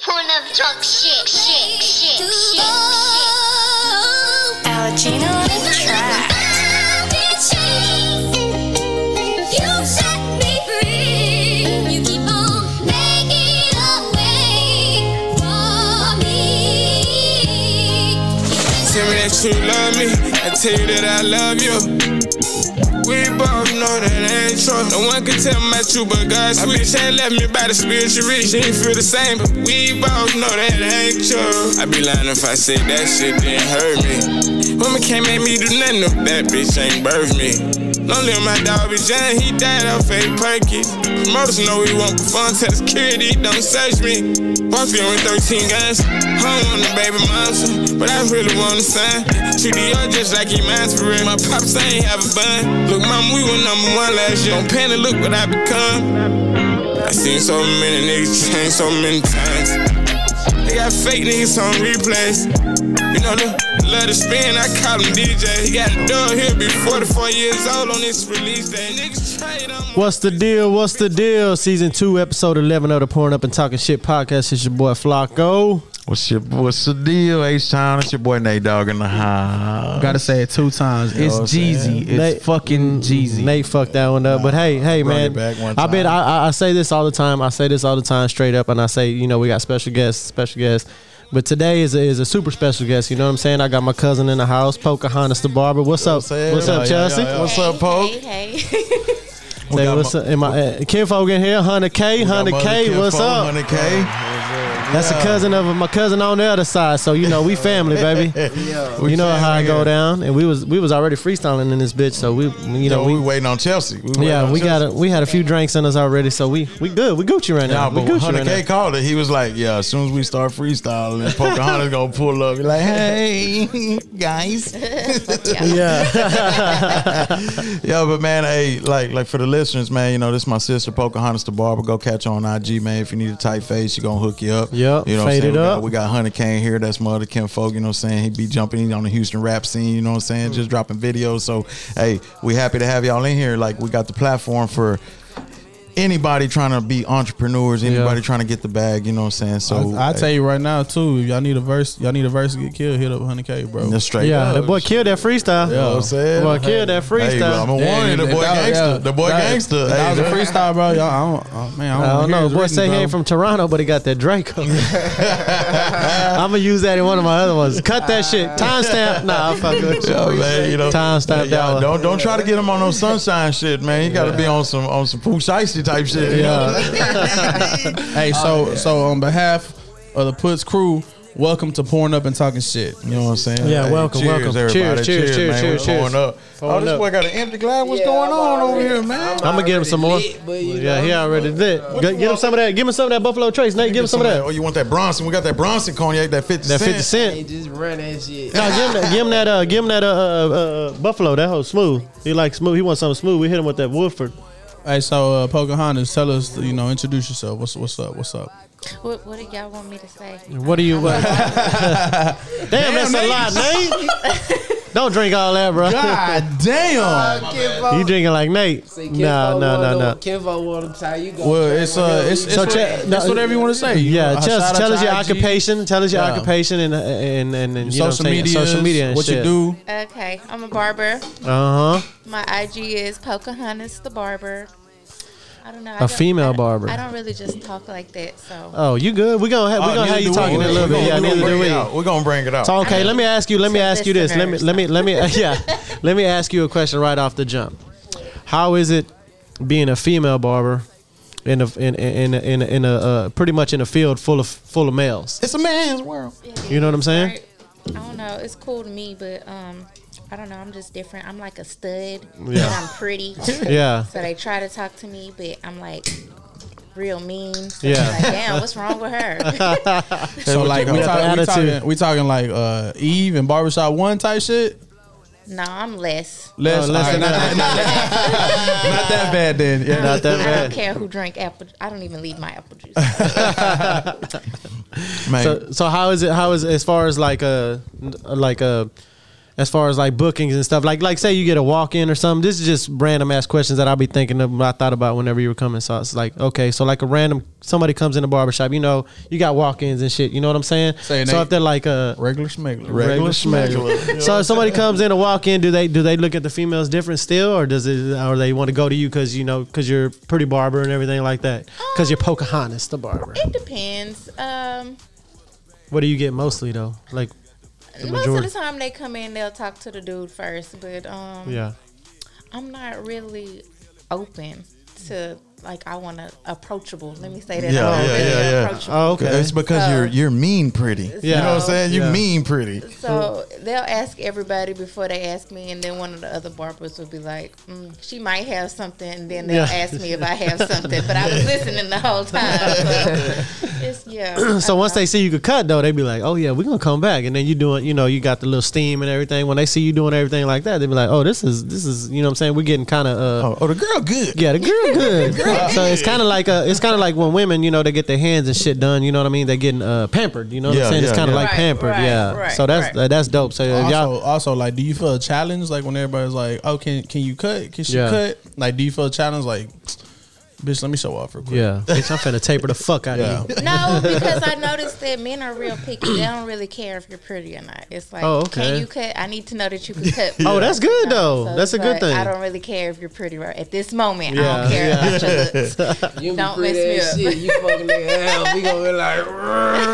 Full of drug shit, shit, shit, shit, shit. Allergena on the track. Tell me that you love me, I tell you that I love you. We both know that ain't true. No one can tell my truth, but God's sweet. My bitch ain't left me by the spiritual reach. She ain't feel the same, but we both know that ain't true. I'd be lying if I said that shit didn't hurt me. Women can't make me do nothing if that bitch ain't birthed me. Lonely on my dog, be Jane, he died off a perky. Promoters know we won't perform, tell the security, don't search me. One few with 13 guns, home on the baby monster, but I really want to sign. Treat the yard just like he mines for real. My pops, I ain't have a bun. Look, mom, we were number one last year. Don't panic, look what I become. I seen so many niggas change so many times. They got fake niggas on replays. You know, the love to spin, I call him DJ. He got a dog, he'll be 44 years old on this release day. Niggas trade him. What's the deal? What's the deal? Season 2, episode 11 of the Pouring Up and Talking Shit podcast. It's your boy Flocko. What's your what's the deal, H Town? It's your boy Nate Dog in the house. Gotta say it two times. It's what I'm saying? Jeezy. It's Nate- fucking Jeezy. Nate fucked that one up. But hey, hey, Run it man. back one I bet time. I, I, I say this all the time. I say this all the time straight up. And I say, you know, we got special guests, special guests. But today is a, is a super special guest. You know what I'm saying? I got my cousin in the house, Pocahontas the Barber. What's up? saying? What's up, Yeah, yeah, Chelsea? yeah, yeah. What's What's up, Poke? Hey, up? Say, what's up? Am I, uh, kinfolk in here? 100K, 100K. What's up? 100K. That's a cousin of my cousin on the other side. So you know we family, baby. you know how I go down, and we was we was already freestyling in this bitch. So we you Yo, know we, we. waiting on Chelsea. We waiting Yeah, on we got Chelsea. a, we had a few drinks in us already, so we we good. We Gucci right now. Nah, We but Gucci right 100K now. called it. He was like, "Yeah, as soon as we start freestyling, Pocahontas gonna pull up." He like, "Hey, guys." Yeah, Yeah, but man, hey, like like for the listeners, man, you know, this is my sister Pocahontas the Barber. Go catch her on IG, man. If you need a tight fade, she gonna hook you up. Yep, You know what I'm fade saying? it we, up. Got, we got Hunter Kane here, that's my other Kim Folk, you know what I'm saying? He be jumping in on the Houston rap scene, you know what I'm saying? Just dropping videos. So hey, we happy to have y'all in here. Like we got the platform for anybody trying to be entrepreneurs, anybody trying to get the bag, you know what I'm saying? Oh, So I, I hey, tell you right now too. If y'all need a verse, y'all need a verse to get killed. Hit up 100K, bro. that's straight yeah. up. That boy killed that freestyle. You know what I'm saying? Boy killed that Hey, bro, I'm a freestyle. Yeah, warning the if boy that- gangster. yeah, The boy that- gangster. if That Hey, was a bro. freestyle, bro. Y'all, I don't, oh, man, I I don't, don't know. Boy, say he hey ain't from Toronto, but he got that Draco. I'm gonna use that in one of my other ones. Cut that shit. Timestamp. Nah, I'm fucking with you. Yeah, man, you know, Timestamp yeah, dollar. Don't don't try to get him on no sunshine shit, man. You got to be on some on some poo shiesty type shit. Oh, Yeah, Hey, so so on behalf of the Puts crew, welcome to pouring up and talking shit. you know what I'm saying? Yeah, welcome, cheers, welcome. Cheers, everybody. cheers, cheers, man. We're cheers, cheers. pouring up. oh, Pouring this up. boy got an empty glass. What's going on over here, man? I'm gonna get him some more. but you Yeah, he already did. Get him some of that. Give him some of that Buffalo Trace, Nate. Give him some of that. Oh, you want that Bronson? We got that Bronson cognac, that fifty That 50 Cent. They just run that shit. No, give him that. Give him that. Uh, give him that. Uh, uh, uh, Buffalo. That whole smooth. He likes smooth. He wants something smooth. We hit him with that Woodford. Hey, so uh, Pocahontas, tell us, you know, introduce yourself. What's what's up? What's up? what, what do y'all want me to say? What do you? What? Damn, that's a lot, Nate. Don't drink all that, bro. God damn. Kinfo. You drinking like Nate? Say Kinfo No, no, want no, them- no. Kinfo want them tight. You go. Well, it's uh, it's, it's So what- check- that's no, whatever you want to say. You Yeah, know, tell Uh, shout us, out tell to us your IG, occupation. Tell us your Yeah. occupation and and and, and you know what I'm social saying, media, social media, and what shit. you do. Okay, I'm a barber. Uh huh. My IG is Pocahontas the barber. I don't know. I A don't- female I don't- barber. I don't really just talk like that, so Oh, you good? We gonna have, we Oh, gonna neither have you do talking we. in a little We're bit. Yeah, gonna- neither do We're we. gonna bring it out. We're gonna bring it out. So okay, let me ask you. Let me to ask you this. Let me listeners. let me let me yeah. Let me ask you a question right off the jump. How is it being a female barber in a in in in in a, in a uh, pretty much in a field full of full of males? It's a man's world. You know what I'm saying? Right? I don't know. It's cool to me, but um, I don't know. I'm just different. I'm like a stud. Yeah. And I'm pretty, so Yeah. they try to talk to me, but I'm like real mean. So Yeah. yeah. Like, Damn, what's wrong with her? So like we, got the talk, we attitude. talking, we talking like uh, Eve and Barbershop One type shit. no, I'm less. Less, less all than not, that, not, that, not that bad then. Yeah. Not that I don't bad. care who drank apple. I don't even leave my apple juice. Man, So so how is it? How is as far as like a like a as far as like bookings and stuff. Like like say you get a walk in or something. This is just random ass questions that I'll be thinking of. I thought about whenever you were coming. So it's like okay, so like a random somebody comes in the barbershop. You know, you got walk ins and shit. You know what I'm saying? Saying so they- if they're like a Regular smuggler. so if somebody comes in and walk in, do they do they look at the females different still, or does it, or they want to go to you because you know because you're pretty barber and everything like that? Because you're Pocahontas, the barber. It depends. Um, What do you get mostly though? Like the most of majority. the time they come in, they'll talk to the dude first, but um, Yeah. I'm not really open to like I want to approachable. Let me say that. Yeah, I'm not yeah, really yeah, yeah. approachable. Oh, okay. It's because you're you're mean pretty. You Yeah. know what I'm saying? You Yeah. mean pretty. So they'll ask everybody before they ask me, and then one of the other barbers will be like, mm, "She might have something," and then they'll Yeah. ask me if I have something. But I was listening the whole time. So it's yeah. So once they see you could cut though, they be like, "Oh yeah, we're gonna come back." And then you doing, you know, you got the little steam and everything. When they see you doing everything like that, they be like, "Oh, this is this is," you know, what I'm saying, we're getting kind of uh, Oh, oh, the girl good. Yeah, the girl good. so it's kind of like a, it's kind of like when women, you know, they get their hands and shit done. You know what I mean? They're getting uh, pampered. You know what Yeah, I'm saying? yeah, it's kind of yeah. like Right, pampered. right, yeah. right, so that's right. that's dope. So y'all, Also, also, like, do you feel challenged? Like, when everybody's like, "Oh, can can you cut? Can she Yeah. cut?" Like, do you feel challenged? Like, bitch, let me show off real quick. yeah, bitch, I'm finna taper the fuck out Yeah. of you. No, because I noticed that men are real picky. They don't really care if you're pretty or not. It's like, Oh, okay. can you cut? I need to know that you can cut. Oh, that's good though. So that's a it's good like, thing. I don't really care if you're pretty right at this moment. I Yeah, don't care about your looks. You Don't don't mess mess me up. Shit. You fucking nigga out. We gonna be like, "Rrrr."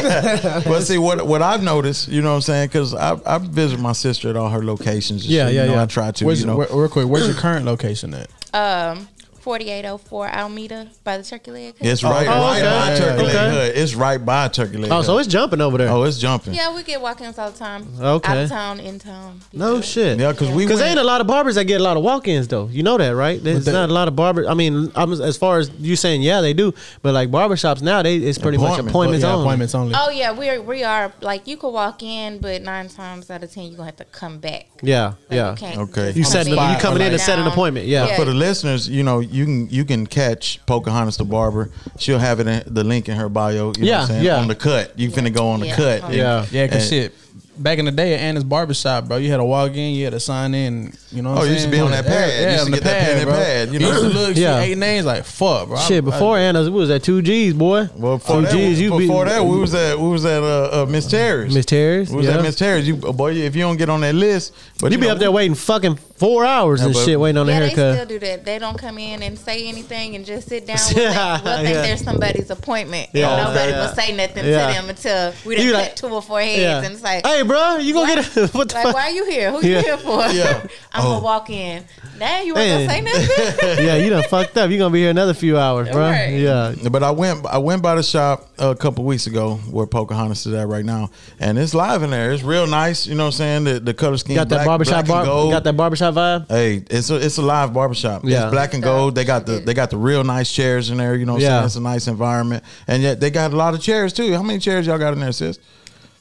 But see what what I've noticed, you know what I'm saying? Because I I visit my sister at all her locations. and Yeah, shit, yeah, you know, yeah. I try to. Where's, you know, where- real quick, where's your current location at? um, 4804 Alameda by the Turkey Leg. Hut. it's right, Oh, right okay. by Turkey Leg Okay. Hood. It's right by Turkey Leg. oh, so Hood. it's jumping over there. oh, it's jumping. Yeah, we get walk-ins all the time. Okay. Out of town, in town. you no know. shit. Yeah, because we Because went- ain't a lot of barbers that get a lot of walk-ins though. You know that, right? There's they- not a lot of barber. I mean, I'm, as far as you saying, yeah, they do. But like barbershops now, they it's pretty much Appointment. appointments yeah, only. appointments only. Oh yeah, we are, we are like you could walk in, but nine times out of ten you're gonna have to come back. Yeah, Like, yeah. You can't Okay. just You come set in, you coming sit in to set an down. appointment. Yeah. for the listeners, you know, you can you can catch Pocahontas the barber. She'll have it in the link in her bio. You know what Yeah, I'm saying? yeah. On the cut, you finna go on the Yeah. cut. and- Yeah. Yeah, cause and- shit. Back in the day at Anna's barbershop, bro, you had to walk in, you had to sign in. You know, what Oh, I'm you used to saying? be on that pad. Yeah, You used yeah to on the get that pen pad, and bro. pad, you You know? used to look, Yeah. yeah. eight names, like fuck, bro. I- Shit, before I, Anna's, we was at two G's, boy. uh, Well, before, two that, G's, Oh, you before be, that, we was at we was at uh, uh, Miss Terry's. Miss Terry's, We was yeah. at Miss Terry's. You boy, if you don't get on that list, but you be know, up there waiting fucking four hours and but- shit, waiting on Yeah, the they still haircut. do that. They don't come in and say anything and just sit down. We'll think, we'll think Yeah. there's somebody's appointment. Yeah. and nobody Okay. will say nothing Yeah. to them until we done You cut like- two or four heads, Yeah. and it's like, hey, bro, you gonna What? get a, what the like fuck? why are you here? Who Yeah. you here for? Yeah. I'm Oh. gonna walk in. Dang, you ain't Man. gonna say nothing. yeah, you done fucked up. You gonna be here another few hours, bro. Right. Yeah, But I went I went by the shop a couple weeks ago where Pocahontas is at right now, and it's live in there. It's real nice. You know what I'm saying? The, the color scheme. got that black- barbershop black and bar, gold. got that barbershop vibe. Hey, it's a it's a live barbershop. Yeah, Yeah. it's black and gold. They got the they got the real nice chairs in there. You know, what I'm Yeah. saying it's a nice environment, and yet they got a lot of chairs too. How many chairs y'all got in there, sis?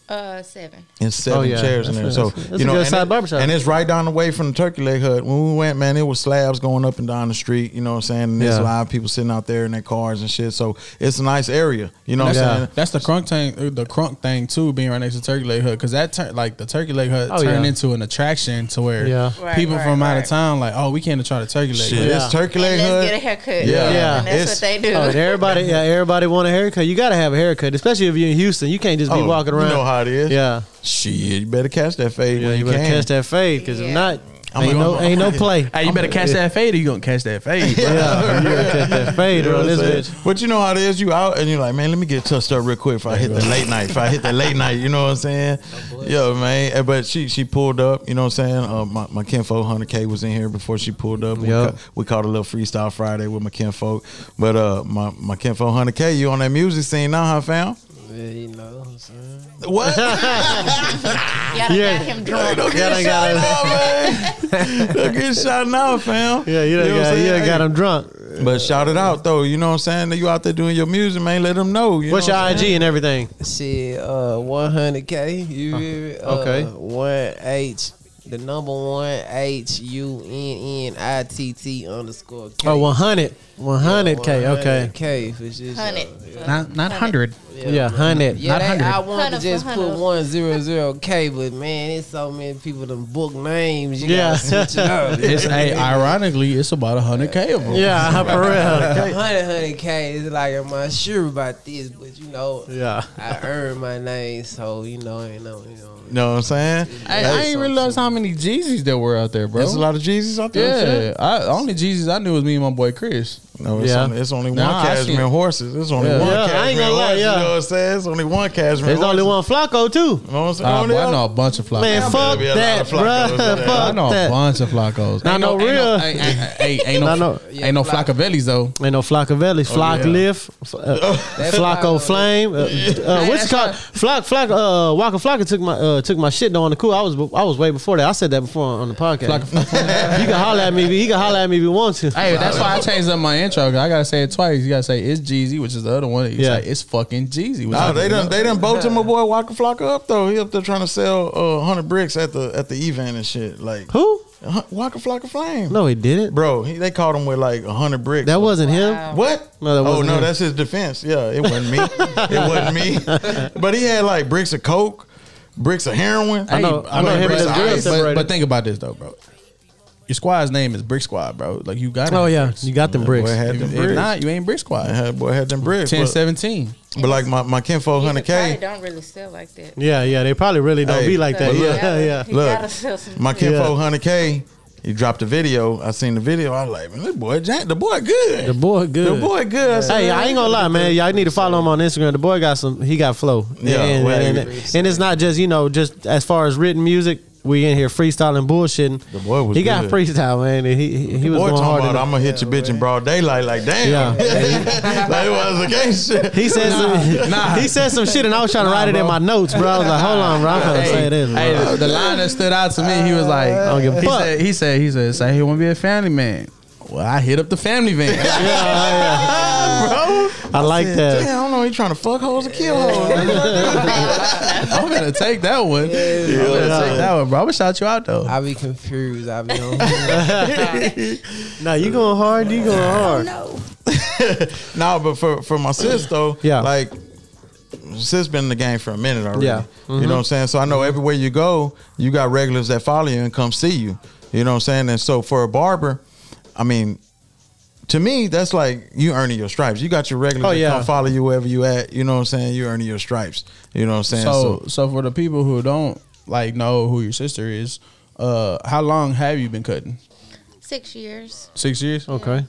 Uh, seven. and seven Oh, yeah. chairs in there. That's a- so that's a- you that's a know, good and, side it- barbershop. and it's right down the way from the Turkey Leg Hut. When we went, man, it was slabs going up and down the street. You know what I'm saying? And there's Yeah. a lot of people sitting out there in their cars and shit. So it's a nice area. You know what Yeah. I'm saying? That's the crunk thing, the crunk thing too, being right next to Turkey Leg Hut, because that tur- like the Turkey Leg Hut Oh, turned yeah. into an attraction to where Yeah. Right, people right, from out of right. town like, oh, we can't try the Turkey Leg. Shit, Hut. it's Turkey And Leg let's Hut. get a haircut. Yeah. Yeah. And that's It's- what they do. Oh, and everybody, yeah, everybody want a haircut. You gotta have a haircut, especially if you're in Houston. You can't just be Oh, walking around. You know how it is. yeah, Shit, you better catch that fade yeah, when you you, better can. catch that fade because if Yeah. not, I'm ain't gonna- no, I'm ain't no gonna- play. Hey, you better catch that fade. or You gonna catch that fade? bro. Yeah, you gotta catch that fade You know on what this I'm bitch. saying? But you know how it is. You out and you're like, man, let me get touched up real quick. If I hit the late night, if I hit the late night, you know what I'm saying? Yo, man. eh, But she she pulled up. You know what I'm saying? Uh, my my kinfolk Hunter K was in here before she pulled up. We, Yup. ca- we caught a little freestyle Friday with my kinfolk. But uh, my my kinfolk Hunter K, you on that music scene now? Huh, fam? Yeah, you know what I'm saying? What? Y'all done Yeah. got him drunk. Don't Yeah, get they shot got now, man. Don't get shot now, fam. Yeah, you know done what I'm got, you saying? done got him drunk. But shout it out though. You know what I'm saying? That You out there doing your music, man. Let them know. You What's know your what I'm IG and everything? Shit, uh, 100K. You hear me? okay. Uh, 1H. The number one H U N N I T T underscore K. Oh, 100. 100K. Okay. 100K for just. Hundred. Not not hundred. Yeah, Yeah, hundred. Yeah, Not they, hundred. I wanted Hundred to for just put hundred. one zero zero K, but man, it's so many people done book names. You Yeah. yeah, gotta switch it up. It's hey, ironically, it's about hundred k of them. Yeah, for real. Hundred hundred K is like, am I sure about this? But you know, Yeah. I earned my name, so you know, you know, you know. You know what I'm saying? Hey, I ain't realize how many Jeezys there were out there, bro. There's a lot of Jeezys out there. and Yeah, shit. I only Jesus I knew was me and my boy Chris. No, it's, Yeah. only, it's only Nah, I one cashmere seen- horses. It's only Yeah. one Yeah, I ain't cashmere gonna lie, horses. yeah. You know what I'm saying? It's only one cashmere There's only horses. one Flacco too. You know what I'm saying? Uh, Only boy, I one- know a bunch of Flacos. Oh, Man, fuck Oh, be a lot that, of Flacos bruh. out there. I Fuck know a that. bunch of Flacos. Nah, Ain't no ain't real. Ain't ain't- ain't- ain't no Nah, no. ain't no Flacavellis though. Ain't no Flockavelli, Flock Oh, yeah. Oh. Lift, F- uh, Flocko Flocko. Flame. Uh, uh, what's it called? Flock, Flock, uh, Walker Flocker took my uh, took my shit though on the cool. I was I was way before that. I said that before on, on the podcast. you can holler at me. He can holler at me if you want to. Hey, that's why I changed up my intro. 'cause I gotta say it twice. You gotta say it's Jeezy, which is the other one. You Yeah. say it's fucking Jeezy. which I No, they didn't done know. they done bolted my boy Walker Flocka up though. He up there trying to sell uh, hundred bricks at the at the event and shit. Like Who? Huh, Walker Flocka Flame. No, he didn't. bro, he, they called him with like hundred bricks. That wasn't him. Wow. What? No, that oh wasn't no, him. that's his defense. Yeah, it wasn't me. it wasn't me. But he had like bricks of coke, bricks of heroin. I know- I know Wait, him and Brick his Squad, girl but- separated. But think about this though, bro. Your squad's name is Brick Squad, bro. Like you got. Oh it. yeah, you got them Boy bricks. had If, them if bricks. not, you ain't I Brick Squad. had, boy had them bricks. Ten But, seventeen. but like my my kinfolk Yeah, hundred the party k. don't really sell like that. Yeah, yeah. They probably really don't Hey, be like that. but look, Yeah, yeah. He look, gotta sell some. My Yeah. kinfolk hundred k. He dropped a video. I seen the video. I was like, man, this boy, Jack, the boy, good. The boy good. The boy good. I said, Hey, I ain't gonna lie, man. Y'all need to follow him on Instagram. The boy got some. He got flow. Yeah, and, well, and- and it's not just you know just as far as written music. We in here freestyling, bullshitting. The boy was he got good. freestyle, man. And he he, he was boy going hard. talking in about, the- I'm gonna hit your bitch in broad daylight. Like, damn. Yeah. like, it was a gay shit. he said some, he said some shit, and I was trying to write it in my notes, bro. I was like, hold on, bro. I'm gonna say this. bro. Hey, the, the line that stood out to me, he was like, don't give a he, fuck. Said, he said, he said, say he want to be a family man. Well, I hit up the family van. I like Damn, I that. don't know. He trying to fuck hoes or kill hoes. I'm gonna take that one. I'm gonna take that one, bro. I'm gonna shout you out though. I be confused. I be on. Nah, you going hard? You going hard? no, but for for my sis though, Yeah. like sis been in the game for a minute already. Yeah. Mm-hmm. You know what I'm saying? So I know everywhere you go, you got regulars that follow you and come see you. You know what I'm saying? And so for a barber, I mean, to me, that's like you earning your stripes. You got your regulars Oh, that yeah. come follow you wherever you at. You know what I'm saying? You earning your stripes. You know what I'm saying? So, so for the people who don't like know who your sister is, uh, how long have you been cutting? Six years. Six years. Okay.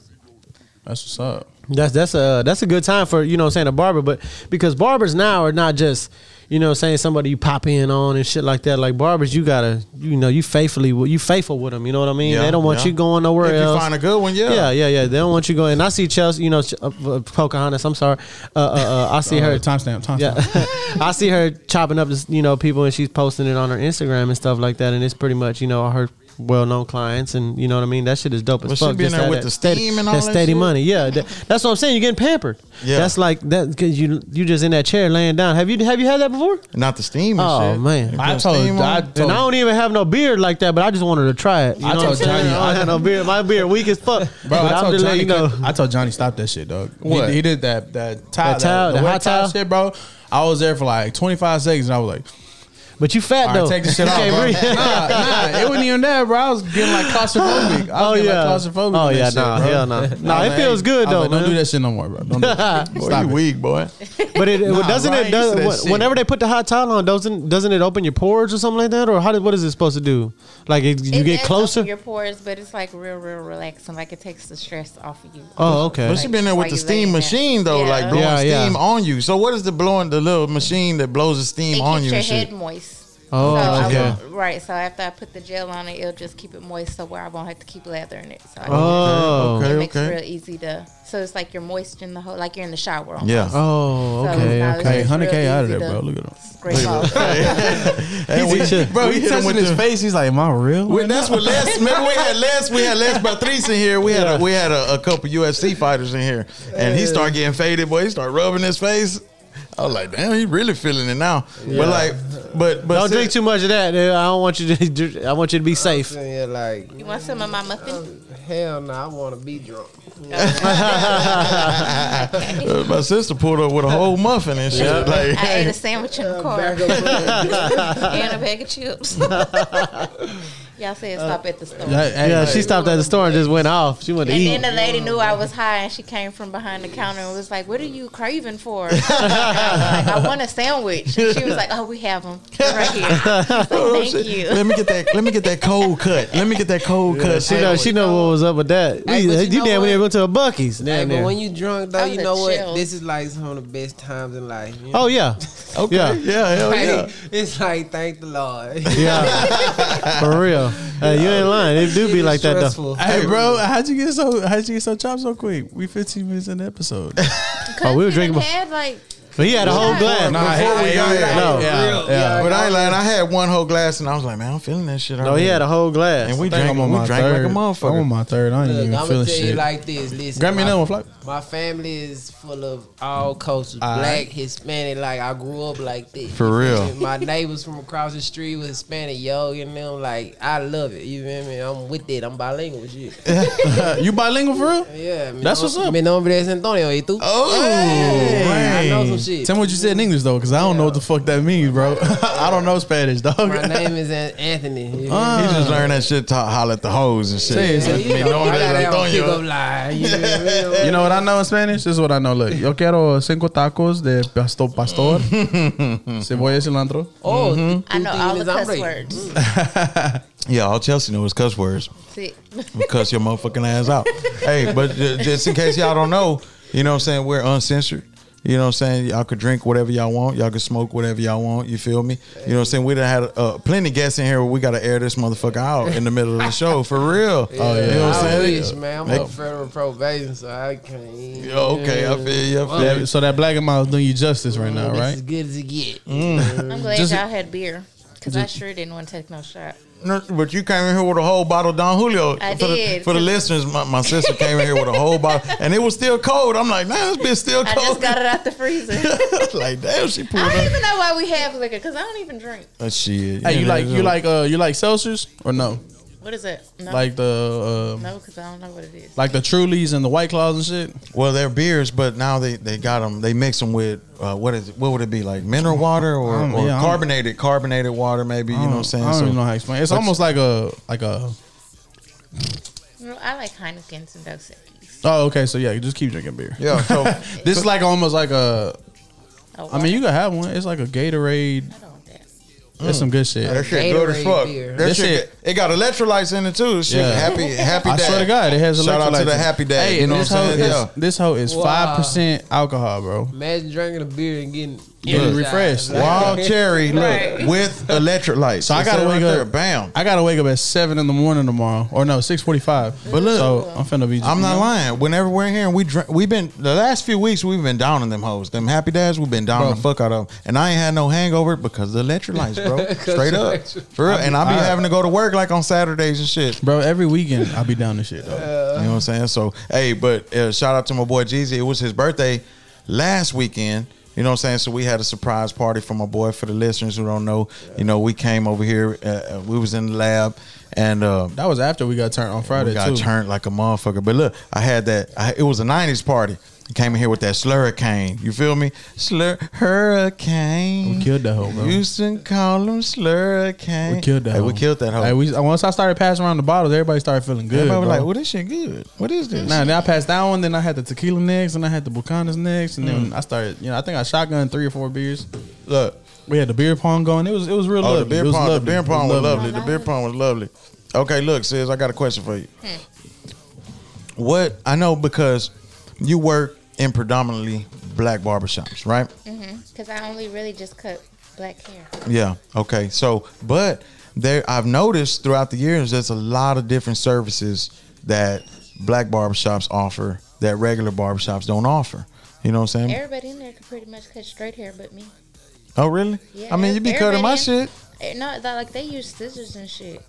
That's what's up. That's that's a that's a good time for you know what I'm saying a barber, but because barbers now are not just you know what I'm saying somebody you pop in on and shit like that. Like barbers, you gotta you know you faithfully you faithful with them. You know what I mean? Yeah, they don't want yeah. you going nowhere if else. you find a good one, yeah. yeah, yeah, yeah. They don't want you going. And I see Chelsea, you know, Ch- uh, uh, Pocahontas. I'm sorry. Uh, uh, uh, I see her. Uh, timestamp. Timestamp. Yeah, I see her chopping up, this, you know, people, and she's posting it on her Instagram and stuff like that. And it's pretty much, you know, her well-known clients, and you know what I mean. That shit is dope as Well, she fuck. been Just there that- with that the steady, steam and all that steady shit? money. Yeah, that- that's what I'm saying. You're getting pampered. Yeah. that's like that because you you just in that chair laying down. Have you have you had that before? Not the steam. And Oh, shit. man. You I put told. steam on I it? told. And I don't even have no beard like that, but I just wanted to try it. You I know told what I'm saying? Johnny- I don't have no beard. My beard weak as fuck. Bro, But I I'm told just Johnny. letting you know. I told Johnny stop that shit, dog. What? He, he did that that towel, That towel, the wet hot towel? shit, bro. I was there for like 25 seconds. and I was like, But you fat "All though. right, take this shit You off, can't bro." breathe. nah, nah, it wasn't even that, bro. I was getting like claustrophobic. I was Oh getting yeah, like claustrophobic. oh on that yeah, shit, nah, bro. hell nah. Nah, I it was feels like, good I though, was like, Don't do man. that shit no more, bro. Don't do it. Boy, Stop you it. weak, boy. But it Nah, doesn't bro, I it ain't does, used to that wh- shit. whenever they put the hot towel on doesn't doesn't it open your pores or something like that or how did, what is it supposed to do? Like it, you It get does closer. open Your pores, but it's like real, real relaxing. Like it takes the stress off of you. Oh, okay. But she been there with the Like, while you steam laying there. machine though, Yeah. like blowing Yeah, yeah. steam on you. So what is the blowing the little machine that blows the steam It on keeps you your and head shit? moist. oh, so I okay. won't- right. So after I put the gel on it, it'll just keep it moist, so where I won't have to keep lathering it. So I can Oh. just- okay, it makes okay. it real easy to. So it's like you're moist in the whole, like you're in the shower. Almost. Yeah. Oh, So okay. now it's okay. Hey, just 100K real out of easy there, to bro. Look at him. Scrape off. And He's a we, chip. bro, He we hit him touching with his the, face. He's like, "Am I real?" When that's what Les. Remember we had Les. We had Les Patrice in here. We had Yeah. a, we had a, a couple UFC fighters in here, and he started getting faded. Boy, he started rubbing his face. I was like, damn, he really feeling it now. But like, but but Don't since- drink too much of that. Dude. I don't want you to I want you to be safe. Yeah, like you want some of my muffin? Hell no, I want to be drunk. Uh, My sister pulled up with a whole muffin and shit. Like, I ate a sandwich in the car Back and up, a bag of chips. Y'all said stop at the store. Yeah, she stopped at the store and just went off. She wanted to And then eat. the lady knew I was high, and she came from behind the counter and was like, "What are you craving for?" And I, was like, "I want a sandwich." And she was like, "Oh, we have them right here." I was like, oh, Thank shit. you. Let me get that. Let me get that cold cut. Let me get that cold cut. She know she know what was up with that. Hey, We- but you you, know damn what? near went to a Bucky's. Hey, Damn but near. when you drunk though, I'm you the know what? chill. This is like some of the best times in life. you know? oh yeah, Okay. Yeah. Yeah. Hell Hey, yeah. It's like thank the Lord. yeah, for real. Hey, you ain't lying. It do be like that though. Stressful. Hey, bro, how'd you get so how'd you get so chopped so quick? We 15 minutes in the episode. Oh, we were Cousin drinking- Had like But he had a whole glass. Nah, Before we got here. No. yeah, yeah. But I ain't lying. I had one whole glass and I was like, man, I'm feeling that shit. No, he had a whole glass. And we I think drank. I'm on We my drank like a third. I'm on motherfucker. my third. I ain't Look, I'm even gonna feeling tell shit. you like this. Listen, Grab me my- another one, Flock. My family is full of all cultures, All black, right. Hispanic. Like I grew up like this. For real. My neighbors from across the street was Hispanic, yo, and them like I love it. You feel me? I'm with it. I'm bilingual, shit. you bilingual for real? Yeah, mi That's what's nom- up. Mi nombre es Antonio. ¿y tú? Oh, I know some man. shit. Tell me what you said in English though, because I don't know what the fuck that means, bro. I don't know Spanish, dog. My name is An- Anthony. you feel me? He just learned that shit to holler at the hoes and shit. Say it, You Ah. Me know, know I got that that on pick-up Antonio. Mm-hmm. line, you feel me? You know what I know in Spanish? This is what I know. Look, yo quiero cinco tacos de pastor, pastor, cebolla y cilantro. Oh, tú I know tienes all the cuss hambre. words. Yeah, all Chelsea knew was cuss words. See, We'll cuss your motherfucking ass out. hey, but ju- just in case y'all don't know, you know what I'm saying? We're uncensored. You know what I'm saying? Y'all could drink whatever y'all want. Y'all could smoke whatever y'all want. You feel me? You know what I'm saying? We done had uh, plenty of guests in here where we got to air this motherfucker out in the middle of the show for real. Oh, You know what I'm I saying? wish, man. I'm Make- on federal probation, so I can't. even- Yeah, okay, I feel you. I feel you. That- so that black and mild doing you justice right now, This right? As good as it get. Mm-hmm. I'm glad Just- y'all had beer because I sure didn't want to take no shot. No, But you came in here with a whole bottle of Don Julio. I for The, did. for the listeners, my, my sister came in here with a whole bottle, and it was still cold. I'm like, nah, this bitch still I cold. just got it out the freezer. like, damn, she pulled I don't up. even know why we have liquor because I don't even drink. Uh, shit. Hey, you know, like you know. like uh you like seltzers or no? What is that? No, Like the uh, no, because I don't know what it is. like the Trulies and the White Claws and shit. Well, they're beers, but now they, they got them. They mix them with uh, what is it? What would it be like mineral water or, Um, or yeah, I'm- carbonated carbonated water? Maybe you know what I'm saying. I don't So, even know how to explain. It's almost like a like a. No, I like Heinekens and Dos Equis. Oh, okay. So yeah, just keep drinking beer. Yeah. So This is like almost like a. Oh, I mean, you can have one. It's like a Gatorade. I don't want that. Mm. It's some good shit. that shit good as Gatorade fuck. beer. That, That shit, shit- It got electrolytes in it too. Shit, Yeah. happy happy. I dad. swear to God, it has Shout out to electrolytes the in it. happy dad, you and know this what I'm hoe saying? is Yeah. this hoe is Wow. five percent alcohol, bro. Imagine drinking a beer and getting Getting refreshed. Wild cherry, look Right. with electrolytes. So I It's gotta right wake there, up. Bam. I gotta wake up at seven in the morning tomorrow, or no, six forty-five. But look- so I'm finna be. I'm not lying. Whenever we're here, and we drink. We've been the last few weeks. We've been down on them hoes. Them happy dads. We've been down Bro. the fuck out of. 'em. And I ain't had no hangover because of the electrolytes, bro. Straight up, for real. And I be having to go to work like on Saturdays and shit. bro. Every weekend I be down this shit though. You know what I'm saying? So, hey, but uh, shout out to my boy Jeezy. It was his birthday last weekend. You know what I'm saying? So we had a surprise party for my boy. For the listeners who don't know, you know, we came over here. Uh, uh, we was in the lab, and uh, That was after we got turned on Friday we got too. turned like a motherfucker. But look, I had that. I, it was a '90s party. He came in here with that slurricane. You feel me? Slur hurricane. We killed that hoe, bro. Houston call him slurricane. We killed that. Hey, hoe. we killed that hoe. Hey, we, uh, once I started passing around the bottles, everybody started feeling good. Everybody was bro. like, "Well, this shit good. What is this?" Nah, then I passed that one. Then I had the tequila next, and I had the bucanas next, and Mm. then I started. You know, I think I shotgunned three or four beers. Look, We had the beer pong going. It was it was real oh, lovely. the beer it was pong. The lovely. beer It pong was lovely. I The love beer it. pong was lovely. Okay, look, sis, I got a question for you. What I know because you work in predominantly black barbershops, right? Because I only really just cut black hair. Yeah. Okay. So, but there, I've noticed throughout the years, there's a lot of different services that black barbershops offer that regular barbershops don't offer. You know what I'm saying? Everybody in there could pretty much cut straight hair but me. Oh, really? Yeah, I mean, you be cutting my everybody in- shit Eh, No, that, like they use scissors and shit.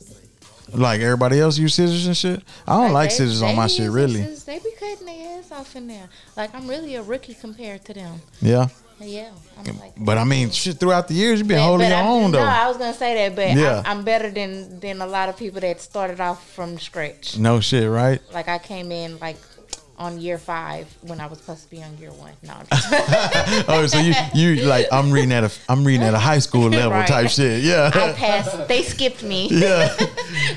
like everybody else use scissors and shit. I don't like they- scissors on they my be shit, using really. scissors. they be cutting their ass off in there. Like I'm really a rookie compared to them. Yeah. Yeah, I'm But I mean, shit, throughout the years, you've been holding but your I, own no, though. I was gonna say that, but Yeah. I, I'm better than than a lot of people that started off from scratch. no shit, right? Like I came in like on year five when I was supposed to be on year one. No, I'm just Oh, so you you like I'm reading at a I'm reading at a high school level Right. type shit. Yeah. I passed. They skipped me. yeah.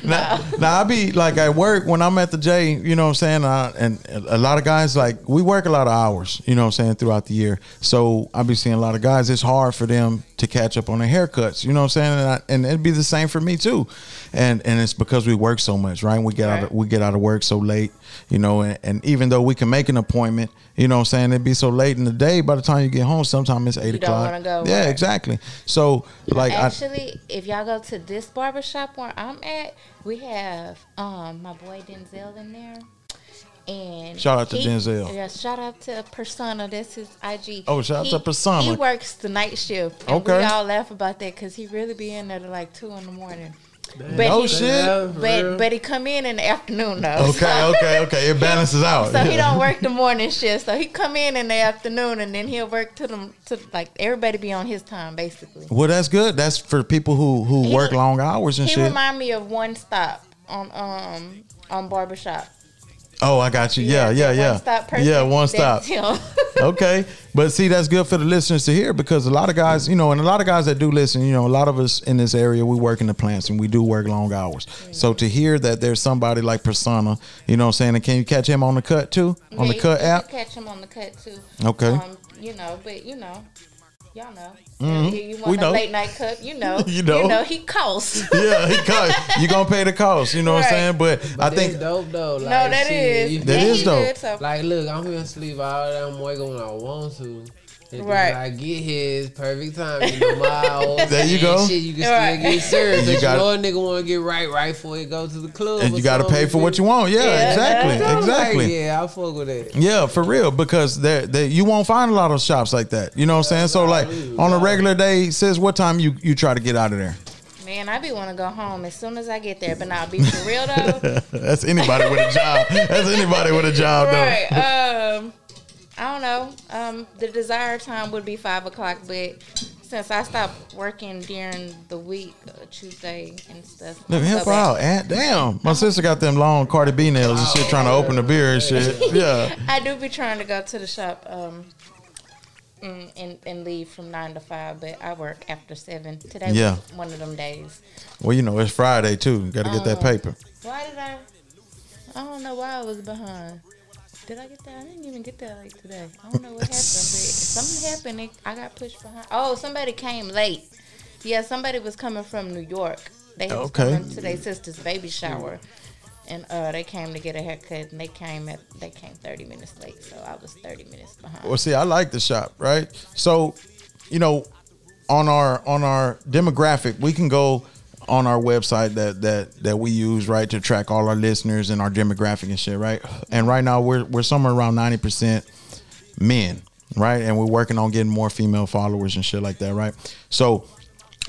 Now, now I be like at work when I'm at the J, you know what I'm saying? I, and a lot of guys like we work a lot of hours, you know what I'm saying, throughout the year. So I be seeing a lot of guys. It's hard for them to catch up on their haircuts, you know what I'm saying? And, I, and it'd be the same for me too. And and it's because we work so much, right? We get out of, Right. we get out of work so late, you know. And, and even though we can make an appointment, you know what I'm saying, it'd be so late in the day. By the time you get home, sometimes it's eight You don't o'clock. wanna go, yeah, right. exactly. So like I. Actually, if y'all go to this barbershop where I'm at, we have um my boy Denzel in there. And Shout out to Denzel. Yeah, shout out to Persona. That's his IG. Oh, shout out to Persona. He works the night shift. And Okay. We all laugh about that because he really be in there till like two in the morning. But Oh he- shit! But but he come in in the afternoon though. Okay, okay, okay. It balances out. So he don't work the morning shift. So he come in in the afternoon and then he'll work to them to like everybody be on his time basically. Well, that's good. That's for people who who He- work long hours and He shit. remind me of One Stop on um on barbershop. oh, I got you. Yeah, yeah, yeah. One Stop person. yeah, one stop. That's him. okay. But see, that's good for the listeners to hear because a lot of guys, you know, and a lot of guys that do listen, you know, a lot of us in this area, we work in the plants and we do work long hours. So to hear that there's somebody like Persona, you know what I'm saying? And can you catch him on the cut too? On Yeah, the you cut can app? Catch him on the cut too. Okay. Mm-hmm. Um, you know, but you know, y'all know. You, you want We a know. late night cup, you know. You know. You know he costs. yeah, he cut. You gonna pay the cost, you know what I'm saying? Right. But, I That's think dope though. Like, no, that shit, is. you- That Yeah, is he dope. good, so- Like, look, I'm gonna sleep all damn way when I want to. And then Right. when I get here, it's perfect time. You know, my hours. There you and go. Shit, you can Right. still get served. You but You, gotta- know a nigga want to get right right before he go to the club. and you gotta pay for what you want. Yeah, Yeah, exactly. that's what I'm Exactly. Like, yeah, I fuck with that. Yeah, for real, because they they you won't find a lot of shops like that. You know what I'm saying? So like on a regular day, says what time you you try to get out of there? Man, I be want to go home as soon as I get there, but I'll be for real though. That's anybody with a job. That's anybody with a job right. Um, I don't know. Um, the desired time would be five o'clock, but since I stopped working during the week, uh, Tuesday and stuff. though. Look, help her out, Aunt. Damn, my sister got them long Cardi B nails and shit, trying to open the beer and shit. Yeah, I do be trying to go to the shop. Um. mm, And, and leave from nine to five, but I work after seven. Today Yeah. was one of them days. well, you know it's Friday too. Got to get that paper. Why did I? I don't know why I was behind. Did I get that? I didn't even get that late today. I don't know what happened, but something happened. It, I got pushed behind. Oh, somebody came late. Yeah, somebody was coming from New York. They was Okay. coming to their sister's baby shower, and uh, they came to get a haircut, and they came at they came thirty minutes late, so I was thirty minutes behind. Well, see, I like the shop, right? So, you know, on our on our demographic, we can go on our website that that that we use right to track all our listeners and our demographic and shit, right? And right now we're we're somewhere around ninety percent men, right? And we're working on getting more female followers and shit like that, right? So,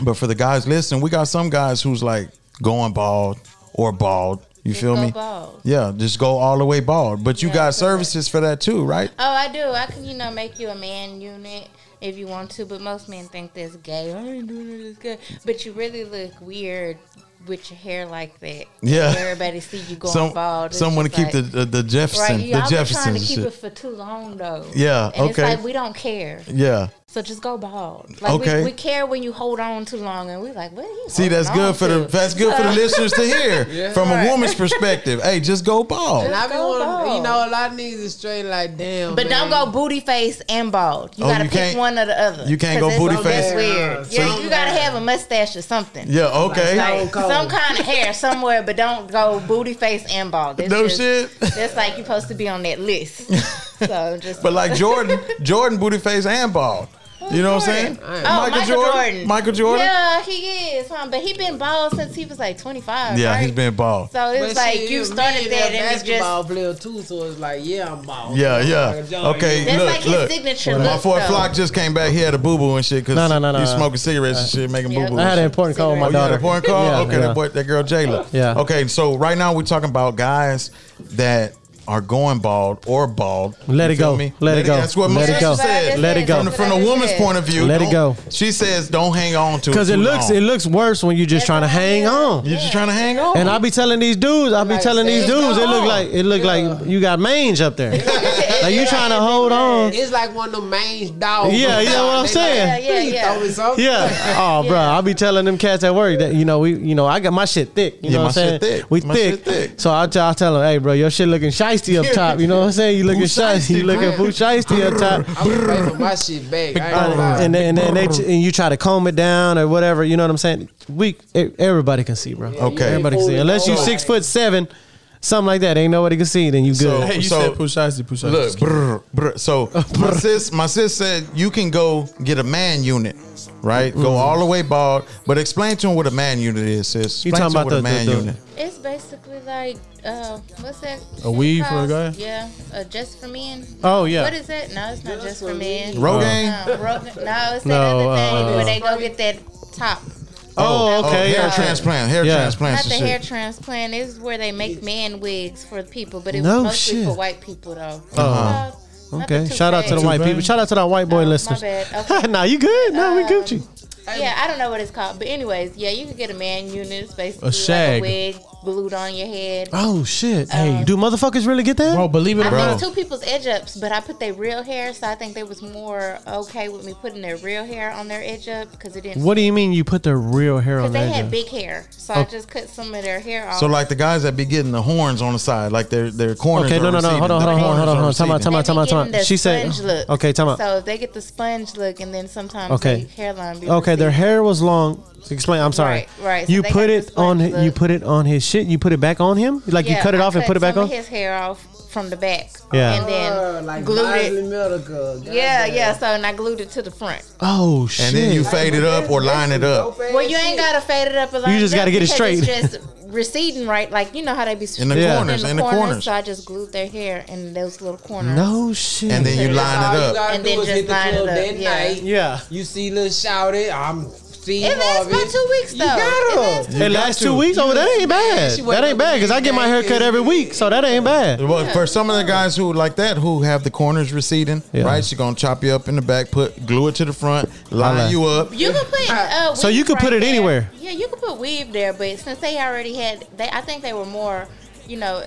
but for the guys listening, we got some guys who's like going bald or bald. You feel go me? bald. Yeah, just go all the way bald. But you Yeah, got that's correct. services for that too, right? Oh, I do. I can, you know, make you a man unit if you want to, but most men think that's gay. I ain't doing it as gay. But you really look weird with your hair like that. Yeah. Everybody see you going Some, bald. It's someone to just keep the, like- the the Jefferson, Right, y'all the been Jefferson trying to keep shit. it for too long though. Yeah, and okay. It's like we don't care, yeah. so just go bald. Like Okay. we, we care when you hold on too long, and we like, what? Are you See, that's holding on good for the to? that's good Uh. for the listeners to hear from a Right. woman's perspective. Hey, just go bald. And I be go want, bald. you know, a lot of niggas is straight like, damn. But man. don't go booty face and bald. You Oh, gotta you pick can't- one or the other. you can't 'Cause go that's- booty face. That's weird. So Yeah, you- you gotta have a mustache or something. Yeah, okay. Stone Like, Cold. some kind of hair somewhere, but don't go booty face and bald. That's No just- shit. That's like you're supposed to be on that list. So just But like Jordan, Jordan booty face and bald. You know what I'm saying? Oh, Michael Jordan. Michael Jordan. Yeah, he is, huh? But he been bald since he was like 25. Yeah, right? he's been bald. So But it's like shit, you me started and that a and it's basketball just player too, so it's like, yeah, I'm bald. Yeah, yeah. Michael Jordan. Okay, that's look, like his look. signature My look. fourth though. flock just came back. He had a boo boo and shit because No, no, no, no, he's no. Uh, smoking cigarettes and shit, making Yeah. boo boo. I had an important call with my Oh, you had daughter. a porn call? Yeah, okay, yeah. that boy, that girl Jayla. Yeah. Okay, so right now we're talking about guys that are going bald or bald. Let You it feel go. me? Let it go. That's what Let it Marsha go. said. Let it go. From the- From a That's what I woman's said. point of view, Let it don't- go. She says, "Don't hang on to it." Because it too looks long. it looks worse when you just trying to hang on. You're just trying to hang on. And I be telling these dudes, I be Like, telling these it's dudes, it look gone. like it look like you got mange up there. like you trying to hold on. It's like one of them main dogs. Yeah, you know what I'm They saying? Like, yeah, yeah, yeah. Yeah. Oh, bro, I be telling them cats at work that you know we you know I got my shit thick. You Yeah, know what I'm my saying? shit thick. We My thick. shit thick. So I tell I tell them, hey, bro, your shit looking shiesty up top. You know what I'm saying? You looking shiesty. You shiesty, looking bro. food shiesty up top. I was waiting for my shit back. I ain't gonna lie. And then, and then they and you try to comb it down or whatever. You know what I'm saying? We e- everybody can see, bro. Okay. everybody can see. Unless you six foot seven, something like that. Ain't nobody can see. Then you good. Hey, you So- said Pushazi, Pushazi. Look, brr, brr. so my sis, my sis said you can go get a man unit, right? Mm-hmm. Go all the way bald, but explain to him what a man unit is, sis. You talking Explain to 'em about what the- a man the- the- unit? It's basically like uh, what's that? A weave for a called? guy? Yeah, uh, just for men. Oh yeah. What is that? No, it's not just for men. Uh, Rogaine. No, Rogan. No, it's that No, other thing uh, where they go get that top. oh okay. hair yeah. transplant, hair Yeah. transplants Not the and hair shit. transplant. It's where they make man wigs for people, but it was No mostly shit. for white people though. Uh-huh. Well, not the Okay. Shout out to the Toupees. white people. Shout out to that white boy Oh, my listeners. bad. Okay. Um, nah, you good? Nah, we Gucci. Yeah, I don't know what it's called, but anyways, yeah, you can get a man unit. It's basically A shag. like a wig glued on your head. Oh shit. um, Hey, do motherfuckers really get that? bro, believe it I or not, think two people's edge ups, but I put their real hair, so I think they was more okay with me putting their real hair on their edge up because it didn't. what do you mean you put their real hair on Because they their Oh. had head? big hair, so I just cut some of their hair off. So like the guys that be getting the horns on the side, like their their corners. Okay, are no, no, no. Hold receding. on, hold Their on, hold on, corners hold on, are hold on. Time out, receding. time out, They time be out, time getting the out. She said, sponge look. "Okay, time out." So if they get the sponge look, and then sometimes Okay. okay. hairline. Be Okay, their receding. hair was long. Explain. I'm sorry. Right, right. So you they put got it this on. like hi- You look. put it on his shit. You put it back on him. Like you Yeah, cut it I off and put it back some of on. His hair off from the back. Yeah. and then Uh, like glued Leslie it. Medical. God Yeah, damn. yeah. So and I glued it to the front. Oh shit. And then you fade it up or line it up. Well, you ain't gotta fade it up a lot. You just gotta get it because straight. It's just receding, right? Like you know how they be In the Yeah. corners, in the corners. So I just glued their hair in those little corners. no shit. And then you That's line All it you up. gotta And do then is just hit the line it club up, that yeah. night. yeah. You see little shouted, I'm Steve It lasts Harvey. about two weeks though. You gotta. It lasts two weeks. Oh, that ain't bad. she That waited ain't bad because I get my hair cut every week, so that ain't bad. Well, for some of the guys who like that, who have the corners receding, Yeah. right? She's gonna chop you up in the back, put glue it to the front, Holla. line you up. You can put uh, So weave you could put it there. anywhere. Yeah, you could put weave there, but since they already had, they I think they were more, you know,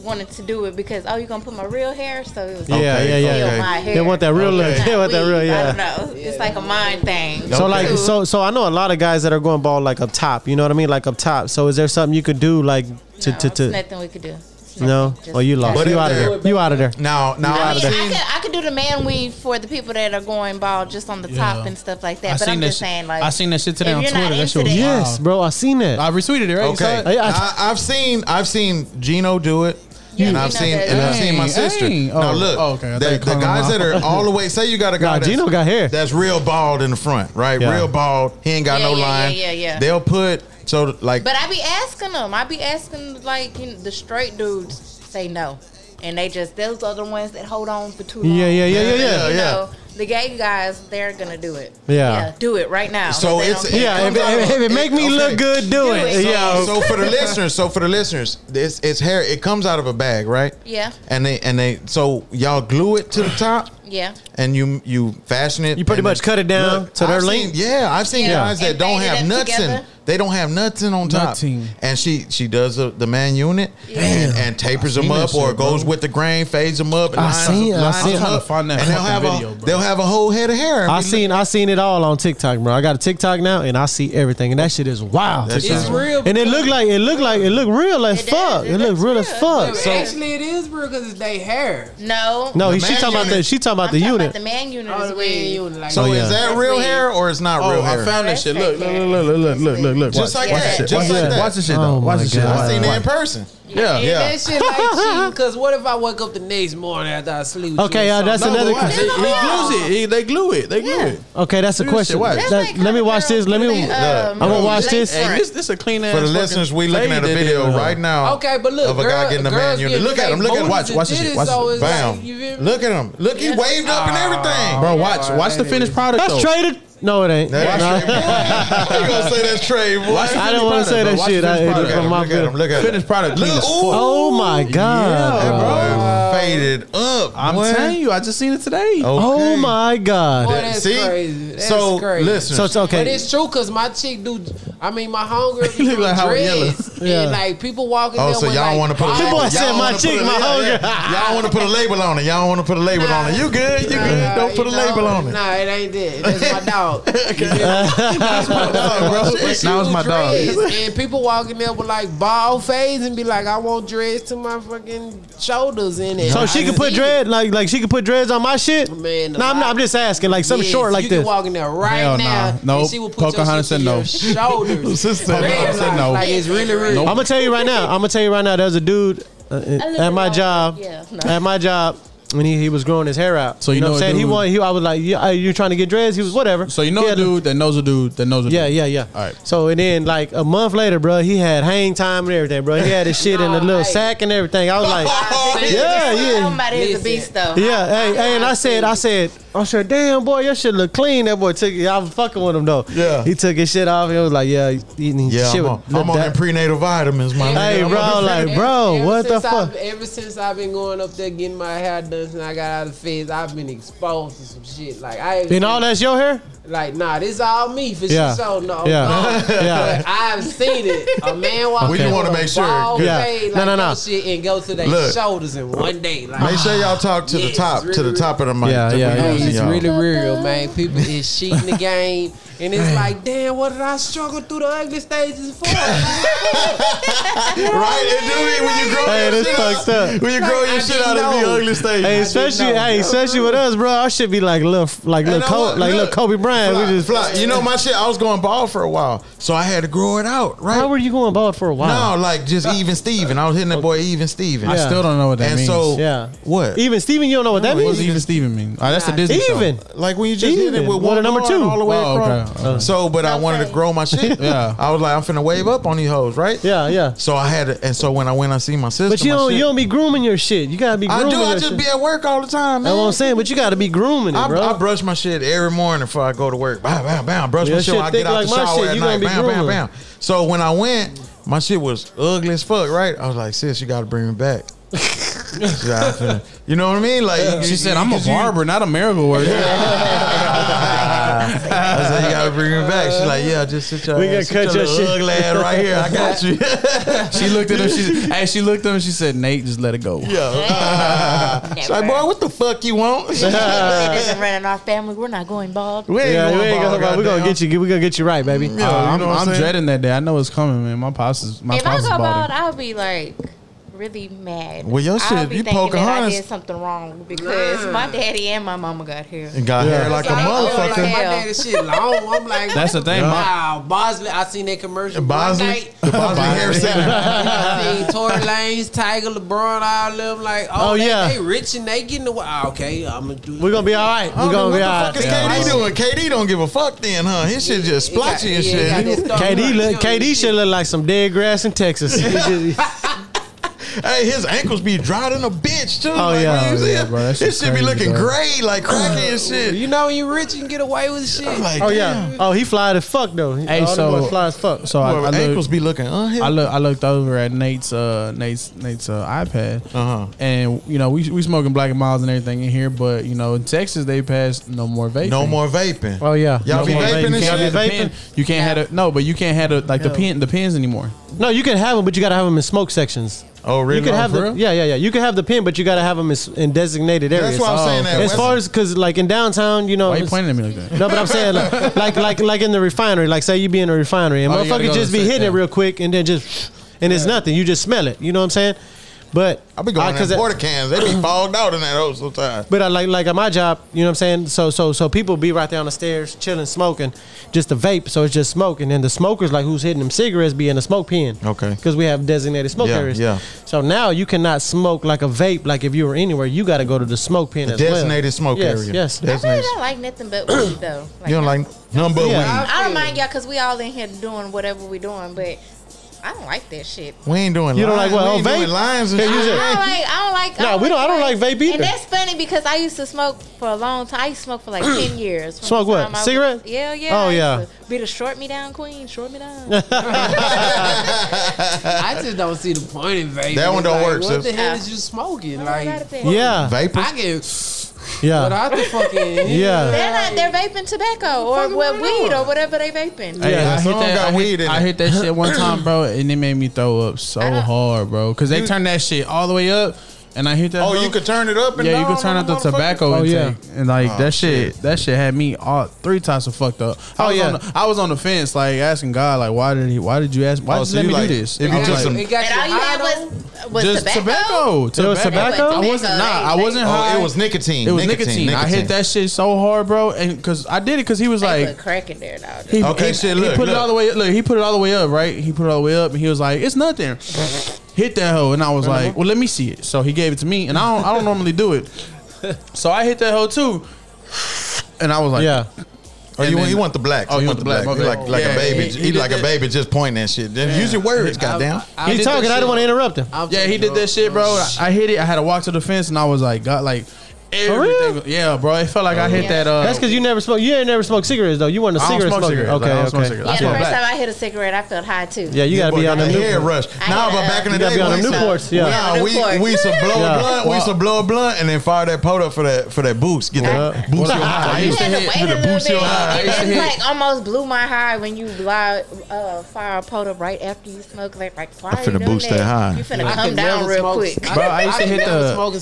wanted to do it because oh, you gonna put my real hair, so it was Yeah, like, yeah, yeah. feel okay. my hair. They want that real look. Not They want that weave. real. I Yeah. don't know. It's like a mind thing. So Okay. like so so I know a lot of guys that are going bald like up top. You know what I mean? Like up top. So is there something you could do like to no, to, it's to nothing we could do. It's no? nothing. Just- Oh, you lost. But you if out of they're- there. You out of there. Now, now I, I've mean, I seen. could I could do the man weave for the people that are going bald just on the top and stuff like that. I but seen I'm that just shit- saying like I seen that shit today if on you're not Twitter. That shit into was that- wild. Yes, bro. I seen that. I retweeted it, right? You saw Okay, it? Hey, I- I, I've seen I've seen Gino do it. Yeah, and I've Gino seen does and I've it. seen my Dang, sister. dang. Now Oh, look, oh, okay. I the, thought you the called guys him that are out. all the way. Say you got a Nah, guy. that's- Gino got hair. That's real bald in the front, right? Yeah. Real bald. He ain't got Yeah, no yeah, line. yeah, yeah, yeah. They'll put so like But I be asking them. I be asking like you know, the straight dudes say no, and they just those are the ones that hold on for too long. Yeah, yeah, yeah, yeah, yeah. You Yeah. know, the gay guys, they're gonna do it. Yeah. do it right now. So They it's- don't- it Yeah, if, comes out if, of- if it it- make me okay. look good, do, Do it. it. Yeah. So for the listeners, so for the listeners, this it's hair. It comes out of a bag, right? Yeah. And they and they so y'all glue it to the top, yeah. and you you fashion it. You pretty and much then- cut it down to their I've seen- length. yeah, I've seen Yeah. guys that And don't fade it have up nuts in. together. They don't have nuts in on top. Nothing. And she she does the, the man unit and, and tapers them seen up that or shit, goes bro. with the grain, fades them up. And I lines, seen- I lines seen- I'm them trying to up, find that And they'll fucking have video, a bro. they'll have a whole head of hair. I Be seen I seen it all on TikTok, bro. I got a TikTok now and I see everything and that shit is wild. That's It's real. And it looked like it looked like it looked real as It does. fuck. It It looked looks real as real. fuck. It's So real. actually, it is real because it's they hair. No. No, The he, she man talking about the unit. she talking about I'm the talking unit. About the man unit Oh, is the man weird. unit. Like, so Oh, yeah. is that That's real weird. hair or it's not Oh, real I hair? found that That's shit. Look, look, fake hair. look, look, look, look, look, look. Just Watch like watch that. the shit. Just Watch the like shit. that. Watch the shit, Oh though. my Watch the shit. God. I seen it in Watch- person. Yeah. Yeah, Yeah. that shit like cheating. Because what if I wake up the next morning after I sleep? with you Okay, or uh, something? that's No, another but watch. question. It- it glues it. It- They glue it. They glue Yeah. it. Okay, that's a Look at this question. shit, watch. That- That's like let me how watch this. girls Let me do they, um, I'm gonna watch this. Hey, Hey, Right. this this a clean ass. For the listeners, we looking at a video right now. Okay, but look, of a guy girl- getting a man girls unit. getting Look at him. Look at him. fake Watch. booties Watch and this shit. titties, Watch so this. it's Bam. like, you feel me? Look at him. Look, he waved up and everything. Bro, watch watch the finished product. That's though. traded. No, it ain't. That No. ain't trade, boy. You gonna say that's trade, boy? I don't want to say that shit. I, it Look from my at him. good. Look at him. Finished product clean as fuck. Oh my god, That bro. boy faded up. I'm boy. telling you, I just seen it today. Oh Okay. my Boy, god. that's See? crazy. That's so crazy. listen. So it's okay. But it's true because my chick do. I mean, my homegirl He be look like doing Howard dreads, Yeah. and like people walking. Oh, there so with, y'all like, want to put a all- That boy y'all said, wanna "My put cheek, a- my yeah, hunger." yeah. Y'all want to put a label on it. Y'all want to put a label Nah. on it. You good? You Nah, good? Don't put a you label on it. Nah, it ain't that. That's my dog. Nah, bro. She Now it's do my dog. dreads, And people walking there with like ball fades and be like, I want dreads to my fucking shoulders in it. So I she can could put see dread like like she could put dreads on my shit. Man, no, I'm not, I'm just asking like something Yes, short like you this. can walk in there right Hell nah. now. Nope. And she will put Pocahontas your said shit no. to your shoulders. Sister, no. Red said light, no. Like it's really real. Nope. I'm gonna tell you right now. I'm gonna tell you right now. There's a dude uh, at my at- job. yeah, no. At my job. When he, he was growing his hair out, So you know what a I'm saying he dude- wanted. He, I was like, yeah, you trying to get dreads? He was whatever. So you know He a had- dude that knows a dude that knows a dude. Yeah, yeah, yeah. All right. So and then like a month later, bro, he had hang time and everything, bro. He had his shit in a Nah, little hey. sack and everything. I was like, That's it. yeah, yeah, Somebody is a Listen. beast though. yeah. Hey, hey, and I said, I said, I said, damn boy, your shit look clean. That boy took. it. I was fucking with him though. Yeah. He took his shit off. and was like, yeah, he, he, Yeah, shit I'm was- on, I'm on that- them prenatal vitamins, my Hey, nigga. I'm bro, on them like- prenatal- bro, ever what the since fuck? I've- Ever since I've been going up there getting my hair done since I got out of the feds, I've been exposed to some shit. Like I ain't- And all that's your hair? Like nah, this all me for Yeah. sure. So no, Yeah. no. Yeah. But I've seen it. A man walk. We in wanna with a make sure, bald yeah. fade No, like no, no. your Shit and go to their Look. shoulders in one day. Like Make sure y'all talk to the Yes, top, Ah, really, to the really. top of the mic. Yeah, that we yeah, yeah. Hey, using, it's y'all. really real, man. People is cheating the game, and it's like, damn, what did I struggle through the ugly stages for? right? It do it when you grow Hey, your that's shit fucked out. up. When you Like, grow your I shit didn't out, it be know. ugly stage. Hey, especially know. hey, especially with us, bro. I should be like little like And little I Kobe, was- like little look, Kobe Bryant. fly, we just fly. You know my shit. I was going bald for a while, so I had to grow it out. Right? How were you going bald for a while? No, like just even Steven. I was hitting that boy even Steven. I Yeah. still don't know what that and means. so Yeah. what? Even Steven, you don't know what that what does means. even Steven mean? Oh, that's a Nah, Disney show. Even. Like when you just hit it Even. with What one a number guard two. Uh-huh. all the way Oh, across. okay, okay. So, but I wanted to grow my shit. Yeah. I was like, I'm finna wave up on these hoes, right? Yeah, yeah. So I had, to, and so when I went, I see my sister. But you my don't shit- you don't be grooming your shit. You gotta be I grooming do. I your just shit. be at work all the time, man. That's what I'm saying, but you gotta be grooming it, I, bro. I brush my shit every morning before I go to work. Bam, bam, bam. Brush Your my shit. shit When I get thick out like the my shower shit. at You gonna night. be Bam, bam, grooming. bam. So when I went, my shit was ugly as fuck, right? I was like, sis, you gotta bring me back. She's like, "I'm finna-" you know what I mean? Like She said, "I'm a because you- barber, not a miracle worker." I said, you gotta bring me back. She's like, yeah, just sit your. We ass- gonna sit cut your little shit." ugly ass right here. I got you. She looked at him. She hey, she looked at him. She said, "Nate, just let it go." yeah. She's like, boy, what the fuck you want? we ain't It isn't running our family. We're not going bald. yeah, we ain't gonna, bald, we're gonna goddamn. get you. We're gonna get you right, baby. Uh, I'm, know what I'm I'm saying? dreading that day. I know it's coming, man. My pops is my if I pops go is bald, balding. I'll be like really mad. Well, your I'll shit, be you thinking that I Pocahontas. did something wrong because my daddy and my mama got hair. And got hair like a I feel Like my motherfucker. daddy shit long. I'm like, That's the thing, my- Wow, Bosley. I seen that commercial. Bosley? One night, The Bosley hair center. I seen Tory Lanez, Tiger, LeBron, all of them. Like, oh, Oh, they, yeah. they rich and they getting away. Ah, okay, I'm gonna do. We're gonna be all right. I We're don't gonna be know all what the right. fuck is KD doing? KD don't give a fuck then, huh? His shit just He got- splotchy and yeah, he got shit. that stuff. KD Uh, look, You know, KD should look like some dead grass in Texas. Hey, his ankles be dried in a bitch too. Oh, like, yeah. Oh, you see yeah, it? bro, that His shit's shit be crazy, looking bro. gray, like cracky and shit. You know, when you rich, you can get away with shit. I'm like, oh yeah. Oh, he fly as fuck though. Hey, oh, so- so fly as fuck. So I, I ankles looked, be looking I unhealthy. look, I looked over at Nate's, uh, Nate's, Nate's uh, iPad, Uh-huh. and you know we we smoking black and miles and everything in here, but you know in Texas they passed no more vaping. No more vaping. Oh yeah. Y'all No be more vaping vaping. and You shit? can't Y'all have be the vaping. pen. You can't have the, no, but you can't have the, like the pin the pins anymore. No, you can have them, but you gotta have them in smoke sections. Oh really? You can Oh, have for the, real? yeah, yeah, yeah. You can have the pin, but you gotta have them in, s- in designated areas. That's why I'm saying that. as far as because like in downtown, you know, Why you it's- pointing at me like that? No, but I'm saying like, like like like in the refinery. Like say you be in a refinery and Oh, you gotta motherfucker go just to be the- hitting it yeah. real quick and then just and it's nothing. You just smell it. You know what I'm saying? But I be going I- in it- porta cans. They be fogged out in that hole sometimes. But I like like at my job, you know what I'm saying? So so so people be right there on the stairs chilling, smoking, just a vape. So it's just smoke, and then the smokers like who's hitting them cigarettes be in the smoke pen. Okay. Because we have designated smoke Yeah, areas. yeah. So now you cannot smoke like a vape. Like if you were anywhere, you got to go to the smoke pen. The as well. designated smoke Yes, area. Yes. That's- I really don't like nothing but weed though. You don't like none but Yeah. weed. I don't mind y'all because we all in here doing whatever we doing, but I don't like that shit. We ain't doing. You don't lines. like what? We Oh, ain't doing vape? lines and Yeah, you said- shit. I don't like. I don't like. Nah, we don't- I don't like vape either. And that's funny because I used to smoke for a long time. I used to smoke for like ten years. From Smoke the what? time I was- Cigarette? yeah, yeah. Oh, I yeah. used to Be the short me down queen. Short me down. I just don't see the point in vaping. That one don't Like, work, What sis. the hell is you smoking? I Like, gotta pick. Yeah, Vapor. I get put yeah, out the fucking. yeah. They're not. They're vaping tobacco or what weed or whatever they vaping. Hey, Yeah, I hit some that. got I hit, weed in I it. hit that shit one time, bro, and it made me throw up so I don't- hard, bro. Cause they turned that shit all the way up, and I hit that. Oh, bro. you could turn it up. And Yeah, you down could on turn up the motherfucker. tobacco Oh, intake, yeah. and like that shit, that shit had me all three times of fucked up. I Oh, was yeah. on the, I was on the fence, like asking God, like why did he, why did you ask, why Oh, did so you let you me like- do this? if you I took was some- It got And you all you high, had though? was was just tobacco. It was tobacco? I wasn't Tobacco, not. I they- wasn't they- Oh, high. it was nicotine. It was nicotine. I hit that shit so hard, bro, and because I did it because he was They like, put crack in there now. He, Okay, he, shit, he look, put it look. all the way. Look, he put it all the way up, right? He put it all the way up, and he was like, "It's nothing." hit that hoe, and I was like, "Well, let me see it." So he gave it to me, and I don't, I don't normally do it. So I hit that hoe too, and I was like, Yeah, Oh, you, and want, then- you want the black? Oh, you want the black, my You bad. like like Yeah, a baby. yeah, he he did like a that. baby just pointing that shit. Then Use your words, goddamn. I- I he did talking. I that shit. didn't want to interrupt him. I was Yeah, he did that drunk, shit, bro. I, I hit it. I had to walk to the fence, and I was like, "God, like For real? everything." was- Yeah, bro. It felt like I hit that. Uh, That's because you never smoke. You ain't never smoked cigarettes though. You weren't a I don't cigarette smoke smoker. cigarettes. Like, I Okay, don't smoke okay. cigarettes. I Yeah, the smoke first black. time I hit a cigarette, I felt high too. Yeah, you gotta be on them. head Newports. rush. I Nah, gotta- but back in You the day, gotta be on we them used Newports. to- Yeah. Nah, we Newport. we used to blow Yeah. a blunt. We used to blow a blunt and then fire that pot up for that for that boost. Get that boost your high. I You used to had to hit- wait for a the little boost bit. your high. I And used to That's hit- like almost blew my high when you lie, uh, fire a pot up right after you smoke. Like, like why I'm are you finna doing boost that high. You finna I come could down never real smoke- quick. I- Bro, I used to could hit never the- smoking how I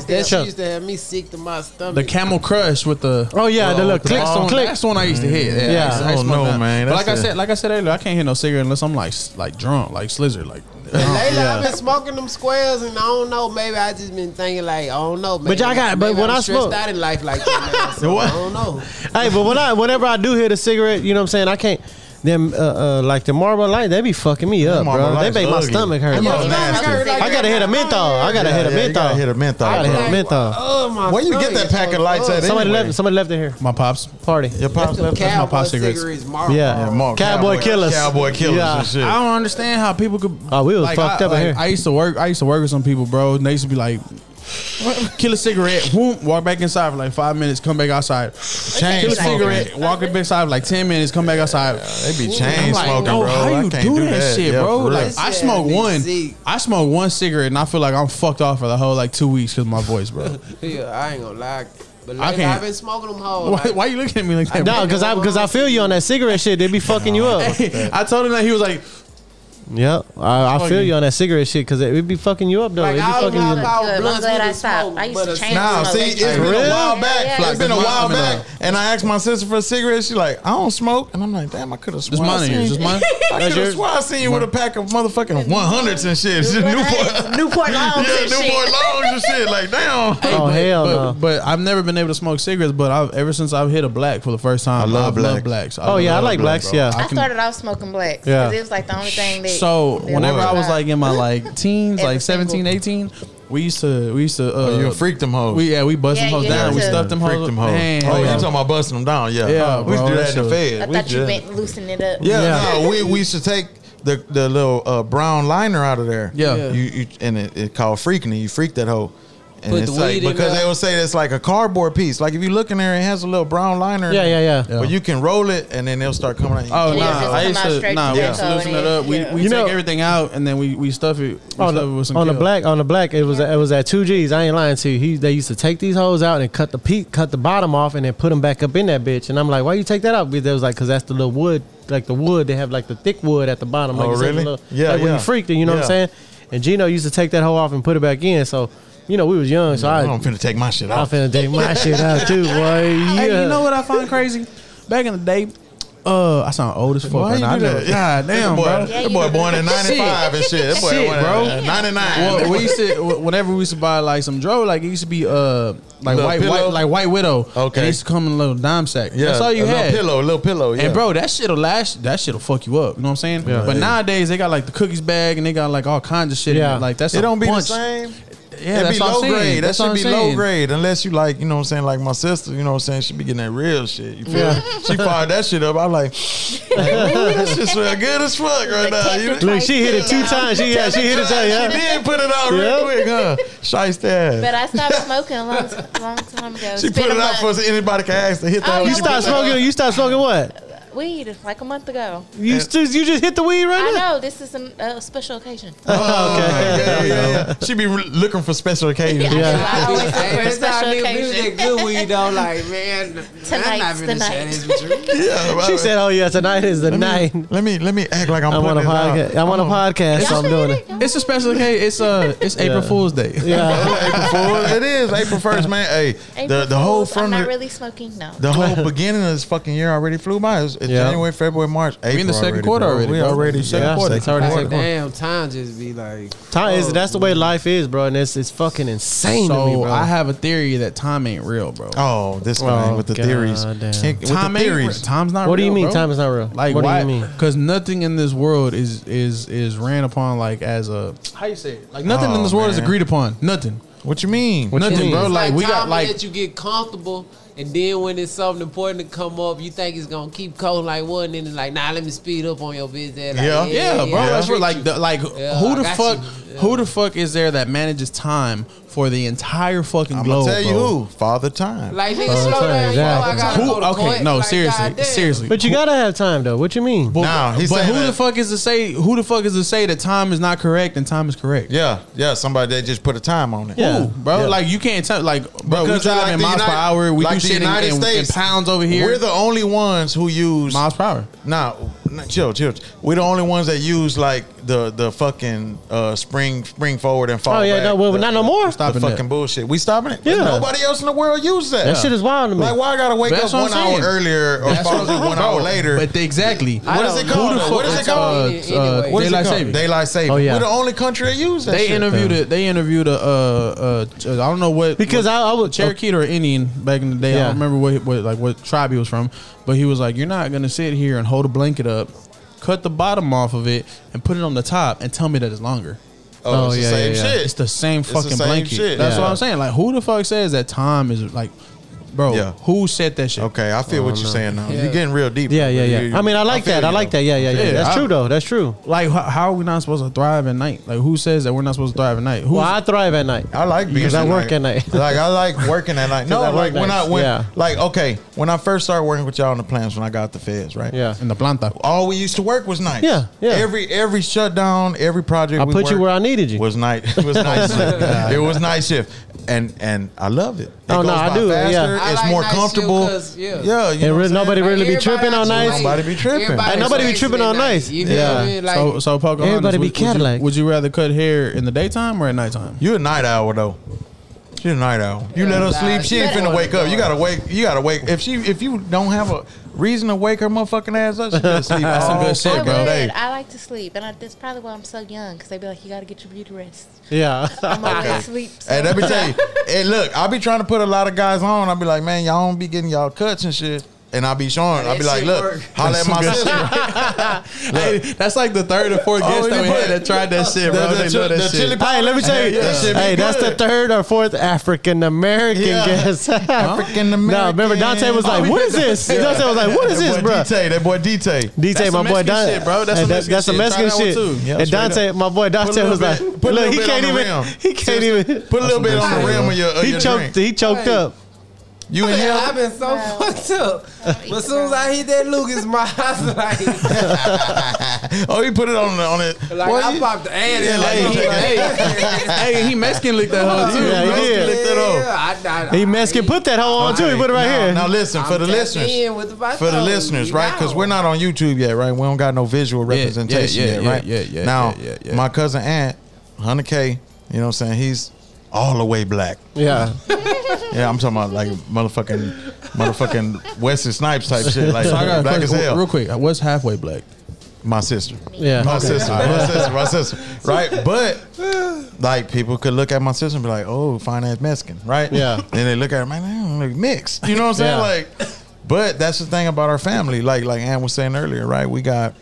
cigarettes. feel. That shit used to have me sick to my stomach. the Camel Crush with the Oh yeah, the little That's click, the one- click. That's the one I used to hit. Yeah, Yeah. I used to- I used to Oh, smoke no, that. man. But That's like I a- said, like I said earlier, I can't hit no cigarette unless I'm like s- like drunk, like slizzard, like. Oh, Lately, I've been smoking them squares, and I don't know. Maybe I just been thinking like, I don't know. Maybe, y'all got- but maybe when I'm I stressed smoke- out in life like that now, so What? I don't know. Hey, but when I whenever I do hit a cigarette, you know what I'm saying? I can't. Them uh, uh, like the Marlboro Light, they be fucking me up, Marlboro bro. They Lights make my ugly. stomach hurt. Them bro. all nasty. I gotta hit a menthol. I gotta Yeah, hit a yeah, you menthol. gotta hit a menthol, I gotta bro. hit a menthol. Oh my! Where you get that stomach pack is of lights fucked at? up. Somebody anyway. left. Somebody left it here. My pops. Party. Your pops left. that's my Cowboy pop cigarettes. cigarettes, Marlboro. Yeah. Mark, Cowboy killers. Cowboy killers Yeah. and shit. I don't understand how people could. Oh, we was like, fucked I, up in like, here. I used to work. I used to work with some people, bro. And they used to be like, kill a cigarette, whoop, walk back inside for like five minutes, come back outside, Chain kill a smoking. cigarette, walk back inside for like ten minutes, come back outside. They be I'm chain like, smoking, no, bro. how I you can't do, that, shit, Yeah, bro? for real. Like, I This smoke shit be one, sick. I smoke one cigarette, and I feel like I'm fucked off for the whole like two weeks because my voice, bro. Yeah, I ain't gonna lie. But I lately, can't- I've been smoking them hoes. why, Like, why you looking at me like that? No, because I because I feel you on that cigarette shit. They be fucking you up. bro? I told him that he was like, Yep, I, I feel you on that cigarette shit because it, it be fucking you up though. Like, it be I fucking don't you. know about Good, I'm blunts. glad we I can stopped. smoke, I used to but a- change- Nah, Like, see, it's been really? a while back. Yeah, yeah, like, it's it's been a mine while coming back. out. And I asked my sister for a cigarette. She like, I don't smoke. And I'm like, damn, I could have "This sworn I mine seen is you. this mine." I could have yours? sworn I seen you with a pack of motherfucking 100s and shit. Just Newport. Newport Yeah, Longs and Newport shit. Longs and shit. Like, damn. Oh hell but, no. but I've never been able to smoke cigarettes. But I've ever since I've hit a black for the first time. I love I've loved blacks. blacks. Oh, yeah, I love like blacks, yeah. bro. I can- started off smoking black Yeah. because it was like the only thing that. So that whenever I was allowed. like in my like teens, Every like 17, 18, we used to we used to uh, Oh, you a freak them hoes. We yeah, we bust Yeah, them hoes you down. used We to. stuffed them Freak hoes. them hoes. Man, oh, you yeah. talking about busting them down? Yeah, Yeah, we used to bro, do that that in the shit feds. I We thought you just- meant loosen it up. Yeah, Yeah. no, we we used to take the the little uh, brown liner out of there. Yeah. you, you and it, it called freaking and you freak that hoe. And Put it's the like weed in because there. they will say it's like a cardboard piece. Like if you look in there, it has a little brown liner. in Yeah, it. yeah, yeah. But you can roll it and then they'll start coming out. Oh And no! it'll just Nah, I come used out to straight nah. to We the used to toe loosen and it it- up. We yeah. we You take know- everything out and then we we stuff it. We on stuff it the, with some on the kale. black on the black it was it was at two G's. I ain't lying to you. He they used to take these hoes out and cut the peak, cut the bottom off, and then put them back up in that bitch. And I'm like, why you take that out? They was like, cause that's the little wood, like the wood they have like the thick wood at the bottom. Like Oh, it's like a really? Little, Yeah, like when yeah. you freaked it, you know what I'm Yeah. saying? And Gino used to take that hoe off and put it back in. So you know we was young, so Oh, I'm I. finna take my shit I'm off. finna take my shit out too, boy. Yeah. Hey, you know what I find crazy? Back in the day, uh, I sound old as fuck. Why right you now. I do never- that? God that damn, boy, bro. That boy born in '95 and shit. That boy, Shit, born in bro. 99. Well, we used to wh- whenever we used to buy like some dro, like it used to be uh like Little white, pillow? white like white widow. Okay. and it used to come in a little dime sack. yeah, that's all you a had. Little pillow, a little pillow. Yeah. And bro, that shit'll last. That shit'll fuck you up. You know what I'm saying? but Yeah. nowadays they got like the cookies bag and they got like all kinds of shit. Yeah, Yeah. in it. like that's it a don't be bunch. the same. Yeah, it that's be what I'm low saying. grade. That's that what should I'm be low saying. grade unless you like, you know what I'm saying, like my sister, you know what I'm saying, she be getting that real shit. You feel me? She fired that shit up. I like, that shit smell good as fuck right now. You Look, she hit it two times. She yeah, she hit it. Time, she yeah. did put it out Yeah. real quick, huh? Shiesty ass. But I stopped smoking a long, t- long time ago. She It's been put a it out for month. us. Anybody can ask to hit Oh, that. you one. You stop smoking. You stop smoking what? weed like a month ago. You st- you just hit the weed I right know this is a uh, special occasion. Oh, Okay. yeah, yeah, yeah. She be re- looking for special occasions. Yeah. I always look for a Every time special I get music, occasion. good weed though, like man, I'm not Tonight's finna the share night. this with you. Yeah, now. right. She said, "Oh yeah, tonight is the night. Let me let me act like I'm, I'm on putting a it out. podcast. I'm on a podcast. So I'm doing it. It's a special occasion. It's uh, it's April Fool's Day. Yeah, April Fool's. It is April first, man. Hey, the, the whole I'm from not the, really smoking. No. the whole beginning of this fucking year already flew by. It's, it's Yeah. January, February, March, April. We in the second already, quarter bro. already, We bro. already second Yeah, quarter. it's already Like, second quarter. damn, time just be like Time is that's the way life is, bro, and it's it's fucking insane to me, So bro. I have a theory that time ain't real, bro. Oh, this guy Oh, with the God theories. damn. Can't- with time the ain't real. theories. Time's not. what do you real, mean bro. time is not real? Like what why? do you mean? Because nothing in this world is is is ran upon like as a how you say it? Like nothing Oh, in this world is man. agreed upon. Nothing. What you mean? What you nothing, mean? bro. It's Like, we got time like that you get comfortable, and then when it's something important to come up, you think it's gonna keep going like one, and then it's like, nah, let me speed up on your business. Like, Yeah. yeah, bro. I That's treat what, like you. the, like Yeah, who I the got fuck you. Yeah. who the fuck is there that manages time for the entire fucking I'm globe? gonna tell you bro? who. Father Time. like nigga, slow sorry, down. yeah. bro, I gotta Who- go to okay, court. no, Like, seriously, goddamn. seriously. But you gotta have time though. What you mean? Nah, he's but saying who the that- fuck is to say who the fuck is to say that time is not correct and time is correct? Yeah, yeah. Somebody that just put a time on it. Yeah. Who, bro? Yeah. Like you can't tell. Like Bro, because we do driving like in the miles per United- hour, we like do the shit in, United in- in States. pounds over here. We're the only ones who use miles per hour. Nah, nah, chill, chill. We're the only ones that use like the the fucking uh, spring spring forward and fall. Oh yeah, back. no, well, The- not no more. The Stopping fucking that. bullshit. We stopping it. Yeah. Nobody else in the world uses that. That shit is wild to me. Like, why I gotta wake That's up what one I'm hour saying. earlier or fall asleep one hour later? But they- exactly. I What is don't it know. called? Who the What fuck is it is called? it anyway? What is uh, Daylight it called? saving. Daylight saving. uh, Oh, yeah. We're the only country that uses that. they shit. interviewed a they interviewed a uh, uh I don't know what Because what, I- I would- Cherokee or Indian back in the day. Yeah. I don't remember what, what like what tribe he was from, but he was like, "You're not gonna sit here and hold a blanket up, cut the bottom off of it, and put it on the top, and tell me that it's longer." Oh, it's Oh, yeah, the same yeah, yeah. shit. It's the same the fucking same blanket. shit. That's Yeah. what I'm saying. Like, who the fuck says that time is like, bro? Yeah. Who said that shit? Okay, I feel what you're saying now. You're getting real deep. Yeah, yeah, You- yeah. you- I mean, I like feel that. I you, like though. that. Yeah, yeah, yeah. Yeah, That's I- true though. That's true. Like, how, how are we not supposed to thrive at night? Like, who says that we're not supposed to thrive at night? Who's, Well, I thrive at night. I like being because I work at night. like I like working at night. No, I work like when I nights, when yeah. like okay, when I first started working with y'all on the plans when I got the feds, right? Yeah. in the planta? All we used to work was nights. Yeah, yeah. Every every shutdown, every project I we put you worked where I needed you. was night was night shift. It was night shift. And and I love it. it Oh, no, I do, yeah. I It's like more night shift comfortable. 'cause, yeah. yeah you know And what really, I'm saying? nobody really be Everybody tripping not on too nights. late. Nobody be tripping. Ain't nobody be crazy tripping at on night. nights. You feel Yeah. me? Like, Oh, so, so Pocahontas, Everybody be would- would you- Cadillac. Would you rather cut hair in the daytime or at nighttime? You a night owl though. She a night owl. You let her Nah, sleep. She ain't she finna wanna wake up. go. You gotta wake. You gotta wake. If she, if you don't have a reason to wake her motherfucking ass up, she gotta sleep. That's some good shit, I bro. would. Hey, I like to sleep, and I, that's probably why I'm so young. Cause they be like, you gotta get your beauty rest. Yeah. I'm always asleep. hey, let me so- tell you. Hey, look, I be trying to put a lot of guys on. I be like, man, y'all don't be getting y'all cuts and shit. And I be showing. I be That like, shit look, work. holla at my sister. Hey, that's like the third or fourth guest that we had that tried that shit, bro. The- the they chi- know that the shit. chili Hey, let me tell you. Yeah. That shit be Hey, that's the good. third or fourth African American Yeah. guest. African American. No, remember Dante was Oh, like, we "What did is that. this?" Yeah. Dante was like, "What is this, that boy bro?" Dite, that boy Dite. DT, That's my some boy Mexican Dante, shit, bro. That's some that, that's some Mexican Mexican shit. shit. Try that one, too. Yeah, and straight Dante, my boy Dante little was like, bit- put a "Look, little he bit on can't the even. rim. He can't even. Put a little bit on the rim of your. Of He your choked. Drink. He choked Hey. up. You in here? I've been so Wow. fucked up. But as soon as I hit that Lucas, my eyes like, Oh, he put it on the on it. like Boy, I you- popped the ad in. Yeah, Like, like, hey, Hey, he Mexican licked that hoe too. Yeah, he bro. did. licked that off. I, I, He Mexican put that hoe on too. He put it right now, here. Now listen for I'm the tapped listeners. in with the vibe For the Oh, though. listeners, You right? Because know. we're not on YouTube yet, right? We don't got no visual yeah, representation yeah, yet, yeah, right? yeah, yeah, Now, yeah, yeah, yeah. my cousin Aunt, 100K, you know what I'm saying? He's all the way black. yeah, Yeah, I'm talking about like motherfucking, motherfucking Wesley Snipes type shit. Like, So I got a black as question, hell. real quick. What's halfway black? My sister. yeah. My sister, my sister, my sister, right? But like people could look at my sister and be like, "Oh, fine ass Mexican," right? Yeah. And they look at her, man, I don't look mixed. You know what I'm saying? Yeah. Like, but that's the thing about our family. Like, like Ann was saying earlier, right? We got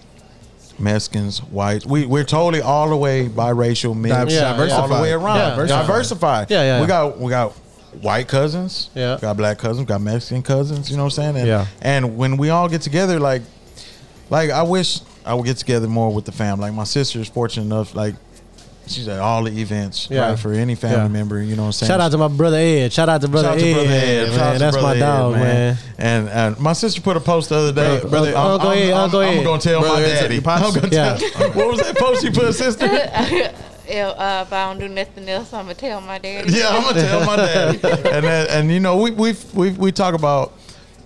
Mexicans, whites. We we're totally all the way biracial, men, Yeah, all the diversified. way around, Yeah. diversified. Yeah, yeah, We yeah. got we got white cousins, Yeah. We got black cousins, we got Mexican cousins. You know what I'm saying? And, Yeah. And when we all get together, like like I wish I would get together more with the family. Like my sister is fortunate enough, like. She's at all the events, Yeah. right? For any family Yeah. member, you know what I'm saying? Shout out to my brother Ed. Shout out to brother, Shout out to Ed, brother Ed. man. Shout out to That's brother my Ed, dog, man. And, and my sister put a post the other day. Bro, brother, I'm, Uncle I'm, Ed, I'm, Uncle I'm Ed. gonna tell Brother my Ed's daddy. your pops? I'm gonna Yeah. tell. What was that post you put, sister? Yeah, uh, if I don't do nothing else, I'm gonna tell my daddy. yeah, I'm gonna tell my daddy. And then, and you know we we we we talk about.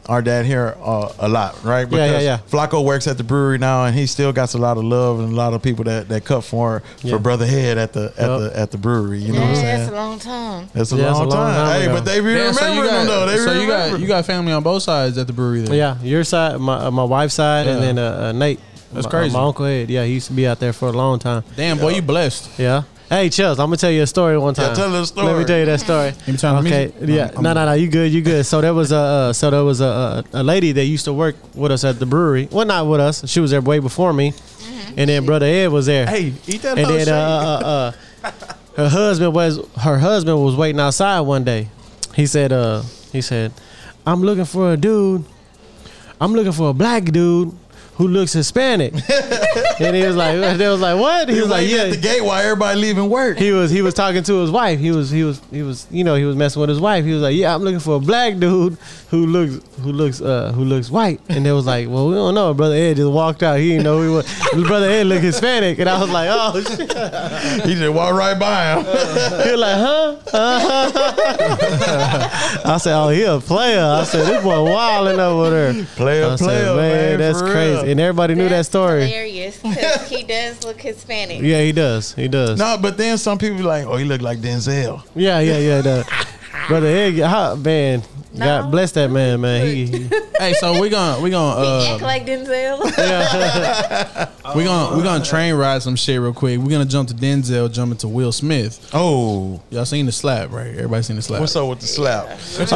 Our dad here uh, a lot, right? Yeah, yeah, yeah. Flacco works at the brewery now, and he still got a lot of love and a lot of people that, that cut for Yeah. for Brother Head at the at Yep. the at the brewery. You know Yeah, what I'm that's a saying? long time. That's a, Yeah, it's long, time. hey, ago. but they be Yeah, remembering so you them though. got, They be so you got remembering. you got family on both sides at the brewery. Then. Yeah, your side, my uh, my wife's side, and Yeah. then uh, uh, Nate. That's my, crazy. My uncle Ed. Yeah, he used to be out there for a long time. Damn, boy, you blessed. Yeah. Hey, Chels, I'm gonna tell you a story one time. tell us a Let story. me tell you that story. me turn the okay. music- Yeah. I'm- No, no, no. You good? You good? So there was a uh, so there was a, a a lady that used to work with us at the brewery. Well, not with us. She was there way before me, and then brother Ed was there. Hey, eat that. and whole then uh, uh, uh, her husband was her husband was waiting outside one day. He said, uh, he said, I'm looking for a dude. I'm looking for a black dude who looks Hispanic. and he was like, they was like, what? He, He was like, waiting yeah. at the gate while everybody leaving work. He was he was talking to his wife. He was he was he was you know he was messing with his wife. He was like, "Yeah, I'm looking for a black dude who looks who looks uh who looks white." And they was like, "Well, we don't know." Brother Ed just walked out. He didn't know who he was. Brother Ed looked Hispanic, and I was like, "Oh shit." He just walked right by him. You're like, huh? Uh-huh. I said, oh, he a player. I said, this boy wilding over there. Player, I said, player, man, that's for real." crazy. And everybody knew that That's story. Hilarious. 'cause he does look Hispanic. Yeah, he does. He does. No, but then some people be like, "Oh, he look like Denzel." Yeah, yeah, yeah. The, brother, Ed, hot man. God bless that man, man. He, he- hey, so we gonna we gonna He uh, act like Denzel. we gonna we gonna train ride some shit real quick. We're gonna jump to Denzel, jump into Will Smith. Oh, Y'all seen the slap, right? Everybody seen the slap. what's up with the slap?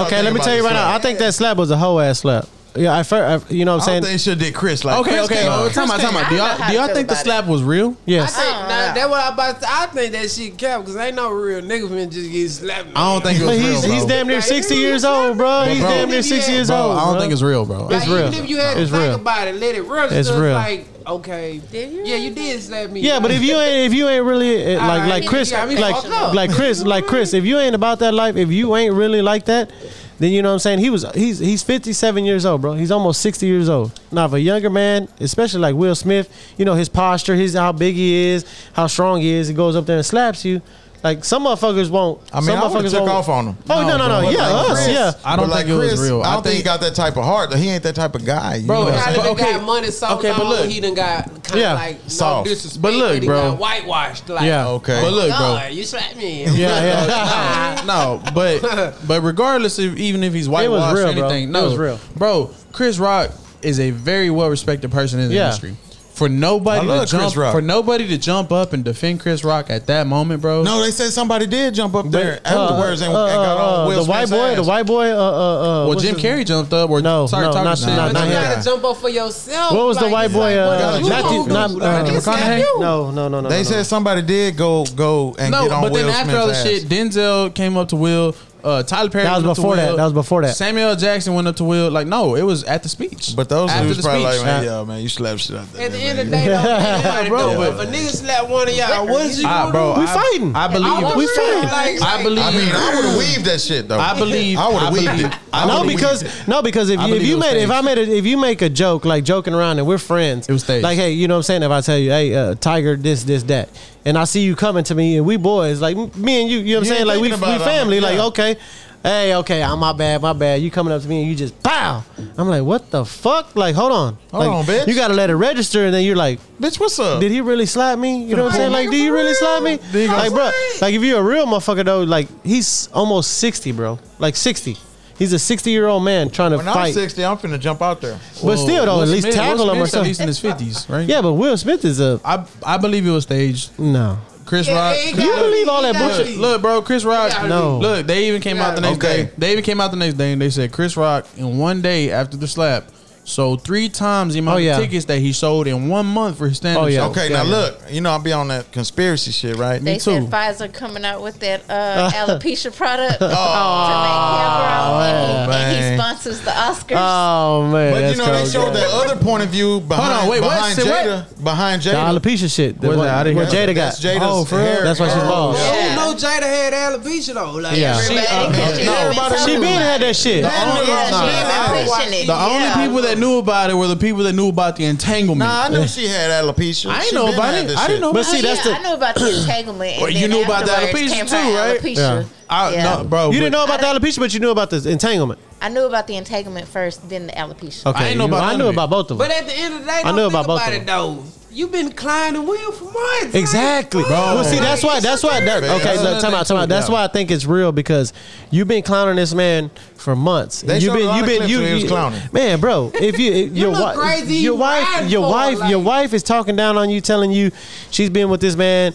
okay, let me tell you right now. I think that slap was a whole ass slap. Yeah, I first, you know what I I'm don't saying? think should did Chris like. Okay, Chris okay. came Uh, out. time out, time out. Do I don't know y'all, how do y'all to think the feel about slap was real? yes. Hey, Oh, nah, yeah. that what I about. To, I think that shit cap because ain't no real nigga finna just get slapped. I don't think it But was real. he's, Bro. he's damn near 60 years old, bro. He's bro, damn near 60 years Bro, old. I don't bro. think it's real, bro. like, it's real. Even if you had to It's think real. about it, let it register. It's It's real. like okay, Did you yeah, you did slap me. Yeah, but if you ain't if you ain't really uh, like Alright, like yeah, Chris yeah, I mean, like fuck up. like Chris like Chris if you ain't about that life if you ain't really like that then you know what I'm saying he was he's he's 57 years old bro he's almost 60 years old now if a younger man especially like Will Smith you know his posture his how big he is how strong he is he goes up there and slaps you like some motherfuckers won't I mean, some I would motherfuckers have took won't- off on him. oh no no no, bro, yeah like us Chris. yeah I don't But think it was real. I I don't think he think- got that type of heart. though. He ain't that type of guy, you Bro, know? it's- Probably But okay. okay, got money so okay, but look. he done got kind of Yeah. like no Soft. disrespect. But look, he done bro. got whitewashed. Like, oh yeah Okay, But look, bro. God, you slapped me. yeah yeah no, but but regardless of even if he's whitewashed or real, bro. anything, It no, was real. bro. Chris Rock is a very well respected person in the Yeah. industry. For nobody I to love Chris jump, Rock. for nobody to jump up and defend Chris Rock at that moment, bro. no, they said somebody did jump up there Uh, afterwards and, uh, and got uh, on Will the white Smith's boy the ass. white boy uh uh uh well, what's Jim his- Carrey jumped up. Or No, sorry, no, talking not- shit. not- But not you him. gotta jump up for yourself. What was the like, white it's boy? like, Uh, what you Matthew, gonna not do? uh, Like, this McConaughey? happened. No, no, no, no. They no, said no. somebody did go go and No, get on but Will then after all Smith's the shit, ass. Denzel came up to Will. Uh, Tyler Perry. That was went up to before that. Will. That was before that. Samuel L. Jackson went up to Will. Like, no, it was at the speech. But those After dudes the probably like, speech. man, yeah, man, you slapped shit out there. At the man. end of the day, though, anybody Bro, do it. but- if a nigga slap one of y'all, what is you Ah, gonna bro, We I- fighting. I do? believe. I we was fighting. like- I believe. I mean, I would have weaved that shit though. I believe. I would've believe- weaved it. I no, believe- because no, because if I you, if believe you it was made if I staged. made it if you make a joke like joking around and we're friends, It was staged. Like hey, you know what I'm saying? If I tell you, hey, uh, Tiger, this, this, that, and I see you coming to me and we boys, like m- me and you, you know what You I'm saying? ain't Like we we thinking about it. family. I'm- Like yeah. okay, hey, okay, I'm my bad, my bad. You coming up to me and you just pow. I'm like, what the fuck? Like hold on, Hold Like, on, bitch. You gotta let it register, and then you're like, Bitch, what's up? Did he really slap me? You know what I'm saying? Like, do you really slap me? Like, bro, like if you're a real motherfucker though, like he's almost sixty, bro. Like sixty. He's a sixty year old man trying to when I'm fight. 60, I'm finna jump out there. But still though, Will at least Smith- tackle Will him or Smith's At something. least in his fifties, right? Yeah, but Will Smith is a I I believe it was staged. no. Chris Yeah, Rock. it ain't You gotta believe be- all that it gotta bullshit? be. Look, bro, Chris Rock. Yeah, No. Look, they even came out the next Okay. day. They even came out the next day and they said Chris Rock in one day after the slap So three times the amount Oh, yeah. of tickets that he sold in one month for his stand-up. Oh, yeah. show. Okay, Yeah, now yeah. look, you know I'll be on that conspiracy shit, right? They said too. Pfizer coming out with that uh, alopecia product to make hair grow, and, he, and man. he sponsors the Oscars. Oh man, But that's you know they cold, showed yeah. that other point of view behind on, wait, what? behind Say what? Jada behind The Jada. alopecia shit. The Where's one- that? I didn't what hear that. Jada got. That's Jada's oh, for real? hair. That's why she's Oh, bald. yeah. I don't know Jada had alopecia though. Like, Yeah. everybody- Everybody, 'cause she no, been everybody talking She about been had that shit. The only- Yeah, she nah. been pushing it. The only people that knew about it were the people that knew about the entanglement. Nah, I knew she had alopecia. I She didn't know been had about it. this I shit. didn't know. But see, yeah, that's the- I knew about the entanglement. And Well, you then knew about the afterwards alopecia came too, her right? Alopecia. Yeah. I, Yeah. no, bro. You didn't but- know about the alopecia, but you knew about the entanglement. I knew about the entanglement first, then the alopecia. Okay, ain't know you- about none knew of it. about both of them. But at the end of the day, I don't know think about about, both of it though. You've been climbing wheel for months. Exactly. Well, see, that's why. That's why. That, Yeah. okay, That's look, time out, time out. That's Yeah. why I think it's real because you've been clowning this man for months. They you've showed a been, lot you've of been, clips you, where he was you- clowning. man, bro. If you, if your look wife, crazy, your you wife, your asshole, wife, like- your wife is talking down on you, telling you she's been with this man,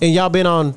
and y'all been on.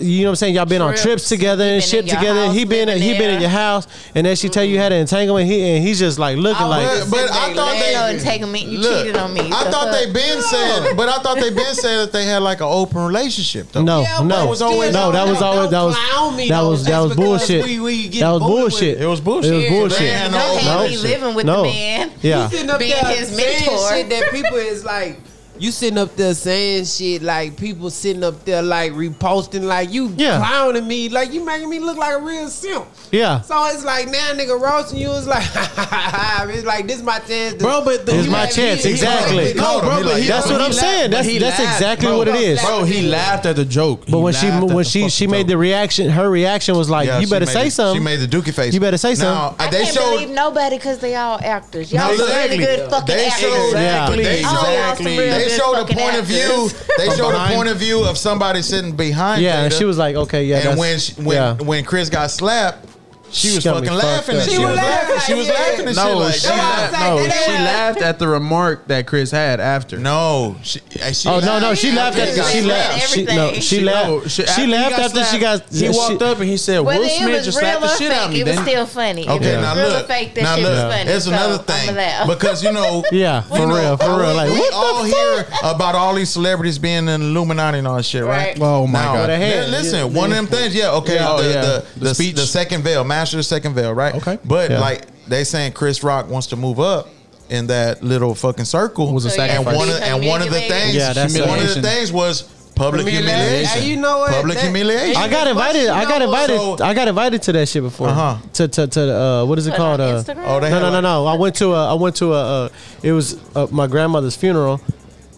You know what I'm saying? Y'all been on Trips. trips together He and been shit in your together. house, He been living he been in there. your house, and then she tell you how to entanglement. He and he's just like looking I like But, but I They thought Ain't no they entanglement. You Look, cheated on me. I The thought fuck? they been said, but I thought they been said that they had like an open relationship. Though. No, Yeah, no, but still, no. That was don't always that was clown me, that though. was that That's was because bullshit. we- we get That was bullied with- bullshit. It was bullshit. It was Yeah. bullshit. Man, No, no, he no. be living with No. the man. Yeah. You sitting up Being there his saying mentor. shit that people is like. You sitting up there saying shit like people sitting up there like reposting like you Yeah. clowning me like you making me look like a real simp. Yeah. So it's like now nigga roasting you is like it's like this my chance. To, Bro, but the- It's You my had chance, me- exactly. No, bro, but he- That's but what I'm saying. That's he that's laughed, exactly bro. what it is. Bro, he laughed at the joke. But He when she laughed at when the she fucking she made the joke. reaction, her reaction was like, Yeah, "You she better made say the- something." She made the Dookie face. You better say Now, uh, something. I they can't believe showed. nobody because they all actors. Y'all No, some really exactly. good fucking They actors. showed, Exactly. they Oh, y'all showed, some real they good showed a fucking point of view. actors. They From showed a behind. point of view of somebody sitting behind. yeah, and Jada. she was like, "Okay, yeah." and that's- when she, when yeah. when Chris got slapped, she She was got me fucking fucked laughing. up. and She shit. was laughing, She was yeah. laughing and shit no, like she that. laughed, That's no, like- she laughed at the remark that Chris had after. No, she, eh, she Oh no no! She laughed Chris at got she slapped. laughed she no Everything. she No, laughed she he laughed after she got slapped, He walked she- up and he said, Whether "Will it Smith was just real slapped the or shit out of fake, me." it was Then- still funny. If Okay, it was now real or look. fake, that now shit look. was funny. It's so another I'ma thing laugh. because you know. Yeah, you for real, for real. Like, we what the all hear about all these celebrities being in the Illuminati and all that shit, right? Right. Oh my Now, god! With a hand. li- Listen, Yeah. one of them things. Yeah, okay. Yeah, the, oh, yeah. The, The the, speech. the second veil, master of the second veil, right? Okay. But Yeah. like they saying, Chris Rock wants to move up. In that little fucking circle, Was a So, yeah, and sacrifice. one of, he's and one of the humiliated. things, Yeah, that's one of the humiliation. things was public Humiliation. humiliation. Hey, you know what? Public That- humiliation. I got invited. I got invited. So- I got invited to that shit before. Uh-huh. To to to uh, what is it But called? on Uh, Instagram? Oh, they no had no no like- no. I went to a I went to a uh, it was uh, my grandmother's funeral,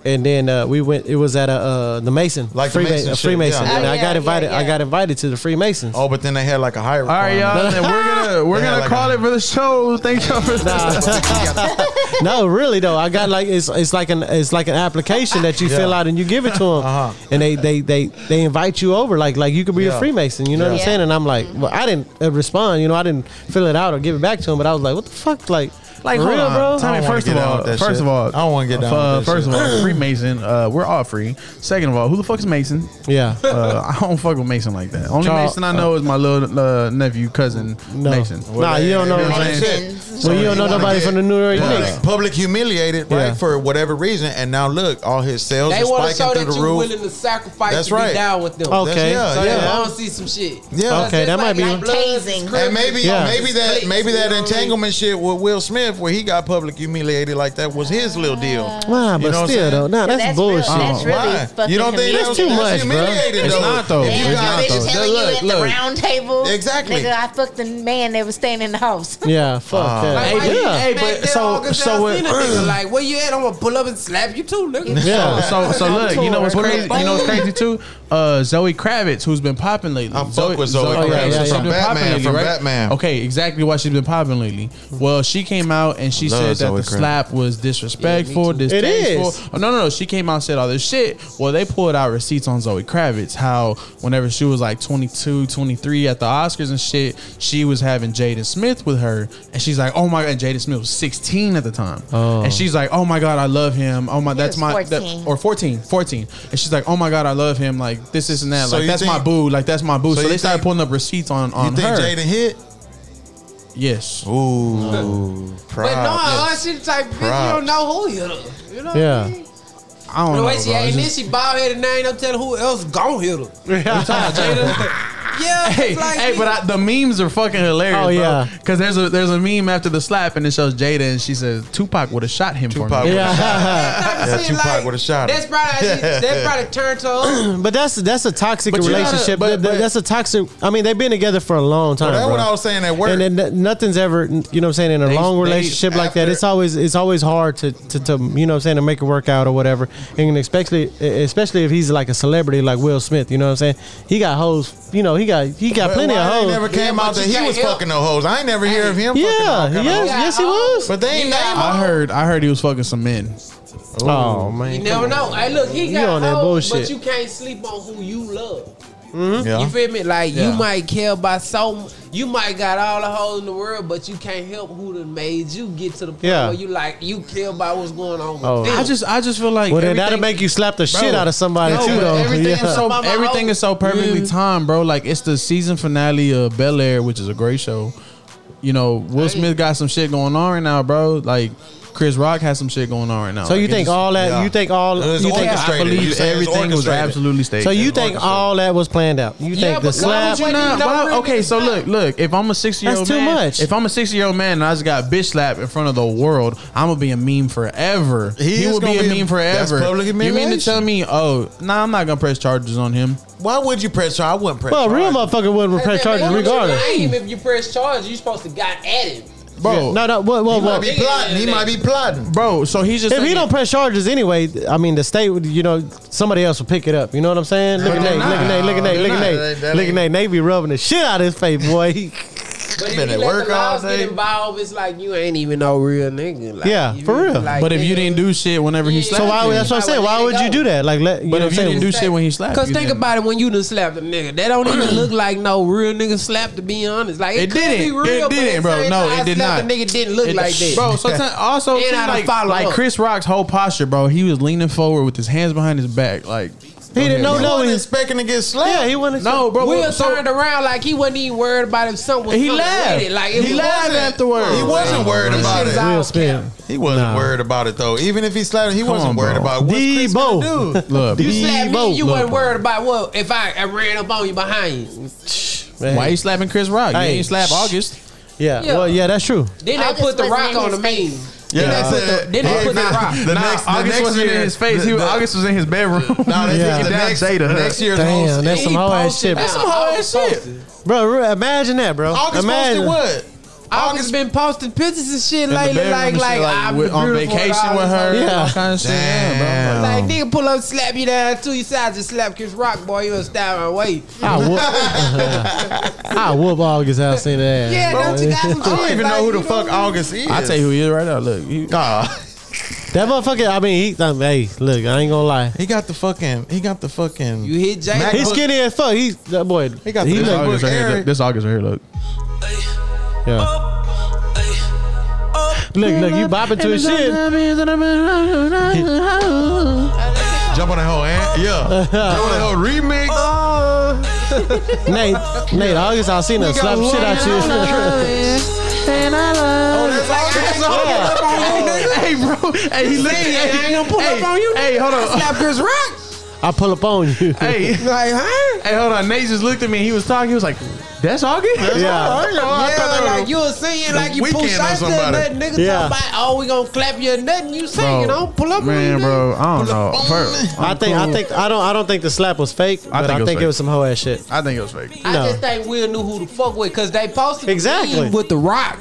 and then uh, we went. It was at a uh, the Mason Like the Freema- Mason a shit, Freemason. yeah. And Oh, I yeah, got yeah, invited. I yeah. got invited to the Freemasons. Oh, but then they had like a higher. All right, y'all. and we're gonna we're Yeah, gonna like call a- it for the show. Thank y'all for No, really though. I got like it's it's like an it's like an application that you fill Yeah. out and you give it to them, Uh-huh. and they, they they they invite you over like like you could be Yeah. a Freemason. You know what I'm Yeah. Mm-hmm. saying? And I'm like, well, I didn't uh, respond. You know, I didn't fill it out or give it back to him. But I was like, what the fuck, like like hold real, on. bro? Oh. I Tommy, don't wanna first get of down all, with that first shit. of all, I don't wanna get down Uh, with that first shit. of all, Freemason. Uh, we're all free. Second of all, who the fuck is Mason? Yeah. Uh, I don't fuck with Mason like that. Only Charles- Mason I know is my little uh, nephew, cousin No. Mason. Nah, you don't know. Well, Well, they- Mason. shit. Well, So you don't he know wanna nobody get from the New York public- Knicks. Public humiliated, right, Yeah. for whatever reason, and now look, all his sales they are want to show spiking that through the you're roof. willing to sacrifice That's to right. be down with them. That's- Okay. yeah, So yeah. they want to see some shit. Yeah. So it's Okay, just that might be- like Bloods Tasing. Crips And maybe, Yeah. maybe that, Splits, maybe you that know what I mean? entanglement shit with Will Smith, where he got public humiliated like that, was his little deal. Nah, You know but what I'm still saying? though, nah, So that's, that's real. bullshit. That's really fucking you don't think humiliating. that was That's too that's much, bro. humiliated, It's though. not, though. If Damn, you It's got- not, bitch though. telling Look, you at look. the round table. Exactly. Nigga, I fucked the man that was staying in the house. Yeah, fuck that. Like, why Hey, you yeah. hey, smack but that so- all 'cause so y'all what- seen a nigga like where you at? I'm gonna pull up and slap you too, nigga. Yeah. So so look, you know what's Tour. crazy? You know what's crazy too? Uh, Zoe Kravitz, who's been popping lately. I fuck with Zoe Kravitz she's from been popping Batman, from Batman. Okay, exactly why she's been popping lately. Well, she came out and she I love said that Zoe the Kravitz. slap was disrespectful, It distasteful. is. Oh, no, no, no. She came out and said all this shit. Well, they pulled out receipts on Zoe Kravitz, how whenever she was like 22, 23 at the Oscars and shit, she was having Jaden Smith with her. And she's like, oh my God, Jaden Smith was 16 at the time. Oh. And she's like, oh my God, I love him. Oh my, that's was my, that- 14. or 14, 14. And she's like, oh my God, I love him. Like, this isn't that. So like, you that's my think- boo. Like, that's my boo. so So, you they think- started pulling up receipts on, You on think her. Jaden hit? Yes. Ooh, But no, proud. her, she the type of bitch you Props. don't know who hit her. You know what Yeah. I mean? I don't The know. way she bro. ain't It's this, just- she bald headed now ain't no telling who else gon' hit her. Yeah, Hey, it's like, hey, but I, the memes are fucking hilarious. Oh, bro. yeah. because there's a there's a meme after the slap and it shows Jada and she says Tupac would have shot him Tupac for me. would've Yeah. Yeah, See, Tupac would've shot him. That's probably how she, that probably turned to her. But that's that's a toxic But you gotta- relationship. but- That- that- but- that's a toxic. I mean, they've been together for a long time. That's bro. what I was saying at work. and then nothing's ever, you know, what I'm saying in a They- long they- relationship like that, after- it's always it's always hard to, to, to you know, what I'm saying to make it work out or whatever. And especially e, especially if he's like a celebrity like Will Smith, you know, what I'm saying he got hoes, you know, he got he got But plenty why of they hoes. never came Yeah, out but that you he can't was help- fucking no hoes. I ain't never hear of him yeah, fucking no yes, kind of hoes. yes, he oh. was. But they ain't You got name I hoes. heard I heard he was fucking some men. oh man, You never know. Hey, look, he You got on that hoes, bullshit. but you can't sleep on who you love. You Yeah. feel me? Like Yeah. you might care about so you might got all the hoes in the world, but you can't help who done made you get to the point Yeah. where you like you care about what's going on with Oh. them. I just I just feel like Well, then that'll everything- make you slap the shit out of somebody No, too, but though. Everything Yeah. is so Mama, everything oh, is so perfectly yeah. timed, bro. Like it's the season finale of Bel Air, which is a great show. You know, Will Right. Smith got some shit going on right now, bro. Like Chris Rock has some shit going on right now. So Like, you it's think just- all that? yeah. You think all? It was You think, orchestrated. I believe You say it's everything was orchestrated. absolutely staged. so you think all that was planned out? You Yeah, think the but why slap? would you Why not? don't Why- bring okay, it so back? look, look. If I'm a sixty year old That's too man, much. if I'm a sixty year old man and I just got bitch slapped in front of the world, I'm gonna be a meme forever. He is will be gonna a be a- meme that's forever. public you mean to humiliation. tell me? Oh, nah, I'm not gonna press charges on him. Why would you press charge? I wouldn't press Well, a real charge. motherfucker wouldn't Hey, repair man, charges what you regardless. Name, if you press charges, you supposed to got at him. Bro, No, no, well, well, He might well. be plotting. He might be plotting. bro. So he's just If he saying- don't press charges anyway, I mean, the state, would, you know, somebody else will pick it up. You know what I'm saying? Look at they're Nate, look at Nate, look at Nate, not. look at They're Nate, not. That look at ain't- Nate. Nate be rubbing the shit out of his face, boy. He- But if Been you at let work the all laws get day. involved, it's like you ain't even no real nigga. Like, Yeah, you for feel me? real. Like, But if you didn't do shit whenever he Yeah. slapped so why? you, would That's what I'm Why saying. would Why they would you go? do that? Like, let you know but if what you I'm didn't saying? do shit when he slapped, Cause you, think then- about it, when you done slapped a nigga, that don't even look like no real nigga slap. To be honest, like It it, could didn't. Be real, It but didn't, at bro. the same No, time, it did slapped not. A nigga didn't look It- like that, bro. Sometimes also And too, how to like, follow like up. Chris Rock's whole posture, bro. He was leaning forward with his hands behind his back, like He didn't know. No, No, no, he- he's expecting to get slapped. yeah, he wouldn't. No, bro. Will so- turned around like he wasn't even worried about if something was He coming laughed. With it. Like it He was- laughed wasn't- afterwards. He wasn't worried about shit's it. out. Will Smith. He wasn't Nah. worried about it though. Even if he slapped, him, he wasn't on, worried bro. about it. what's Chris Debo. gonna do. Look, You slapped me, you Look, wasn't worried about what if I, I ran up on you behind you. Man. why you slapping Chris Rock? You Hey. ain't slap August. Yeah. Well, yeah, that's true. Then I they just put the wasn't rock in on the his meme. Yeah, Then they put the, then they put the rock. The next, the August next wasn't year- in his face. the- he was, the- August was in his bedroom. Nah, Yeah. yeah. the Down next, Jada. next year's Damn, host- that's some He hoe ass posted shit, that. That's some hoe ass August shit. bro. re- Imagine that, bro. August imagine posted what? August been posting pictures and shit lately, bedroom like and shit, like, I'm with- on beautiful and vacation all with this her. other- Yeah. all kind of shit. Yeah, bro. Like nigga pull up, slap you down two your sides and slap Chris Rock, boy, you a style my way. I whoop. I whoop August house in the ass. Yeah, bro. don't you got some I don't shit, even like, know who the you fuck August is. I tell you who he is right now. Look, he, Nah. That motherfucker. I mean, he. I mean, hey, look, I ain't gonna lie. He got the fucking. He got the fucking. You hit Jay. Mac- He's Look- skinny as fuck. He's that boy. He got the this, look, August right here, Eric- look, this August right here. Look, yeah. Look, look, you bopping to his shit. Jump on the whole ant. Yeah. Jump on the whole remix. Nate, Nate, August, I seen him slap shit out you. hey, bro. Hey, he look. Hey, I ain't gonna pull hey, up on you. Hey, hold on. slap Chris Rock. I pull up on you. Hey, Like, huh? hey, hold on. Nate just looked at me. He was talking. He was like, "That's August." Yeah. Yeah, like you was singing like you pull Weeknd or shots to somebody. nothing, nigga. Yeah. Talking about oh we gonna clap you or nothing. You singing, don't pull up on you, Man, nigga. bro, I don't know. Bro, I think, I think, I don't, I don't think the slap was fake. But I think it think, was it fake. was some hoe ass shit. I think it was fake. I No. just think Will knew who to fuck with because they posted the Exactly. meme with The Rock.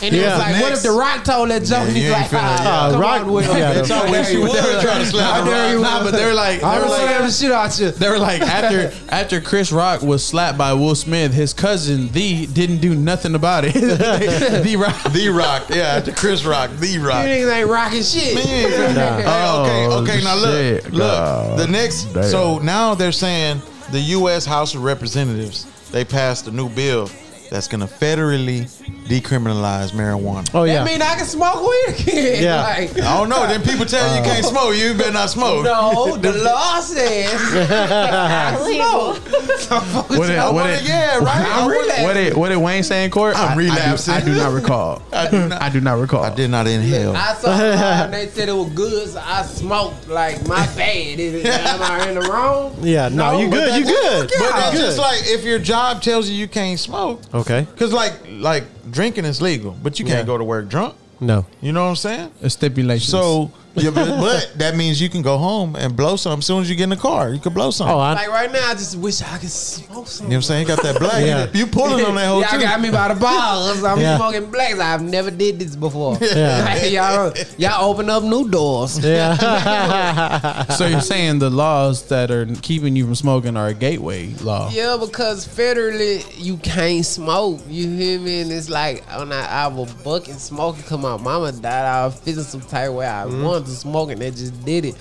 And Yeah. it was like, what if The Rock told that joke? Yeah, and you he's ain't like, finna- ah, yeah. come Rock- on with yeah, him. that's I wish you would try to slap him. Nah, but they were like, they I were would slap like, the shit out you. they were like after after Chris Rock was slapped by Will Smith, his cousin The didn't do nothing about it. the Rock. The Rock. Yeah, the Chris Rock. The Rock. You Man, niggas ain't rocking shit. you ain't finna- Hey, Oh, okay, okay. Now look, shit, look. God. The next. Damn. So now they're saying the U.S. House of Representatives they passed a new bill that's gonna federally decriminalize marijuana. Oh That yeah. mean I can smoke weed again. Yeah. Like, I don't know. Then people tell you you can't smoke. You better not smoke. no, the law says Uh-huh. I smoke. So fuck with What you. it, I what wanna- it, yeah, right. I I'm relaxed. what it, what did Wayne say in court? I'm I- I do- relapsing. I do, not recall. I do not, recall. I did not inhale. I saw it and they said it was good, so I smoked. Like my bad. Is it, am I in the wrong? Yeah, no, you but good, that- you good. But that's You just good. like if your job tells you you can't smoke, Okay. because like like drinking is legal, but you can't Yeah. go to work drunk. No. You know what I'm saying? A stipulation. So, yeah, but, but that means you can go home and blow some. As soon as you get in the car, you can blow some. Oh, I Like right now, I just wish I could smoke some. you know what I'm saying? You got that black. Yeah. You pulling on that whole Y'all got me by the balls. I'm Yeah. smoking blacks. I've never did this before. Yeah. y'all, y'all open up new doors. yeah. so you're saying the laws that are keeping you from smoking are a gateway law. Yeah, because federally you can't smoke. You hear me? And it's like when I, I was bucking smoking because my mama died. I was feeling some type of way. I Mm-hmm. wanted to smoke and they just did it.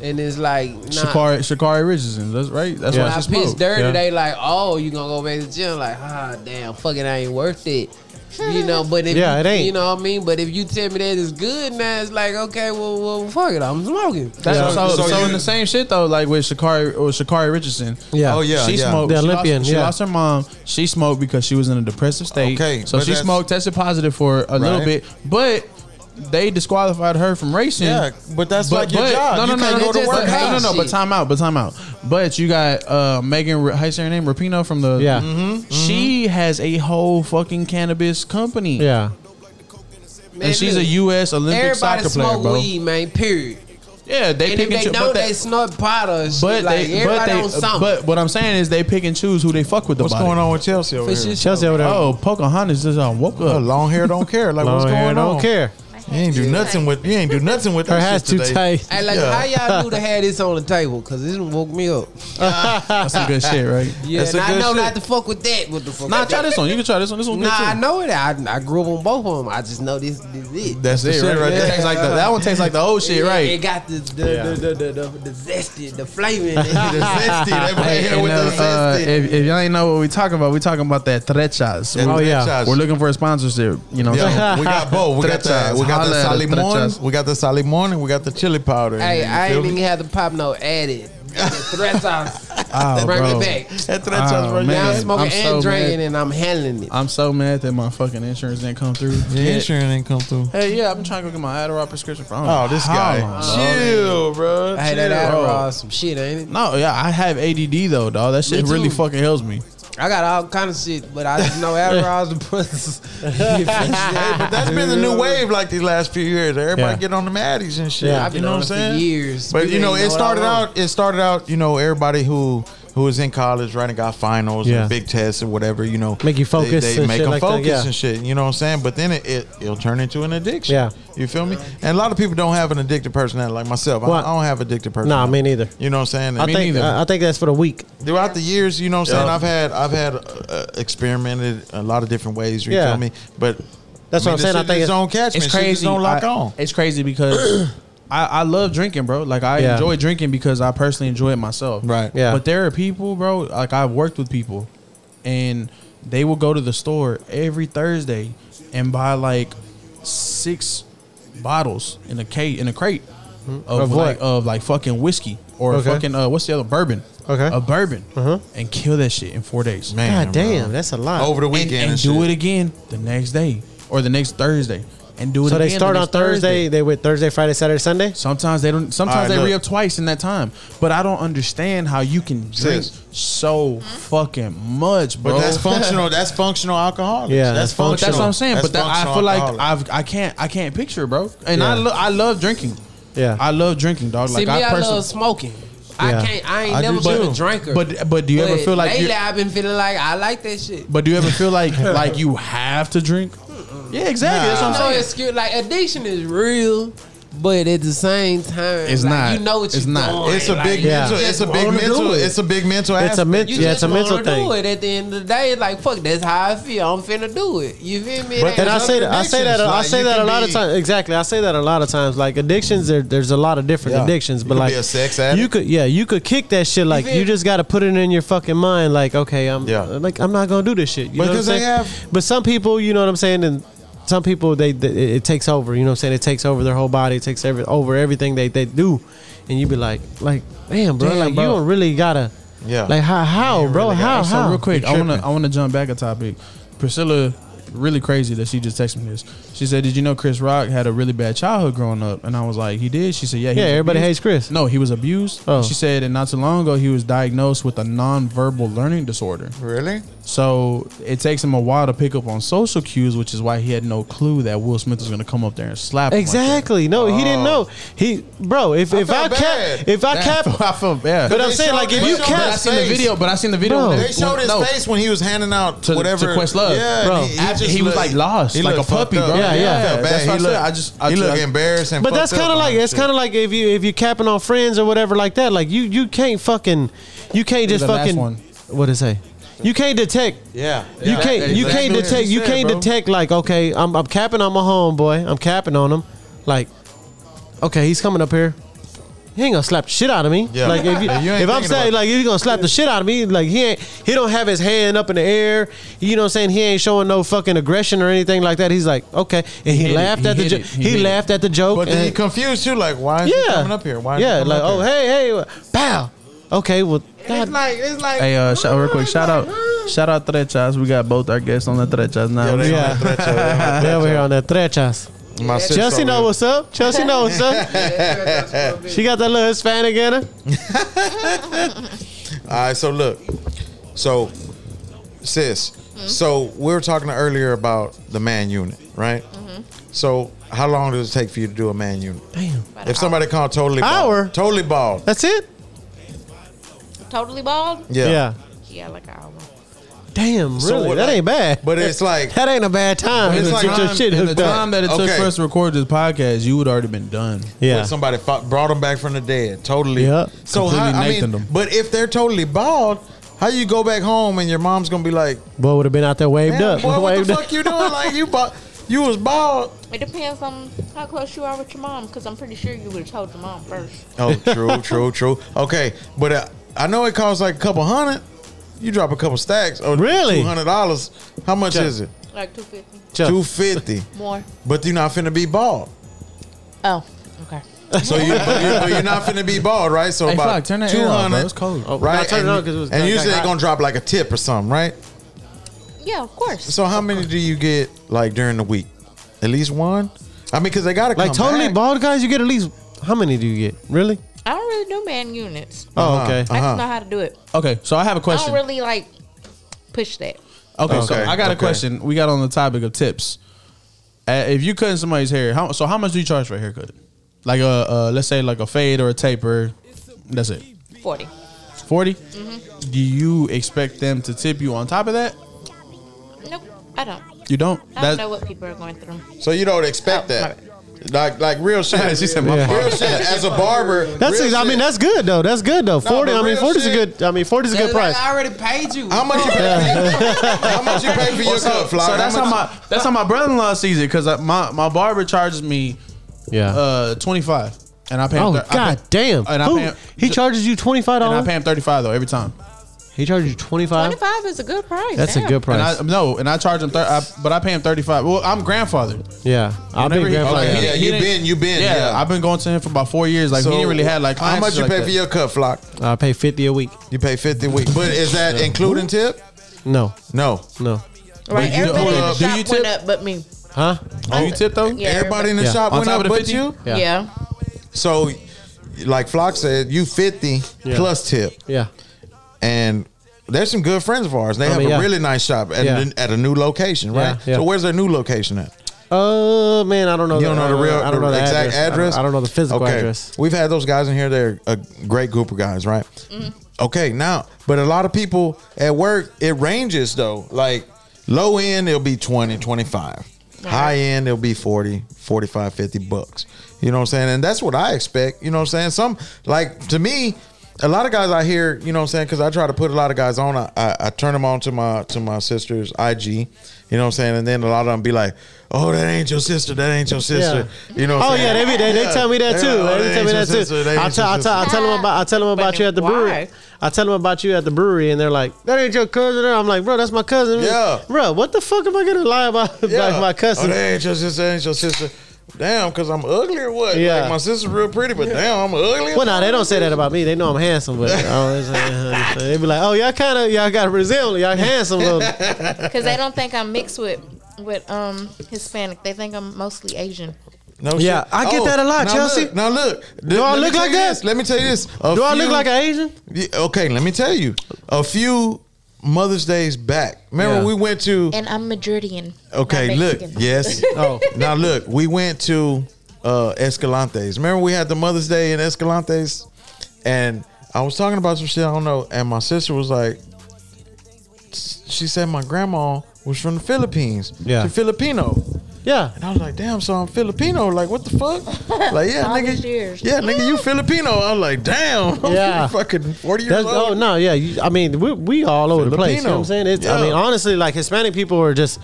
And it's like nah. Shakari, Shakari Richardson, that's right. That's Yeah. why I she pitched smoked. dirty. Yeah. They like, oh, you gonna go back to the gym? Like, ah, damn, fuck it, I ain't worth it. You know, but if Yeah, you, it ain't. You know what I mean? But if you tell me that it's good now, it's like, okay, well, well fuck it, I'm smoking. That's Yeah. So, so, So you- in the same shit though, like with Shakari or Shakari Richardson. Yeah. Oh, yeah. she smoked. The she Olympian, Lost, she yeah. lost her mom. She smoked because she was in a depressive state. Okay, So but she that's- smoked, tested positive for a little Right. bit, but they disqualified her from racing. Yeah, but that's like your job. No, no, You no, can't no, go to just- work but- No, hot. no, no. But Shit. time out. But time out. But you got uh, Megan. Ra- How you say her name? Rapino from the. Yeah. Mm-hmm, She has a whole fucking cannabis company. yeah. Man, And she's look, a U.S. Olympic everybody soccer player, smoke bro. weed, man. Period. Yeah, they pick And and if they choose. But, don't, they they, snort powder. and shit. but, like, they, but, everybody they uh, on something. but what I'm saying is they pick and choose who they fuck with. The What's body. going on with Chelsea over It's here? just- Chelsea over there. Oh, Pocahontas just uh, woke Oh, up. long hair don't care. Like Oh, what's Long going hair, on? Don't care. You ain't do nothing with. You ain't do nothing with. Her that hat's shit too today. tight. Hey, like, Yeah. how y'all knew to have this on the table? Because this done woke me up. That's some good shit, right? Yeah, That's and a I good know shit. not to fuck with that. What the fuck? Nah, try this one. You can try this one. This one. Nah, I know it. I, I grew up on both of them. I just know this, this is it. That's the It, shit right It there. tastes like the, that one tastes like the old shit, Yeah, right? It got the the, Yeah. the, the, the, the, the zesty, the flavor. the zesty. That boy Hey, here and, with uh, the uh, zesty. if, if y'all ain't know what we talking about, we talking about that trechas. And Oh, We're, that yeah. shots. we're looking for a sponsorship. You know, what I'm saying? Yeah, we got both. We got the Trechas. we got the Holla at us, salimon, trechas. we got the salimon, and we got the chili powder. hey, You I feel ain't me? even have to pop no added. The threats are Ah, Oh, bring bro. it back. That threat sounds Oh, right Now I'm man. smoking I'm so and drinking, mad. and I'm handling it. I'm so mad that my fucking insurance didn't come through. The insurance ain't come through. Hey, yeah, I'm trying to go get my Adderall prescription from. Oh, this guy. Chill, bro. Hey, that Chill. Adderall is some shit, ain't it? No, yeah, I have ADD though, dog. That shit Me really too. fucking helps me. I got all kind of shit, but I just know Adderall's the pussy. Hey, but that's been the new wave like these last few years. Everybody Yeah. get on the Maddies and shit. Yeah. I've been you know on what I'm it for saying? years. But you People know, ain't it what I started want. out. It started out. You know, everybody who who was in college, right, and got finals Yeah. and big tests or whatever. You know, Make you focus They, they and make shit them like that, focus yeah. and shit. You know what I'm saying? But then it, it it'll turn into an addiction. Yeah. you feel me? And a lot of people don't have an addicted personality like myself. I, Well, I don't have addicted personality. Nah, me neither. You know what I'm saying? I Me think neither. I, I think that's for the week. Throughout the years, you know what I'm saying? Yeah. I've had I've had uh, experimented a lot of different ways. You Yeah. feel me? But That's what I'm this saying. I shit think just it's- don't catch me. it's Shit just crazy. Don't lock I- on. It's crazy because I, I love drinking, bro. Like I Yeah. enjoy drinking because I personally enjoy it myself. Right. Yeah. But there are people, bro. Like I've worked with people, and they will go to the store every Thursday and buy like six bottles in a case in a crate of, Of what? like of like fucking whiskey or Okay. fucking uh, what's the other bourbon. Okay. A bourbon. Uh-huh. And kill that shit in four days God damn, that's a lot. Over the and, weekend and do it again the next day or the next Thursday, and do it. so they again the start on next Thursday. They went Thursday, Friday, Saturday, Sunday. Sometimes they don't. Sometimes Alright, they look. re up twice in that time. But I don't understand how you can drink Sis. so fucking much, bro. But that's functional. That's functional alcoholics. Yeah, that's that's But functional. that's what I'm saying. That's but that, I functional feel like alcoholic. I've I can't I can't picture, it, bro. And I Yeah. lo- I love drinking. Yeah. I love drinking, dog. See, Like me, I I, personally. love smoking. Yeah. I can't. I ain't I do never too. been a drinker. But but do you ever But feel like lately you, I've been feeling like I like that shit. but do you ever feel like like you have to drink? Yeah, exactly. That's what I'm No saying. excuse. Like addiction is real, But at the same time, It's like, not. You know what It's you're not. doing. It's a Like, big you Yeah. mental. just It's a big wanna do mental. it. It's a big mental. It's a aspect. mental. You Yeah, just it's a mental wanna do thing. it at the end of the day. Like fuck, that's how I feel. I'm finna do it. You feel me? It ain't And I nothing say that I say that I Addictions, say like, that a you can lot of be- times. Exactly, I say that a lot of times. Like addictions, there, there's a lot of different Yeah. addictions, You but could like be a sex addict. you could, yeah, you could kick that shit. Like feel you me? just got to put it in your fucking mind. Like okay, I'm Yeah. like I'm not gonna do this shit. You know what I'm Because they saying? have- But some people, you know what I'm saying, and some people they, they it- it takes over. You know what I'm saying? It takes over their whole body. It takes every over everything they they do, and you be like, like damn, bro, Damn, like bro. you don't really gotta. Yeah. Like how how bro really how gotta- how So real quick, You I wanna tripping. I wanna jump back a topic. Priscilla, really crazy that she just texted me this. She said, "Did you know Chris Rock had a really bad childhood growing up?" And I was like, "He did." She said, "Yeah, he Yeah, was everybody abused." hates Chris. No, he was abused. Oh. She said, and not too long ago, he was diagnosed with a nonverbal learning disorder. Really? So it takes him a while to pick up on social cues, which is why he had no clue that Will Smith was going to come up there and slap him. like that. Exactly. No, he didn't know. He, bro. If if Oh. felt I bad. kept, if I I kept, felt, I felt bad. but I'm They saying showed- like if they you showed that But I kept, seen the face. video. But I seen the video. Bro. when They showed his no, face when he was handing out To- to whatever. Questlove. Yeah, Bro. and he, After just he was, looked- like, lost, he like a looked fucked puppy, up. bro. Yeah, yeah. I felt bad. That's what He I said. looked- I just- I he just- looked embarrassed and but fucked that's up kind of about like that it's shit. kind of like if you if you capping on friends or whatever like that. Like you you can't fucking you can't just the last fucking one. what it say. You can't detect. Yeah, You can't. You can't Exactly what detect. she You said, can't bro. detect. Like okay, I'm I'm capping on my homeboy. I'm capping on him. Like okay, he's coming up here. He ain't gonna slap the shit out of me. Yeah. Like if, you, Yeah, you ain't if I'm thinking saying about- like he's gonna slap the shit out of me, like he ain't he don't have his hand up in the air. You know what I'm saying? He ain't showing no fucking aggression or anything like that. He's like, okay. And he, hit it. laughed He at the hit jo- it. he, He hit it. laughed at the joke. But then and- he confused you, like, why is yeah. he coming up here? Why? is he yeah, coming like, up oh here? hey, hey, pow. Okay, well It's God like it's like. Hey, uh, shout, real quick, shout out, shout out Trechas. We got both our guests on the Trechas now. Yeah, they Yeah. on that threat, yeah. they over here on that trechas. My sister Chelsea know over what's up. Chelsea know what's up. She got that little Hispanic in her. there. All right, so look, so sis, so we were talking earlier about the man unit, right? So how long does it take for you to do a man unit? Damn. If somebody called totally bald, Hour? totally bald, That's it? Totally bald? yeah. Yeah, like I almost. Damn, really? So what, that like- ain't bad. But it's like That ain't a bad time. But to it's like get your time- shit And the hooked up. time that it took Okay. for us to record this podcast, you would already been done. yeah. yeah. somebody fought, brought them back from the dead, totally. Yep. So how, Completely I mean, Nathan'd 'em. but if they're totally bald, how you go back home and your mom's gonna be like, Boy would have been out there waved "Damn, up. boy, what waved the up. fuck you doing? Like you, bald, you was bald." It depends on how close you are with your mom, because I'm pretty sure you would have told your mom first. Oh, true, true, true. Okay, but uh, I know it costs like a couple hundred. You drop a couple stacks, or Really? two hundred dollars. How much Yeah. is it? Like 250 Chuck. Two fifty. more. But you're not finna be bald. Oh, okay. So you, but you're, but you're not finna be bald, right? So Hey, about Flock, turn that two air off, bro. hundred. It's cold. Oh, Right, no, turn and, it on 'cause it was- and got- usually got they're hot. gonna drop like a tip or something, right? Yeah, of course. So how many do you get like during the week? At least one. I mean, because they gotta Like come totally back. bald guys, you get at least how many do you get? Really? I don't really do man units. Oh, Uh-huh. okay. I Uh-huh. just know how to do it. Okay, so I have a I question. don't really like push that. okay, so Okay, I got a okay. question. We got on the topic of tips. Uh, if you cutting somebody's hair, how, so how much do you charge for a haircut? Like a, uh, let's say like a fade or a taper. That's it. 40. 40 Mm-hmm. Do you expect them to tip you on top of that? Nope, I don't. You don't. I That's- don't know what people are going through. So you don't expect Oh, that. Like, like real shit. She said my real fault. shit. As a barber, That's real I mean shit. that's good though. That's good though. Forty. but I mean real forty is a shit- good. I mean forty is a good Like, price. I already paid you. How much you pay? for- how much you pay for your so, cut, Fly? so uh, that's how much- my that's how my brother in law sees it because my my barber charges me Yeah. uh twenty five and I pay. him oh thir- I god pay- damn. And I Who- pay him- he charges you twenty five and I dollars. pay him thirty five though every time. He charges you twenty five. 25 is a good price. That's a Damn. good And price. I no, and I charge him, thir- I, but I pay him thirty five. Well, I'm grandfathered. yeah, I'll be Whenever he- grandfather. Okay, Like, Oh, yeah, he you didn't- been, you been. Yeah, Yeah, I've been going to him for about four years. Like he didn't really had like how clients much you like pay that. for your cut, Flock? Uh, I pay fifty a week. You pay fifty a week, but is that including tip? No, No. no, Right, you- everybody in uh, the do you shop went tip? up but me. huh? Oh, you tip though? Yeah. Everybody in the Yeah. shop On went top up of the but 50? you. Yeah. So, like Flock said, you fifty Yeah. plus tip, yeah. and there's some good friends of ours. They have mean, a yeah. really nice shop at, Yeah. at a new location, right? Yeah, yeah. So where's their new location at? Uh, man, I don't know. You don't know the real, I don't the know the exact address. I don't, I don't know the physical address. We've had those guys in here. They're a great group of guys, right? Okay, now, but a lot of people at work, it ranges though. Like low end, it'll be 20, 25. High end, it'll be 40, 45, 50 bucks. You know what I'm saying? And that's what I expect. You know what I'm saying? Some like to me, a lot of guys I hear, you know what I'm saying, because I try to put a lot of guys on. I, I, I turn them on to my to my sister's IG. You know what I'm saying? And then a lot of them be like, "Oh, that ain't your sister. That ain't your sister." You know? What Oh I'm yeah, saying? they, be, they, they tell me that Yeah. too. Oh, they tell that ain't me your that too. sister. That I ain't tell, your I tell, I tell them about I tell them about you at the why? brewery. I tell them about you at the brewery, and they're like, "That ain't your cousin." I'm like, "Bro, that's my cousin." Yeah. bro, what the fuck am I gonna lie about like my cousin? Oh, that ain't your sister. That ain't your sister. Damn, because I'm ugly or what? Yeah. Like, my sister's real pretty, but damn, I'm ugly. well, no, they don't say that about me. They know I'm handsome, but oh, it's- uh, they be like, "Oh, y'all kind of y'all got resemble. Y'all handsome." Little. Because they don't think I'm mixed with with um Hispanic. They think I'm mostly Asian. No Oh, Yeah, I get that a lot, now Chelsea. Look, now look. Do I look like that? this. Let me tell you this. A Do I look few- like an Asian? Yeah, Okay, let me tell you. A few Mother's Days back. Remember Yeah. we went to And I'm Madridian. not Okay, look. Mexican. Yes. Oh. Now look, we went to uh Escalante's. Remember we had the Mother's Day in Escalante's and I was talking about some shit I don't know and my sister was like she said my grandma was from the Philippines. Yeah. She's Filipino. Yeah, And I was like, damn, so I'm Filipino. Like, what the fuck? Like, yeah, All nigga. these years. Yeah, nigga, you Filipino. I was like, damn. I'm Yeah. fucking 40 years That's, old. oh no, yeah. You, I mean, we we all over the place. You know what I'm saying? It's, I Yeah. mean, honestly, like Hispanic people are just.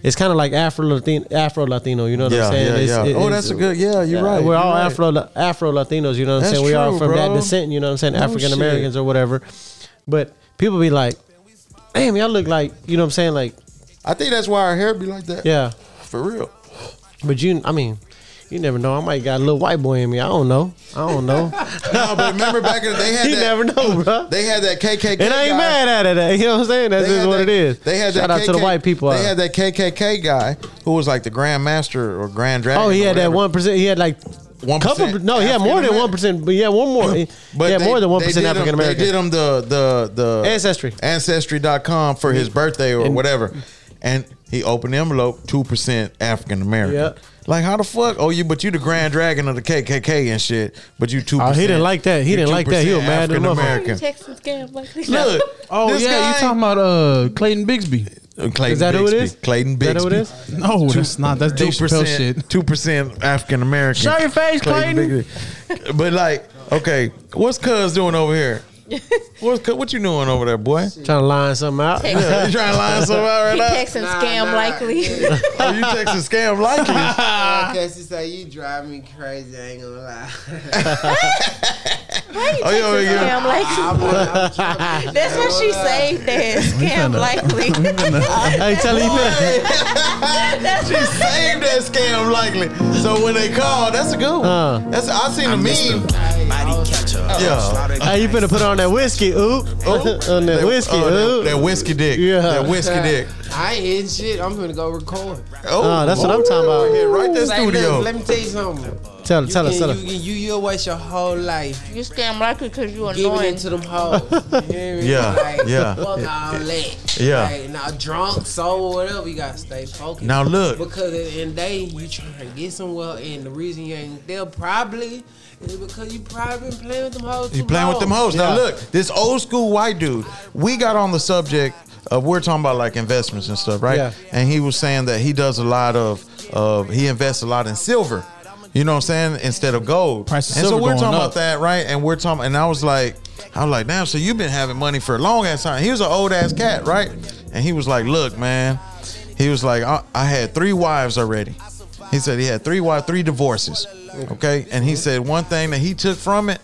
It's kind of like Afro Latino. Afro Latino. You know what Yeah, I'm saying? yeah, It's- yeah. it- oh, it's- that's a good. Yeah, you're right. We're you're all right. Afro Afro Latinos. You know what I'm That's saying? We all true, from that bro. descent. You know what I'm saying? No African Americans shit. or whatever. But people be like, "Damn, y'all look like." You know what I'm saying? Like, I think that's why our hair be like that. yeah. for real. But you, I mean, you never know. I might got a little white boy in me. I don't know. I don't know. No, but remember back in the, they had you that. never know, bro. They had that KKK. And I ain't guy. mad at it. You know what I'm saying? That's They just had what that- it is. They had shout that out to the KK white people. They out had that KKK guy who was like the Grand Master or Grand Dragon. Oh, he or had that whatever. one percent. He had like One couple. percent No, he had more than African-American. one percent. But yeah, one more. But But yeah, they- more than they one percent did him- African They did American. him the the the Ancestry. ancestry.com for his birthday or And- whatever, and he opened the envelope two percent African American. Yep. Like how the fuck? Oh, you but you the Grand Dragon of the KKK and shit, but you two. Oh, he didn't like that. He didn't like that. He was mad at African the motherfucker. You American. Texans scam like this. Look, Oh this yeah, guy- you talking about uh Clayton Bigsby? Uh, Clayton Is that who it Bixby. is? Clayton Is Bixby. that who it is? No, that's not. That's Dave Two Chappelle shit. percent, two percent African American. Show your face, Clayton. Bixby. But like, okay, what's Cuz doing over here? What's Cuz- what you doing over there, boy? Trying to line something out. Texans- Yeah, you trying to line something out right He now? Texans Nah, scam nah. likely. Oh, you Texas scam likely. Because it's like you drive me crazy. I ain't gonna lie. Why you Oh, yeah, Texans yeah. scam likely? I'm, I'm That's what she saved that scam likely. Hey, tell him. you finna- That's what Same that scam likely. So when they call, that's a good one. Uh. that's I seen a meme. Body catcher. Yeah. Hey, you finna put on that whiskey, ooh. on that whiskey, oh, ooh. that, that whiskey dick. Yeah. That whiskey dick. I ain't hitting shit. I'm gonna go record. Oh, Ah, that's what I'm talking about. Yeah, right there, Like, look, studio. let me tell you something. tell her, You tell her, can- tell her. you, can- you, you'll waste your whole life you scam likely because you giving annoying. it to them hoes. You hear me? Yeah, Like, yeah. Fuck all that. Yeah. Like, now drunk, sober, whatever. You gotta stay focused. Now look, Because at the end of the day, you trying to get somewhere, and the reason you ain't there probably is because you probably been playing with them hoes. you too playing with them long. hoes. Now Yeah. look, this old school white dude. We got on the subject of we're talking about like investments and stuff, right? Yeah. And he was saying that he does a lot of of he invests a lot in silver. You know what I'm saying? Instead of gold. Price of and silver so we're going talking up. about that, right? And we're talking and I was like, I was like, damn, so you've been having money for a long ass time. He was an old ass cat, right? And he was like, Look, man. He was like, I, I had three wives already. He said he had three wives, three divorces. Okay. And he said one thing that he took from it,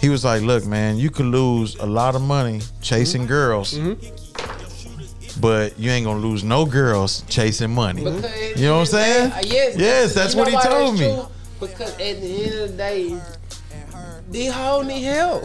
he was like, Look, man, you could lose a lot of money chasing girls. But you ain't gonna lose no girls chasing money. Because You know what I'm at the end saying? of the day- Uh, Yes. Yes, that's You know what he why told that's me. true? Because at the end of the day, these hoes need help.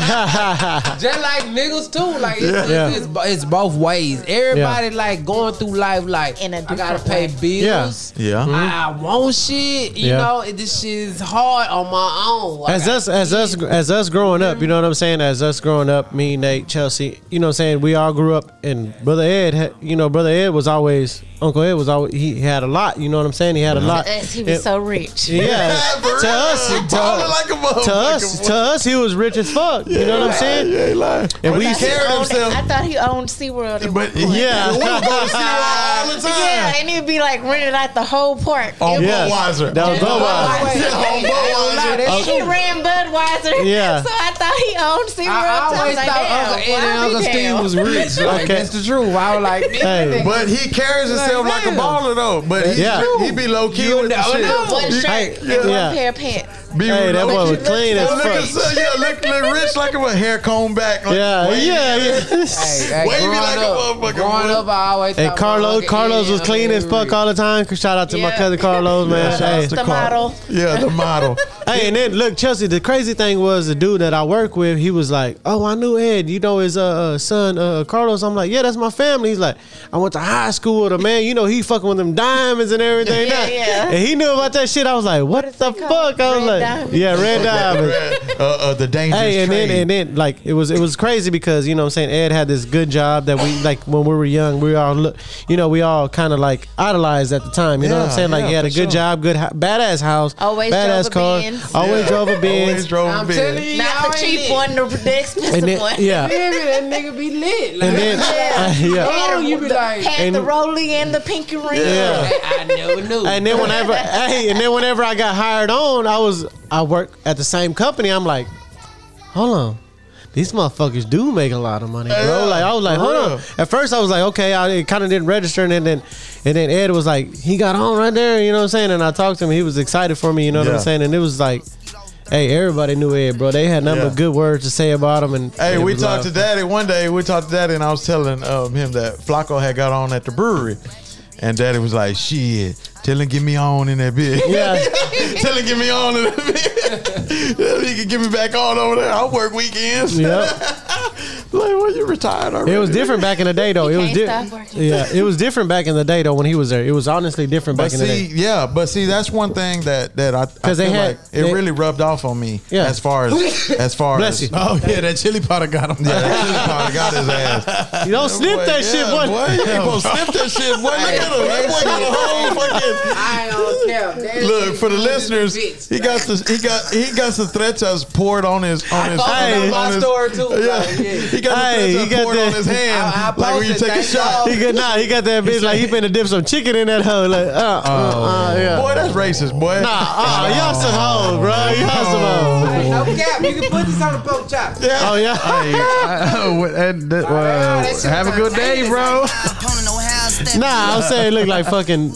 Just like niggas too. Like it's, Yeah. it's, it's, it's both ways. Everybody like going through life like In a I gotta different pay way. bills. Yeah. Mm-hmm. Mm-hmm. I want shit, you Yeah. know. This shit is hard on my own. Like, As us, as us, as us growing up, you know what I'm saying. As us growing up, me, Nate, Chelsea, you know what I'm saying. We all grew up, and brother Ed, had- you know, brother Ed was always, Uncle Ed was always. He had a lot, you know what I'm saying. He had a lot. Us, he was Yeah. so rich. yeah, to us, to, Balling like a to us, to us, he was rich as fuck. You know what I'm saying? You ain't lying. And we I used thought he to, carried owned- himself. I thought he owned SeaWorld. But at one point. yeah, all the Yeah, time. and he'd be like renting out the whole park. On It Oh, Yeah. Budweiser. That was Yeah. Budweiser. Yeah, on Budweiser. And he ran Budweiser. Yeah. So I thought he owned SeaWorld. I so always was like, thought damn, Uncle Ed why and we Uncle Steve down? was rich. Like, Okay. That's the truth. I was like, Hey. But he carries himself like, a damn. baller though. But he, Yeah. he be low key with the know, shit. no. One shirt Hey, and one yeah. pair of pants. Be hey, that low-key. boy was clean as Look at fuck. so- yeah, look, look rich like a hair comb back. Like, Yeah, wavy. yeah, yeah. hey, hey, Wavy growing like a motherfucker, up, growing boy. up, I always And thought Carlos, motherfucker Carlos Ed was and clean Uncle as Ed fuck rich. all the time. Shout out to my Yeah. cousin Carlos, man. Shout hey, out to The Carl. model. Yeah, the model. Hey, and then look, Chelsea. The crazy thing was the dude that I work with. He was like, "Oh, I knew Ed. You know his uh, uh, son, uh, Carlos." I'm like, "Yeah, that's my family." He's like, "I went to high school with a man. You know, he fucking with them diamonds and everything." Yeah, now." yeah. And he knew about that shit. I was like, "What, is the it called? fuck?" I was Red like, diamonds. "Yeah, red diamonds." uh, uh, the dangerous Hey, and trade. then and then like it was it was crazy because you know what I'm saying Ed had this good job that we like when we were young we all look you know we all kind of like idolized at the time you know what Yeah, I'm saying like yeah, he had a for good sure. job good ho- badass house Always badass drove a Benz. always drove a Always Benz drove a I'm Benz. telling you, Not the cheap one, the, the expensive and then one. yeah That nigga be lit. Like, and then uh, yeah Had Oh, a- you be the- like- had And- the Rolly and the pinky ring. yeah. I never knew. And then whenever, hey, and then whenever I got hired on, I was I work at the same company. I'm like, hold on, these motherfuckers do make a lot of money, bro. Yeah, like I was like, for hold real. on. At first, I was like, okay, I kind of didn't register, and then and then Ed was like, he got on right there, you know what I'm saying? And I talked to him, he was excited for me, you know what Yeah. I'm saying? And it was like. Hey, everybody knew Ed, bro. They had nothing Yeah. but good words to say about him. And Hey, it we was talked love. to Daddy one day. We talked to Daddy, and I was telling um, him that Flacco had got on at the brewery, and Daddy was like, "Shit, tell him get me on in that bitch. Yeah. tell him get me on in that bitch. he can get me back on over there. I work weekends. Yep. like, well, you retired already. It was different back in the day, though. It was can't stop different. working. Yeah, it was different back in the day, though. When he was there, it was honestly different But back in the day. see, yeah, but see, that's one thing that that I because they had- like it they- really rubbed off on me. Yeah. as far as as far Bless as you. Oh yeah, that chili powder got him. Yeah, that shit probably got his ass. You don't snip Boy, that yeah, shit, boy. boy. You ain't supposed to snip that shit, boy. Look at him. That boy got a whole fucking. I don't care. That Look shit for the was a listeners. bitch. He got the he got he got some threats poured on his on his. posted on my his- story too, like, Yeah, yeah. he got Hey, the he got threats poured on that- his hand. I- I like when you posted take a that shot. dog. He got nah, he got that bitch like he finna dip some chicken in that hoe. Like, uh, uh, uh, yeah. Oh, Boy, oh, that's racist, Nah, boy. uh, y'all some hoes, bro. Y'all oh, some hoes. Hey, No cap, you can put this on the poke chop. Oh yeah. Wow, that shit have a was good day, bro. Nah, I'm saying it look like fucking.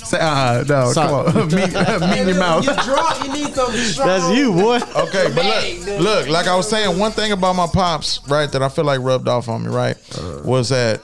Say, uh, no, Sorry. come on, meat, meat in your mouth. You drunk, you need something strong. That's you, boy. Okay, but look, look, like I was saying, one thing about my pops, right, that I feel like rubbed off on me, right, Uh-huh. was that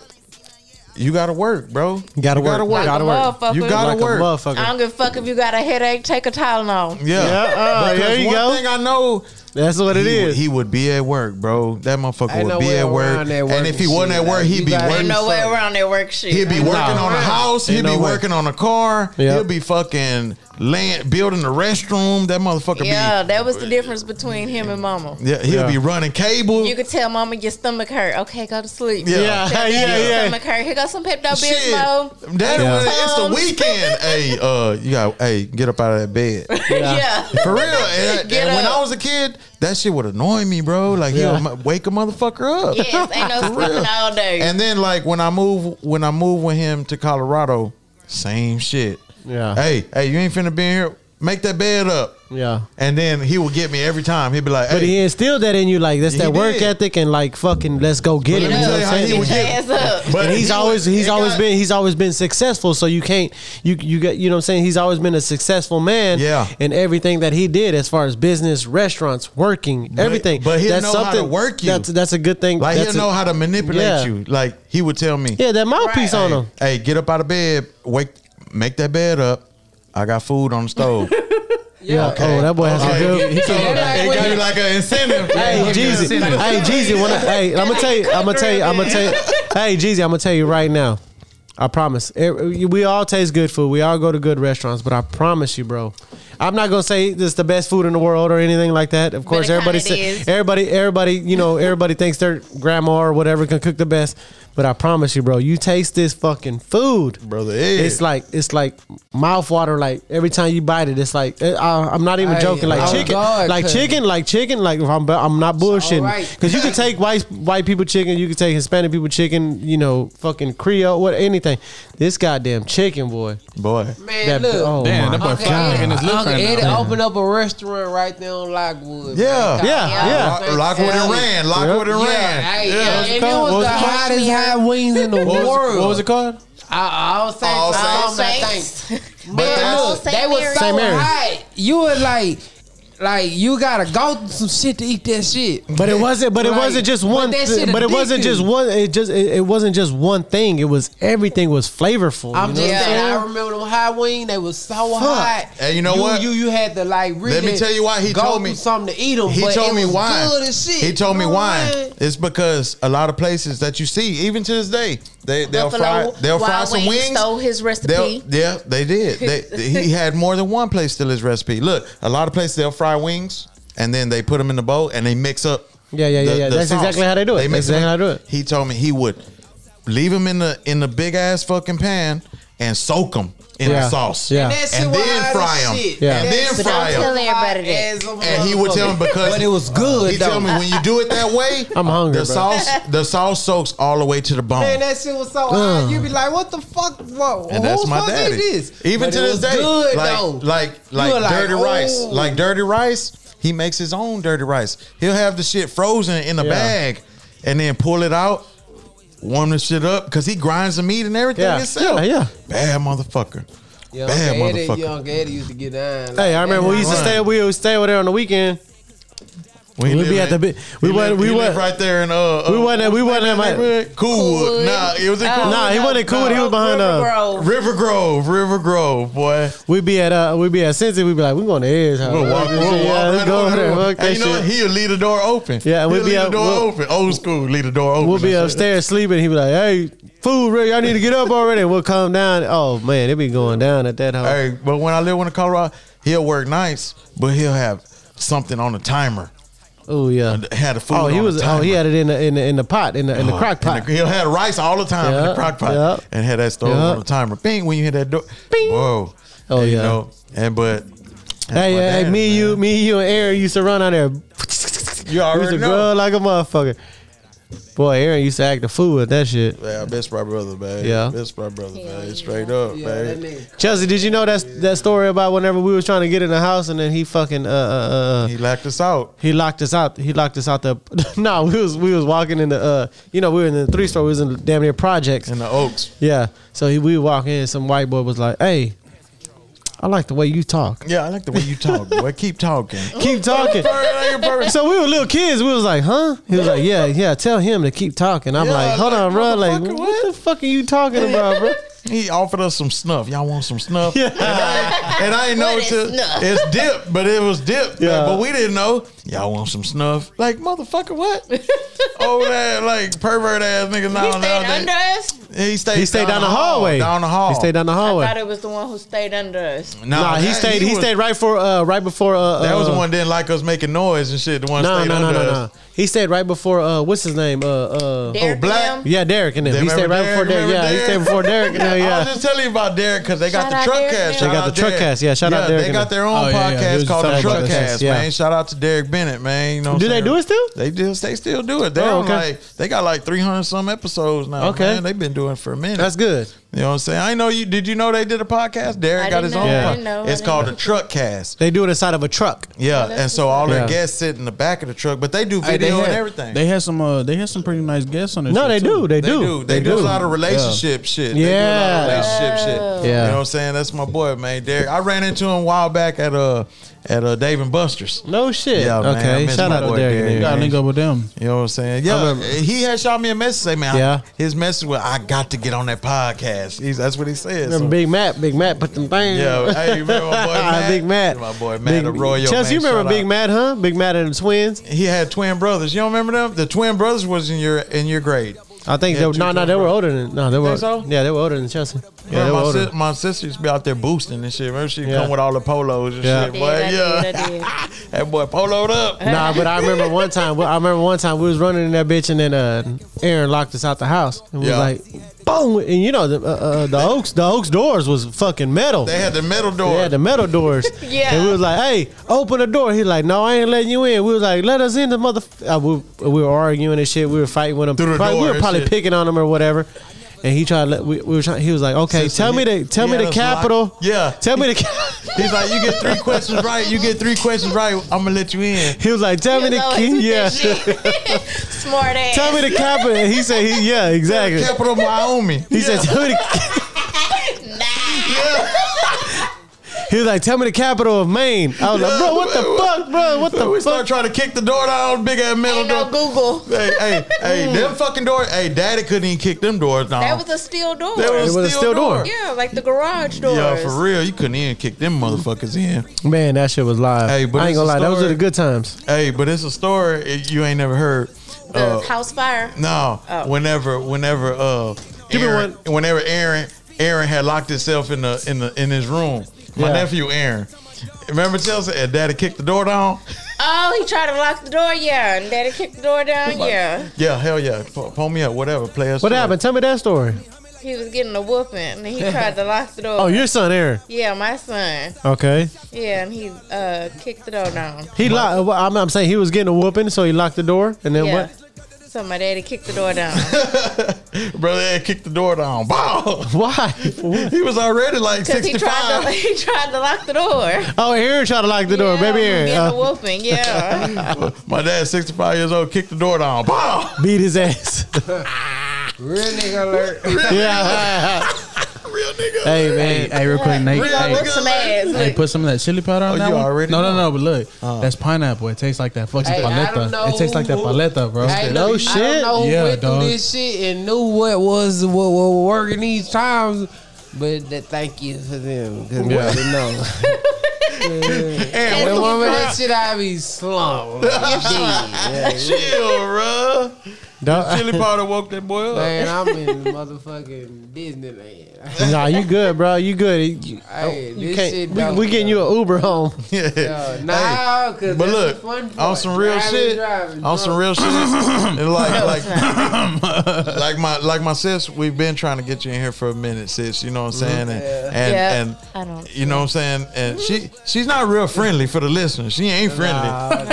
you gotta work, bro. You gotta work. Gotta work. Gotta work. Motherfucker. You gotta Like a work. motherfucker. I don't give a fuck if you got a headache, take a Tylenol. yeah. Yeah, uh, Because there you one go. thing I know, That's what it he, would- is. he would be at work, bro. That motherfucker Ain't would no be way at work. around that And if he working wasn't at shit. work, Like, he'd you be gotta- working. Ain't no way around that work shit. He'd be Ain't no working on a way. house. Ain't He'd no be way. working on a car. Yeah. He'll be fucking land building a restroom. That motherfucker Yeah, be that was the difference between him and mama. yeah. He'll Yeah. be running cable. You could tell mama your stomach hurt. Okay, go to sleep. Yeah. yeah, Tell yeah, daddy your yeah, stomach hurt. Here goes some Pepto Shit, Bismol. Daddy, Yeah. it's the Tums. weekend. hey, uh, you got hey, get up out of that bed. Yeah. For real. And, Get and when up. I was a kid, that shit would annoy me, bro. Like Yeah. he'll m- wake a motherfucker up. Yes, ain't no real. sleeping all day. And then like when I move when I move with him to Colorado, same shit. Yeah. Hey, hey, you ain't finna be in here. Make that bed up. yeah. And then he would get me every time. He'd be like, But he hey, instilled that in you, like that's He that work did. ethic and like fucking let's go get it. You let me know tell what I'm you how saying? he would Get your get. ass up. But and he he's would- always he's it always got- been he's always been successful. So you can't you you get you know what I'm saying he's always been a successful man. Yeah. in everything that he did as far as business, restaurants, working, everything. but he'll know how to work you. That's that's a good thing. like that's he'll a- know how to manipulate Yeah. you. Like he would tell me, Yeah, that mouthpiece Right. on hey, him. hey, get up out of bed, wake, make that bed up. I got food on the stove. Yeah. Oh, that boy has some good. so it got you like an incentive. Hey Like, Jeezy, incentive. hey Jeezy, when I, hey, I'm gonna tell you, I'm gonna tell you, I'm gonna tell you, hey Jeezy, I'm gonna tell you right now, I promise. It- we all taste good food, we all go to good restaurants, but I promise you, bro, I'm not gonna say this is the best food in the world or anything like that. Of course, it kinda everybody, is. sa- everybody, everybody, you know, everybody thinks their grandma or whatever can cook the best. But I promise you, bro, you taste this fucking food, Brother Ed. It's like it's like mouth water. Like every time you bite it, it's like eh, I, I'm not even Hey, joking. Like oh chicken, God, like cuz- chicken, like chicken, like if I'm I'm not bullshitting. alright. Cause you can take white white people chicken, you can take Hispanic people chicken, you know, fucking Creole, what anything. This goddamn chicken boy. Boy. Man, That- look. oh my Damn, that boy Uncle flying in his lip Uncle right Eddie now. opened up a restaurant right there on Lockwood. Yeah. man. Yeah, Called yeah. Lock, Lockwood and Rand. Lockwood and Yeah, Rand. hey, Yeah. and it called? was What was the it called? hottest hot wings in the What world. was, what was it called? I, I'll say All all Saints. my Saints. things. But Man, that's- look, they Saint was Mary. so Saint Mary. hot. You were like, like you gotta go through some shit to eat that shit. But it wasn't. But it Right. wasn't just But one. that thi- shit but it wasn't just addictive. one. It just. It, it wasn't just one thing. It was everything was flavorful. you I'm know? just Yeah. saying, I remember them hot wings. They was so hot. And you know what? You you had to like really. me tell you why he go told me- through something to eat them. He but told it me was why. Good as shit. He told You me know why. what? It's because a lot of places that you see, even to this day, they they'll Buffalo fry they'll fry Wild some Wings wings. stole his recipe. They'll- yeah, they did. They, he had more than one place steal his recipe. Look, a lot of places they'll fry wings and then they put them in the bowl and they mix up. Yeah, yeah, yeah, yeah. That's exactly how they do it. That's them exactly how up. they He told me he would leave them in the in the big ass fucking pan and soak them in Yeah. the sauce. Yeah. That shit And was then hot fry as 'em. shit. Yeah. And then That shit fry was 'em. Don't tell hot everybody that. as a And he would tell him motherfucker. because but it was good. He though. tell me when you do it that way, I'm hungry, The bro. sauce, the sauce soaks all the way to the bone. Man, that shit was so hot. You'd be like, "What the fuck, bro? and that's my daddy. This? Even But to it this was day, good like, though. like You were like like, dirty rice, "Oh." like dirty rice. He makes his own dirty rice. He'll have the shit frozen in a Yeah. bag, and then pull it out, warm the shit up because he grinds the meat and everything Yeah. himself. Yeah, yeah. Bad motherfucker. Young Bad Eddie, motherfucker. Young Eddie used to get down. Hey, I remember we used to Right. stay. We would stay over there on the weekend. We We'd live be at in- the bi- we he went- live- we he live went- right there in uh, uh We wasn't. at- We wasn't Oh, at my. Coolwood. Nah, it was in Coolwood. Nah, he wasn't cool. He was behind River uh. Grove. River Grove, River Grove, boy. We'd be at uh. We'd be at Cincy. We'd be like, we going to Ed's house. We'll walk, we'll walk yeah, let's right go over over there. there. Fuck And that you know what? shit. He'll leave the door open. Yeah, and we'll we'll leave be the up- door we'll- open. Old school, leave the door open. We'll be and shit. upstairs sleeping. He'd be like, hey, food ready. Y'all need to get up already. And we'll come down. Oh man, it be going down at that house. Hey, but when I live in Colorado, he'll work nights, but he'll have something on the timer. Oh yeah. Had a food. Oh, he on was. The Oh, timer. he had it in the in the, in the pot in the in the crock And pot. the- he'll have rice all the time in the Yeah, crock pot, yeah. and had that stove Yeah. on the timer. Bing, when you hit that door, Bing. whoa. Oh, And, yeah. You know, and but Hey, my hey, daddy, me, man. you, me, you, and Aaron used to run out there. you We used already to know. grow like a motherfucker. Boy, Aaron used to act a fool with that shit. Yeah, I miss my brother, man. Yeah. miss my brother, man. Straight up, Yeah, that man. nigga. Chelsea, did you know that that story about whenever we was trying to get in the house and then he fucking uh uh, uh He locked us out. he locked us out. He locked us out the. no, we was we was walking in the uh you know we were in the three store. We was in the damn near projects. In the Oaks. Yeah, so he, we walk in. Some white boy was like, "Hey, I like the way you talk. Yeah, I like the way you talk, boy. Keep talking. Keep talking." So we were little kids. We was like, huh? He was like, yeah, yeah. Tell him to keep talking. I'm Yeah, like, hold like, on, bro. Like, motherfucker, what? the fuck are you talking about, bro? He offered us some snuff. Y'all want some snuff? Yeah. And I, and I didn't know What it is to, snuff? it's dip, but it was dip. Yeah. But we didn't know. Y'all want some snuff? Like motherfucker, what? oh that like pervert ass nigga He now stayed and under now. us. He stayed. He stayed down the hallway. Down the hall. He stayed down the I hallway. thought it was the one who stayed under us. No, Nah, he that- stayed. He, was- stayed right for uh, right before. Uh, That was uh, the one that didn't like us making noise and shit. The one No, stayed no, no, under no, us. no. He stayed right before. Uh, what's his name? Uh, uh. Derek black? Lim. Yeah, Derek and them. They He stayed remember right before Derek. Derek? Yeah, he Remember stayed Derek? before Derek and them. I was Oh, Yeah. just telling you about Derek because they got Shout the out truck Derek cast. Bennett. Shout They got out the truck Derek. cast. Yeah, shout out Derek They and got them. their own Oh, yeah, yeah. He podcast was called the telling Truck about that. Cast, Yeah. man. Shout out to Derek Bennett, man. You know, what Do I'm they saying? do it still? They do. They still do it. They Oh, on, okay. like they got like three hundred some episodes now. Okay. man. they've been doing it for a minute. That's good. you know what I'm saying. I know you. Did you know they did a podcast? Derek I got didn't his know. own. I pod- didn't know. I It's didn't called the Truck Cast. They do it inside of a truck. Yeah, and so all their Yeah. guests sit in the back of the truck, but they do Hey, video had, and everything. They had some. Uh, they had some pretty nice guests on this. No, shit, they too. do. They They do. do. They, do, a lot of relationship shit. They do a lot Yeah. of relationship shit. Yeah. You know what I'm saying? That's my boy, man. Derek. I ran into him a while back at uh at uh Dave and Buster's. No shit. Yeah, man, I okay. miss Shout my out to boy Derek. Derek. and You them. gotta link up with them. You know what I'm saying? Yeah. remember- He had shot me a message say, man, I- Yeah. his message was I got to get on that podcast. He's, that's what he said. Remember So- Big Matt? Big Matt put them things. Yeah, hey, you remember my boy Matt? Big Matt. My boy Matt Big, Arroyo, Chelsea, man, you remember shout Big out. Matt, huh? Big Matt and the twins. he had twin brothers. You don't remember them? The twin brothers was in your in your grade. I think Yeah, they were, no, no, two, two, they were bro. older than no, they were so? yeah, they were older than Chelsea. Yeah, they were Bro, my, older. sis- my sister's be out there boosting and shit. Remember she Yeah. come with all the polos and Yeah. shit, Did, boy. I yeah, did, I did. that boy poloed up. nah, but I remember one time. I remember one time we was running in that bitch, and then uh, Aaron locked us out the house, and we Yeah. was like, boom, and you know the uh, uh, the oaks, the oaks doors was fucking metal. They had the metal door. They had the metal doors. Yeah. And we was like, hey, open the door. He like, no, I ain't letting you in. We was like, let us in the mother. Uh, we, we were arguing and shit. We were fighting with him. Through the Probably- door we were and probably shit. picking on him or whatever. And he tried. To let, we, we were trying. He was like, okay, Sister, tell me he- the tell he me had the us locked- capital. Yeah. Tell me the. ca- He's like, you get three questions right. You get three questions right. I'm gonna let you in. He was like, tell me You the know, king. Yeah. it's just shit. Smart ass. Tell me the capital. And he said, he, yeah, exactly. Capital Wyoming. He said, tell me the, he was like, tell me the capital of Maine. I was like, bro, what the fuck, bro? What So the we start trying to kick the door down, big ass metal Ain't no door. Google. hey, hey, hey, them fucking doors. Hey, daddy couldn't even kick them doors down. That was a steel door. That It was a steel door. yeah, like the garage doors. Yeah, for real, you couldn't even kick them motherfuckers in. Man, that shit was live. Hey, but I ain't it's gonna a lie, those are story. the good times. Hey, but it's a story it- you ain't never heard. The Uh, house fire. No, Oh. whenever, whenever, uh, Give me Aaron, whenever Aaron, Aaron had locked himself in the in the in his room. My Yeah. nephew Aaron. Remember Chelsea? And daddy kicked the door down. Oh, he tried to lock the door. Yeah, and daddy kicked the door down. Yeah, Yeah, hell yeah. P- Pull me up, whatever. Play us. What to it. happened? Tell me that story. he was getting a whooping, and he tried to lock the door. Oh, your son Aaron. yeah, my son. Okay, Yeah, and he uh kicked the door down. he locked. Well, I'm, I'm saying he was getting a whooping, so he locked the door, and then Yeah. what? So my daddy kicked the door down. Brother Ed kicked the door down. Bow. Why? He was already like Cause he tried to 65. he tried to lock the door. oh, Aaron tried to lock the door, Oh, yeah, baby Aaron. Getting uh, a whooping. Yeah. My dad, 65 years old, kicked the door down. Bow. beat his ass. Real nigga alert. yeah. Real nigga. hey Hey, man. hey, real quick, Nate. Y'all Hey, whip some ass. hey, Look. put some of that chili powder on Oh, that you one. already no, no, know. Uh-huh. no. But look, that's pineapple. It tastes like that fucking Hey, I don't paleta. It tastes like that know. paleta, bro. I ain't No know- I shit. don't know who Yeah, went dog. through this shit and knew what was what, what was working these times. But that, thank you for them. Cause Yeah. yeah. we know. Hey, the what woman that shit I be slum. the chill, bruh. Dog- Chili powder woke that boy up. Man, I'm in motherfucking Disneyland. nah, you good, bro. You good. You, Hey, you this can't- shit we, dope, we getting you yo. an Uber home. Yeah. Yo, nah, Hey, cause but that's look, the fun part. on some real Driving, shit, driving, on some drunk. real shit, and like like like my like my sis, we've been trying to get you in here for a minute, sis. You know what I'm saying? And and, Yeah. and I don't. Mm-hmm. you know what I'm saying? And she she's not real friendly for the listeners. She ain't friendly.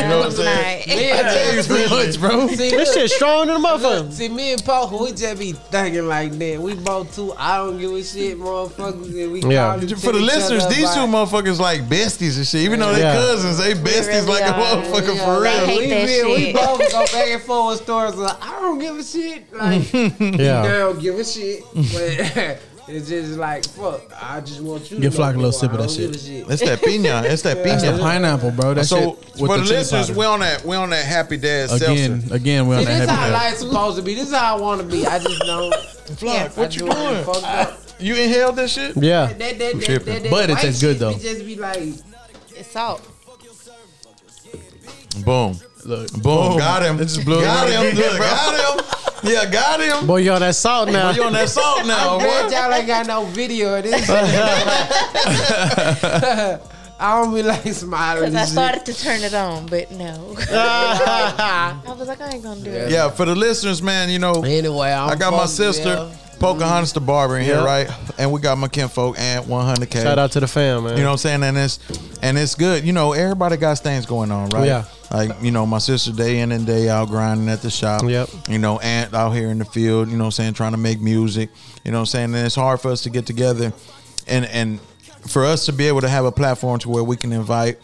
you know what I'm saying? Me and- She ain't friendly, bro. See, This look, shit strong than a Look, motherfucker. see, me and Poker, we just be thinking like that. We both two, I don't give a shit, motherfuckers. And we Yeah. calling For the each listeners, other these two about- motherfuckers like besties and shit. Even though they Yeah. cousins, they besties really like a are. motherfucker for They real. hate we, that been- we shit. both go back and forth with stories of, I don't give a shit. Like, I Yeah. don't give a shit. But it's just like, fuck, I just want you to Give know Flock a little more. sip of I that don't shit. give a It's that pina. It's that That's the pina. pineapple, bro. That So shit. with for the chili listeners, powder. we on that we on that happy dad again, seltzer. again, we're on See, that this how heavy. life's supposed to be. This is how I want to be. I just don't. Flock, I what you just wanna doing? fuck up. You inhaled this shit? Yeah. That- that- that- that- tripping. that- that But it white tastes good, shit, though. it Just be like, It's salt. Boom. Look, Boom. Got him. It just blew got it. him. Look, got him. Yeah, got him. Boy, you on that salt now. you on that salt now, I'm glad boy. y'all ain't got no video of this. I don't be like smiling. Cause I and shit. started to turn it on, but no. I was like, I ain't gonna do it. Yeah, for the listeners, man, you know, Anyway, I'm I got my fucked, sister, yeah. Pocahontas the barber in here, Yeah. right? And we got my kinfolk and 100K. Shout out to the fam, man. You know what I'm saying? And it's and it's good. You know, everybody got things going on, right? Yeah. Like, you know, my sister day in and day out grinding at the shop. Yep. You know, aunt out here in the field, you know what I'm saying, trying to make music. You know what I'm saying? And it's hard for us to get together and and for us to be able to have a platform to where we can invite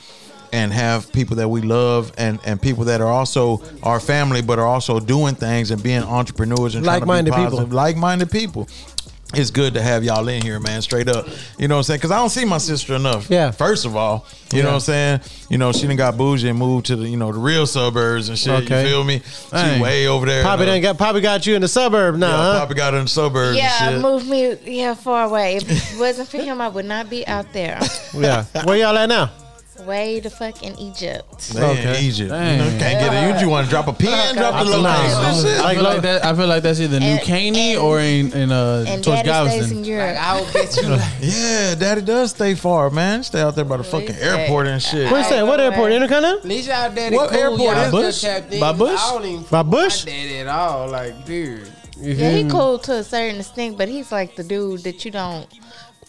and have people that we love and and people that are also our family but are also doing things and being entrepreneurs and trying to be Like-minded people. positive, like-minded people it's good to have y'all in here, man. Straight up, you know what I'm saying? Because I don't see my sister enough. Yeah. First of all, you know what I'm saying? You know she done got bougie and moved to the you know the real suburbs and shit. Okay. You feel me? Dang. She way over there. Poppy uh, done got Poppy got you in the suburb now. yeah, huh? Poppy got her in the suburbs. Yeah, and shit. move me yeah far away. If it wasn't for him, I would not be out there. Yeah. Where y'all at now? Way to fucking Egypt. They Okay. in Egypt. Dang. You know, you can't get it. You, you want to drop a pin, drop the feel like- location. Shit. I Like, feel look- like that. I feel like that's either New And- Caney and- or in in uh And towards daddy stays Galveston. in Europe. Like, I will bet you. Yeah, daddy does stay far, man. Stay out there by the fucking that? airport and shit. Where's that? What Alright. airport? Intercontinental? At least y'all daddy What cool. airport? Y'all By still Bush? tapped in. By Bush? I don't even By fuck my Bush? daddy at all. Like, dude. You Yeah, hear he me? cool to a certain extent, but he's like the dude that you don't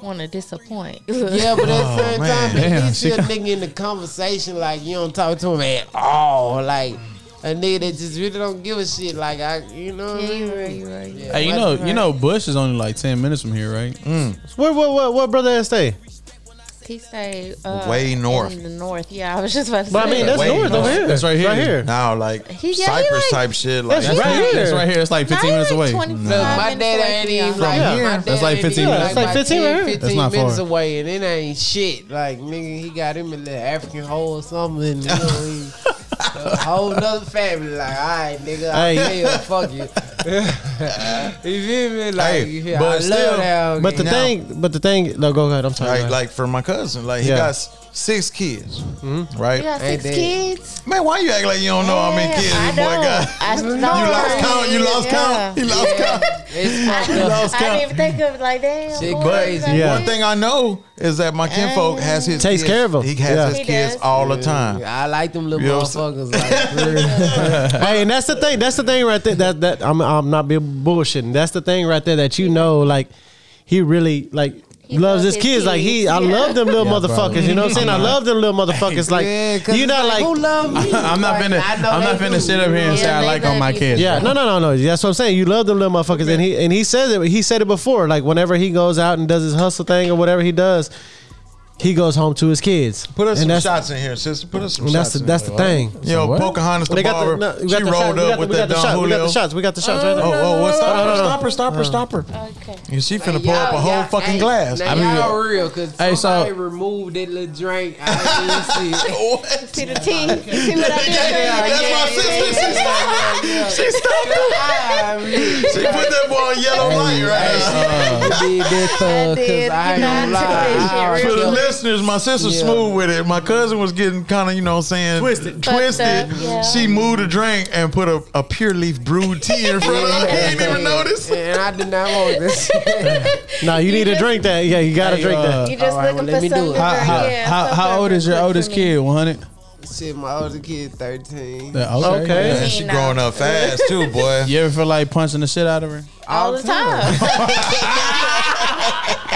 want to disappoint. Yeah, but at the Oh, same man. time, at Damn, least she you a got- nigga in the conversation, like you don't talk to him at all. Like a nigga that just really don't give a shit. Like I, you know. what I Yeah, you mean? right, you right. you right. Yeah, Hey, you what- know, Oh, you know, Bush is only like ten minutes from here, right? Where, where, where, where brother at stay? He stayed uh, Way north. In the north, yeah. I was just about to But say. I mean, that's Way north over north. here. That's right Right here. here. Now, like He- yeah, he Cypress like- type shit. Like, That's that's right. here. That's right here. It's like Now fifteen he minutes like away. 25 Look, my minutes dad away ain't from even y'all. like Yeah. my That's dad like ain't 15 even, minutes. like, That's like 15 right here. 15 That's not minutes far. away, and it ain't shit. Like nigga, he got him a little African hole or something. And, you know, he, a whole nother family. Like, all right, nigga, I Hey. tell you, fuck you. you feel me? Like, Hey, you feel, but I still- love that. But the Now- thing, but the thing, no, go ahead. I'm sorry. Like, go ahead. like for my cousin, like he Yeah. got s- six kids, Mm-hmm. right? You got Ain't six that- kids. Man, why you act like you don't know how many Yeah, kids I this boy got? don't. I You lost don't. count. You lost count. He lost count. it's fucked You up. lost I count. didn't even think of it like that. Shit crazy. Yeah. One thing I know is that my kinfolk has his Takes kids. care of 'em. He has Yeah. his He kids does. all the time. I like them little You know what I'm motherfuckers. Like, for real. Hey, and that's the thing. That's the thing right there. That that I'm I'm not being bullshitting. That's the thing right there that you know, like he really like He loves loves his his kids. Like he, kids. I Yeah. love them little Yeah, motherfuckers. bro. You know what I'm saying? I love them little motherfuckers. Like Yeah, 'cause you're it's not like. who love me? I'm not Like, finna. I know I'm not they finna do. sit up here and Yeah, say I they like on love my you. kids. yeah, bro. no, no, no, no. That's what I'm saying. You love them little motherfuckers, and he and he says it. He said it before. Like whenever he goes out and does his hustle thing or whatever he does, he goes home to his kids. Put and us some that's, shots in here, sister. Put us some And that's shots the in that's the here. thing. Yo, Pocahontas the They got barber, the, no, we she got the shots. rolled We up got the- with we got that the Don shots. We Julio. got the shots. We got the shots right there. Oh, oh, oh, stop No, no, her, no. stop her, stop her, stop her. Okay. And she finna pour up a Y'all- whole y'all- fucking hey, glass. Now, I mean, y'all uh, real, cause hey, so- somebody removed that little drink. I didn't see it. See the T. You see what I did? yeah, That's yeah, my sister. She stopped her. She stopped her. Ah, man. She put that boy on yellow light right now. I did that thug, I did. cause I ain't You know, I gonna took that lie. I shit For the real. felt- listeners, my sister's Yeah. smooth with it. My cousin was getting kind of, you know what I'm saying? Twisted. Twisted. Fucked up, uh, yeah. She moved a drink and put a, a pure leaf brewed tea in front of her. He didn't even notice. And I did not want this. No, you need to just- drink that. Yeah, you gotta Hey, drink uh, that. You just All right, looking well, let for me do something. it. How, how, yeah, how, something how old is your quick for oldest me. kid? 100. Shit, my older kid, 13. Okay. Okay. Man, she growing up fast too, boy. You ever feel like punching the shit out of her? All the time.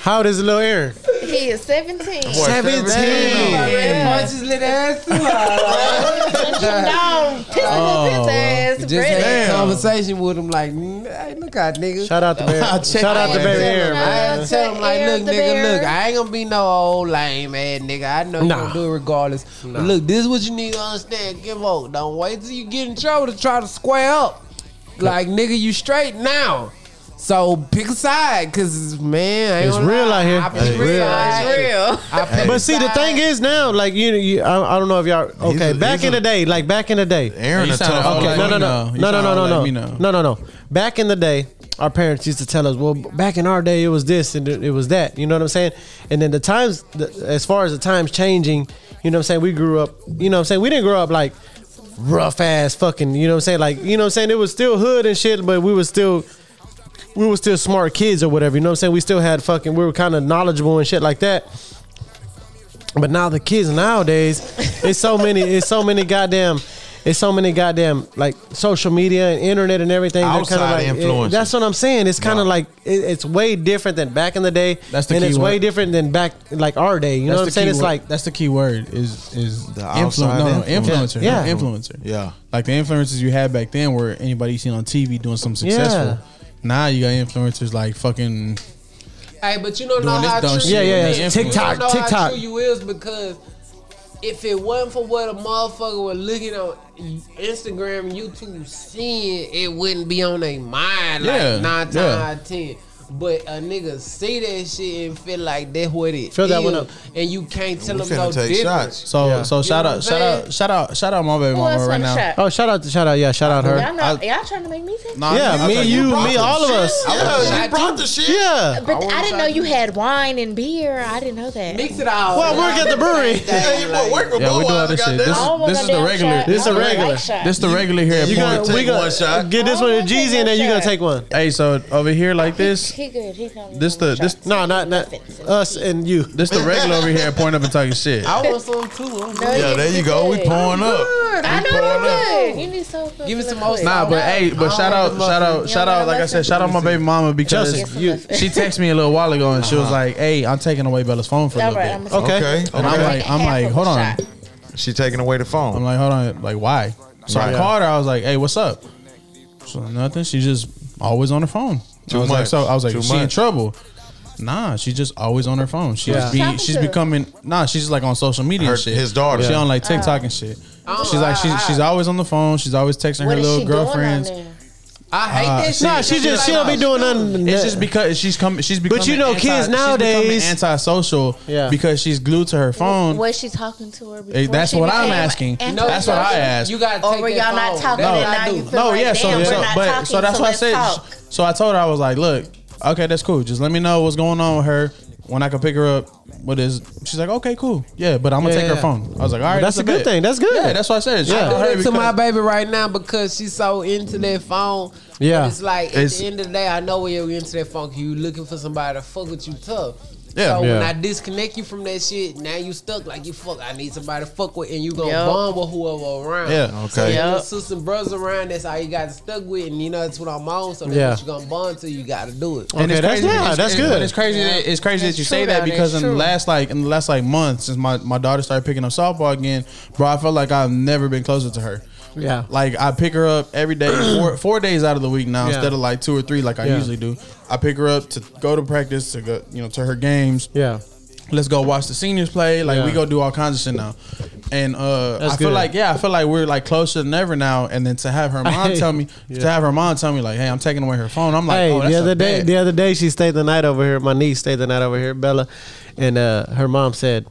How old is little Aaron? he is 17. Boy, 17. I ready to punch his little ass too hard. No, piss Oh, oh, his ass. Just had a Damn. conversation with him, like, "Mm, hey, look out, nigga. Shout out to Barry. I'll check Shout out my to Barry Aaron, man. I man. tell him like, Air look, the nigga, bear. look, I ain't gonna be no old lame ass nigga. I know you Nah. gonna do it regardless. But look, this is what you need to understand. Give up. Don't wait till you get in trouble to try to square up. Like, nigga, you straight now. So pick a side, cause man, I ain't It's gonna real lie. out here. I pick It's a real. side. It's real. I pick a But see, the side. thing is now, like you, you I, I don't know if y'all okay. a- back he's in a- the day, like back in the day, Aaron You a sound tough like- Okay, okay. no, no, no, no. You no, no, sound no, no, like no, me no, now. no, no. Back in the day, our parents used to tell us, "Well, back in our day, it was this and it was that." You know what I'm saying? And then the times, the, as far as the times changing, you know what I'm saying? We grew up. You know what I'm saying? We didn't grow up like rough ass fucking. You know what I'm saying? Like you know what I'm saying? It was still hood and shit, but we was still. We were still smart kids or whatever, you know what I'm saying? We still had fucking, we were kind of knowledgeable and shit like that. But now the kids nowadays, it's so many, it's so many goddamn, it's so many goddamn like social media and internet and everything. They're kinda Outside like, influences. that's what I'm saying. It's kind of like it, it's way different than back in the day. That's the and key it's way word. different than back like our day. You know That's what I'm the saying? key It's word. like that's the key word is is The influ- outside no, no, influence. influencer, Yeah. yeah, influencer, Yeah. Like the influencers you had back then, were anybody you seen on TV doing something Yeah. successful. Now you got influencers like fucking Hey, but you don't know Doing this how dumb true. shit you yeah, yeah, is. yeah. influencer. You don't TikTok, know how TikTok. true you is because if it wasn't for what a motherfucker was looking on Instagram, YouTube, seeing, it wouldn't be on their mind. Yeah, like nine times yeah. out of ten. But a nigga see that shit and feel like that's what it Fill that is, one up. and you can't tell We them no finna take difference. shots. So so shout out know what I'm shout saying? out shout out shout out my baby Who mama else right want now. a shot? Oh, shout out, to shout out, yeah, shout out her. Y'all, know, y'all trying to make me sick? Nah, Yeah, I'll me, take you, me, all of us. I Yeah, was you shot brought too. the shit. Yeah. But wouldn't I, didn't try know to you do had wine and beer. I didn't know that. Mix it all. Well, work at the brewery. Yeah, you wanna work with Yeah, we do all this shit. Budweiser, This I goddamn. don't want this is the no damn regular. shot. This is I the don't like regular. shot. This the regular here at You Point. gonna we take got- one shot. Get this Oh, one to I'm taking Jeezy, and then you gonna shots. take one. Hey, so over here like this, He good. He gonna This the- this- No, not not us and you. this the regular over here at Point of Kentucky shit. I want some too. I'm good. Yeah, there you go. We pouring up. I We pouring up. know you good. You need some. Give me some more Nah, but hey, but shout out, shout out, shout out. Like I said, shout out my baby mama because Justice, you- she texted me a little while ago and she was like, "Hey, I'm taking away Bella's phone for a Uh-huh. All little right, I'm bit." gonna Okay. Okay. And I'm okay. like, I'm like, hold on. She taking away the I'm phone. like, hold on, like why? So I Right. called her. I was like, "Hey, what's up?" So nothing. She's just always on her phone. Too I was Like, much. so I was like, Too "She in much. trouble?" Nah, she's just always on her phone. She's Yeah. be, Talking she's to? becoming nah. She's like on social media. Her- and shit. his daughter. She Yeah. on like TikTok and shit. Oh, she's like she's ah, she's always on the phone. She's always texting What her is little she girlfriends. doing on there? I hate Uh, that shit. Nah, she just she don't be doing nothing. It's just because she's coming. She's becoming. you know, kids anti- she's becoming nowadays- antisocial. Yeah. because she's glued to her phone. Was she talking to her? Eh, Before that's she what I'm became asking. anti- No, That's what I asked. You gotta take Or were that y'all not phone. talking? No. and I now you do. feel like, damn, we're not but talking, so that's why I let's said. talk. So I told her I was like, look, okay, that's cool. Just let me know what's going on with her when I can pick her up. What is? She's like, okay, cool, yeah, but I'm gonna Yeah, take her yeah. phone. I was like, all right, That's a good bet. thing. That's good. Yeah, that's what I said. Shout Yeah. out do her that to my because- baby right now because she's so into that phone. Yeah. But it's like at It's- the end of the day, I know when you're into that phone, 'cause you looking for somebody to fuck with you tough. Yeah. so when Yeah. I disconnect you from that shit, now you stuck like you fuck. I need somebody to fuck with, and you gonna Yup. bond with whoever around. Yeah. So Okay. your little Yup. sisters and brothers around, that's all you got stuck with, and you know that's what I'm on. So that's Yeah. what you gonna bond to. You gotta do it. And Okay, it's that's- crazy. yeah, it's, that's it's- good. but It's crazy. That, it's crazy that It's you true, say that though. because in It's the true. last like in the last like month since my my daughter started picking up softball again, bro, I felt like I've never been closer to her. Yeah. Like I pick her up every day, four, four days out of the week now Yeah. instead of like two or three like I Yeah. usually do. I pick her up to go to practice to go you know to her games. Yeah. Let's go watch the seniors play. Like we Yeah. go do all kinds of shit now. And uh, That's I feel good. like yeah, I feel like we're like closer than ever now. And then to have her mom tell me to have her mom tell me like, hey, I'm taking away her phone. I'm like, hey, oh, that's the a other day, bad- the other day she stayed the night over here. My niece stayed the night over here, Bella, and uh, her mom said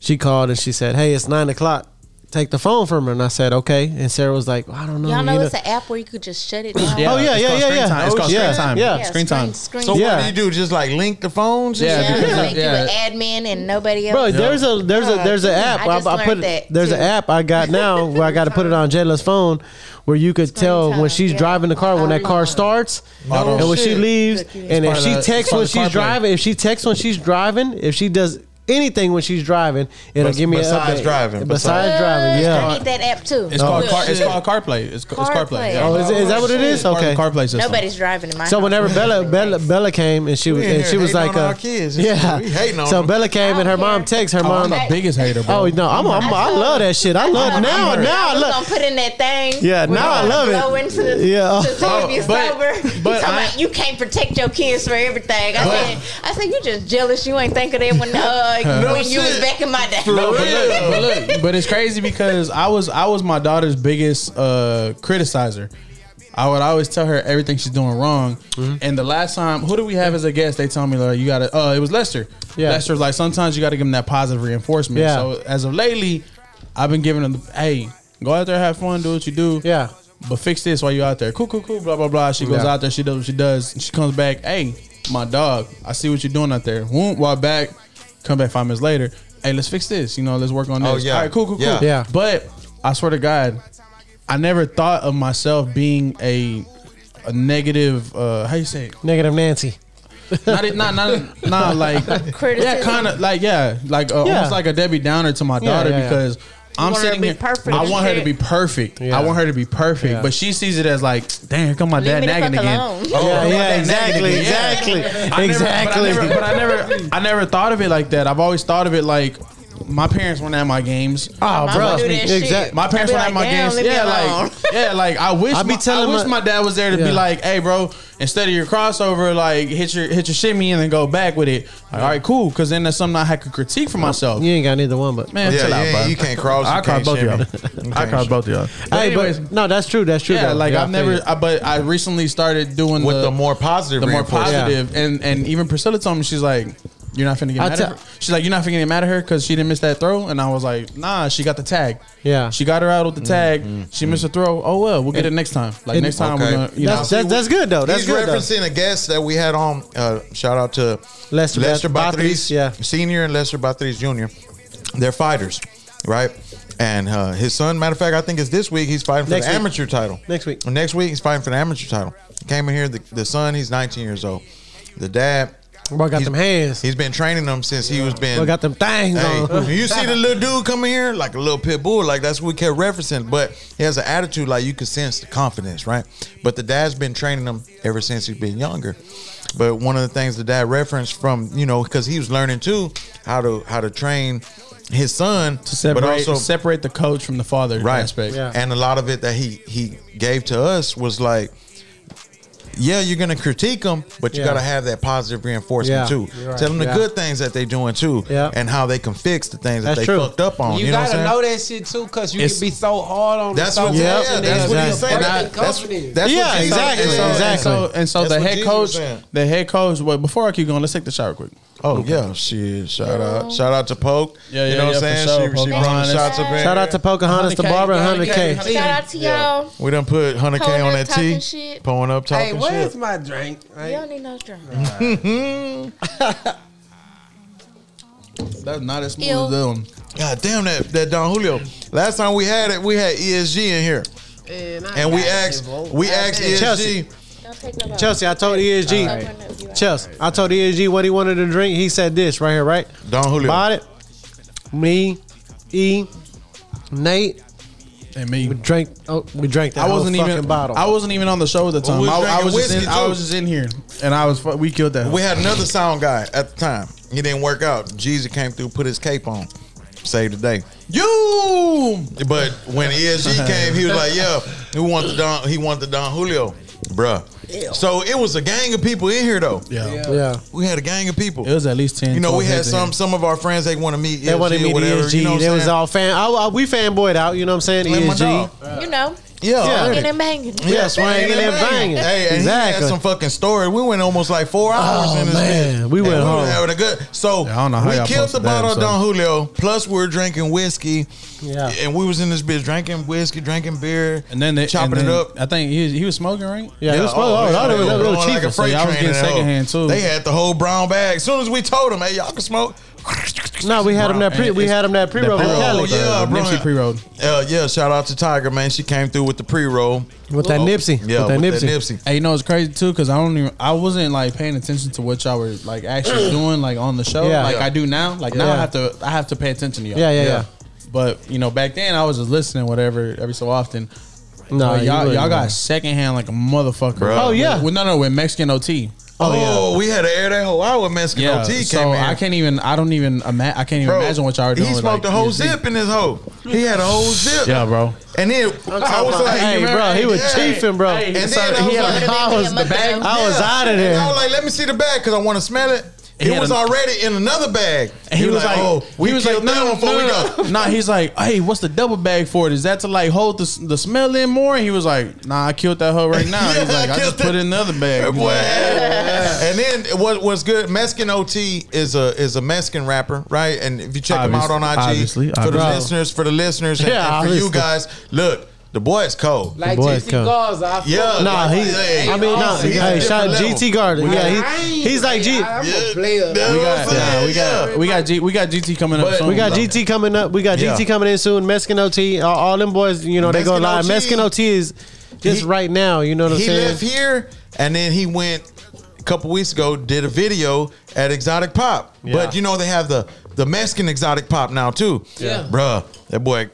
she called and she said, "Hey, it's nine o'clock. Take the phone from her." And I said, "Okay." And Sarah was like, "I don't know." Y'all you know it's an app where you could just shut it down. Oh, yeah, it's yeah, yeah, called screen yeah. Time. It's Oh, called yeah. screen time. Yeah. Screen time. Screen, So Yeah. what do you do? Just like link the phones? Yeah, Yeah, because they of- make yeah. you an admin and nobody else. Bro, there's a there's a Yeah, there's an I app. just learned put that, there's an too. app I got now where I got to put it on Jayla's phone, where you could tell time, when she's yeah. driving the car when that car starts, No and when she shit. leaves, and if part of she the- it's texts part when of the she's CarPlay. driving, if she texts when she's driving, if she does anything when she's driving, it'll Bes- give me besides an update. driving, besides Ugh, driving, I yeah. need that app too. It's called Oh, car, it's shit. called CarPlay. It's, ca- it's CarPlay. CarPlay. Oh, is, it, is that what it is? It's part of Okay. the CarPlay system. Nobody's driving in my So house. whenever Bella Bella Bella came and she was We in and here she was hating like, on uh, our kids. yeah, We hating on So them. Bella came and her mom texts her Oh, mom. I'm the biggest hater, bro. Oh no, I'm, I'm I love that shit. I love now now I was love. gonna put in that thing. Yeah, We're now I gonna love it. blow Into the, Yeah. to see if Oh, you're but- sober. but you, talking I- about you can't protect your kids for everything. I But- said, I said you just jealous. You ain't think of that when uh, when you was shit. back in my day. No, but look, but look, but it's crazy because I was I was my daughter's biggest uh, criticizer. I would always tell her everything she's doing wrong. Mm-hmm. And the last time, who do we have as a guest? They told me like you got to. Uh, it was Lester. Yeah. Lester's like sometimes you got to give them that positive reinforcement. Yeah. So as of lately, I've been giving them, hey, go out there, have fun, do what you do. Yeah. But fix this while you're out there. Cool, cool, cool. Blah blah blah. She goes Yeah. out there. She does what she does. and she comes back. Hey, my dog. I see what you're doing out there. Whoop, walk back. Come back five minutes later. Hey, let's fix this. You know, let's work on this. Oh, yeah. All right, cool, cool, cool. Yeah. Yeah. But I swear to God, I never thought of myself being a a negative. Uh, how you say? It? Negative Nancy. Not it- not not not like Criticism. yeah, kind of like yeah, like uh, Yeah. almost like a Debbie Downer to my Yeah, daughter yeah, yeah. because I'm want her to sitting be here. perfect I and want her to shit. be perfect. Yeah. I want her to be perfect, Yeah. but she sees it as like, damn, here come my Leave dad me the nagging fuck again. alone. Oh, Yeah, come my yeah, dad nagging exactly, again. Yeah. exactly, I never- exactly. But I never, but I never, I never thought of it like that. I've always thought of it like my parents weren't at my games. Oh, mama bro. do that shit. exact- My parents I be weren't at my like, "Damn, games. leave me Yeah, alone." like yeah, like I wish I I, be telling I wish my- my dad was there to Yeah. be like, hey, bro, instead of your crossover, like hit your hit your shimmy and then go back with it. Like, all right, cool, because then that's something I could critique for myself. You ain't got neither one, but Man, Yeah, chill out, yeah, bro. you can't cross, I you caught can't both of shimmy. y'all. You I can't caught both of y'all. But Hey, anyways, but no, that's true. That's true. yeah, though. like Yeah, I I've feel you. never, I, but I recently started doing with the more positive, the more reinforcement. positive. And and even Priscilla told me she's like, "You're not finna get I mad tell- at her." She's like, "You're not finna get mad at her because she didn't miss that throw." And I was like, "Nah, she got the tag. Yeah. she got her out with the tag. She missed a throw. Oh well, we'll get it next time. Like and- next time Mm-hmm. Okay. we're gonna, you That's know." that's, that's good though. Oh, That's He's good. Though. referencing a guest that we had on. Uh, shout out to Lester Lester, Lester Bat- Batris, Batris, yeah. senior and Lester Batris Jr. They're fighters, right? And uh, his son, matter of fact, I think it's this week. He's fighting for Next the week. amateur title. Next week. Next week, he's fighting for the amateur title. Came in here. The, the son, he's 19 years old. The dad, Bro got he's- them hands. He's been training them since he was been. Bro got them things Hey, on. you see the little dude coming here like a little pit bull, like that's what we kept referencing. But he has an attitude like you can sense the confidence, right? But the dad's been training him ever since he's been younger. But one of the things the dad referenced from you know because he was learning too how to how to train his son, to separate, but also separate the coach from the father right. aspect. Yeah. And a lot of it that he he gave to us was like, yeah, you're gonna critique them, but you Yeah. gotta have that positive reinforcement Yeah. too. You're right. Tell them the Yeah. good things that they're doing too, Yeah. and how they can fix the things that That's they true. fucked up on. You, You, know what gotta I'm know saying? that shit too, cause you It's- can be so hard on. That's yourself what, yeah, and then that's you what be he's saying. breaking That- That's, confidence. that's Yeah, what Jesus exactly, is So, saying. exactly. And so, and so That's the what head Jesus was coach, saying. the head coach. Well, before I keep going, let's take the shot real quick. Oh yeah, shit! Shout out, shout out to Poke. Yeah, you yeah, know what I'm yeah, for saying? sure, she she brought Pocahontas. the shots up in. Shout out to Pocahontas, to 100K, Barbara, 100K. 100K. Shout out to y'all. We done put 100k Pulling on up that talking tea, shit. pulling up talking Hey, shit. where's my drink? Like, You don't need no drama. That's not as smooth Ew. as that one. God damn that that Don Julio. Last time we had it, we had ESG in here, man, I and we got asked, involved. we I asked E did. ESG. Chelsea. Don't take no Chelsea, I told ESG. Chelsea, I told ESG what he wanted to drink. He said this right here, right? Don Julio. Bought it. Me, E, Nate And me. drank. Oh, we drank that. I wasn't whole fucking even bottle. I wasn't even on the show at the time. we was I, I drinking was just in, whiskey, I too. was just in here, and I was fu- we killed that. We had another sound guy at the time. He didn't work out. Jeezy came through, put his cape on, saved the day. you. But when ESG came, he was like, "Yeah, he want the Don. He want the Don Julio, bruh." So it was a gang of people in here, though. Yeah. Yeah. We had a gang of people. it was at least ten. you know, we 12 had heads in some here. some of our friends they want to meet. They ESG wanted me to or whatever, ESG. You know what they I'm was saying? all fan. I, I, we fanboyed out. You know what I'm saying? Like my ESG. dog. You know, Yeah, Yeah. already. and it banging. Yeah, swinging and banging. Hey, and he Exactly. had some fucking story. We went almost like four hours Oh, in this man. bitch. We went and we home. was having a good. So Yeah, I don't know how we y'all killed the posted that bottle of episode. Don Julio. Plus we were drinking whiskey. Yeah. and we was in this bitch drinking whiskey, drinking beer, and then they, chopping and it then up. I think he was, he was smoking, right? Yeah, it was oh, fun. Oh, yeah, that was, they that were was going cheap. Like a freight y'all was train in getting that hoe. secondhand, too. They had the whole brown bag. As soon as we told them, hey, y'all can smoke. no, we had him that Brown. pre. We It's- had him that pre roll with pre-roll, Cali Oh, yeah. uh, bro. Nipsey pre-rolled. Uh, yeah, shout out to Tiger man. She came through with the pre roll. with that Nipsey. Yeah, with that Nipsey. Hey, you know it's crazy too because I don't even I wasn't like paying attention to what y'all were like actually doing like on the show Yeah. like Yeah. I do now. Like now Yeah. I have to I have to pay attention to y'all. Yeah, yeah, yeah. But you know back then I was just listening whatever every so often. No, But you y'all wouldn't, man. y'all got secondhand like a motherfucker. Bruh. Oh, yeah. With, no no with Mexican OT. Oh, we had to air that whole hour. Mexican Yeah, OT came so in. I can't even. I don't even. Ima- I can't even Bro, imagine what y'all are doing. He with, smoked like, a whole ESG. zip in his hoe. He had a whole zip. Yeah, bro. And then I was like, Hey, you bro, remember- he was yeah. chiefing, bro. Hey, And so then I he was had like- a I was the bag. I was out of And I there. was like, let me see the bag because I want to smell it. He It had was a- already in another bag. And he, was like, oh, we he was like, killed that no, one no, before we no, go. no. Nah, he's like, hey, what's the double bag for it? Is that to like hold the, the smell in more? And he was like, nah, I killed that hoe right now. he's Yeah, like, I I, just killed put it." it in another bag. He's Boy. like, And then what was good? Mexican OT is a is a Mexican rapper, right? And if you check him out Obviously, on IG obviously, for the obviously. listeners, for the listeners, and, Yeah, and for you obviously. guys, look, the boy is cold. Like boy Jesse come. Garza, I fuck Yeah. with Nah, like, he. hey, I mean, nah. he's a Hey, different shout out level. GT Garden. Yeah, I he, ain't- he's like G. I- I'm a player. Yeah, We got- that's what I'm saying, yeah, we got yeah. we got G, we got GT coming up But- soon. We got bro. GT coming up. We got Yeah. GT coming in soon. Mexican OT. All, all them boys, you know, they go Mexican live. OT. Mexican OT is just He- right now. You know what I'm he saying? left here and then he went a couple weeks ago did a video at exotic pop but you know they have the the mexican exotic pop now too Yeah. bruh that boy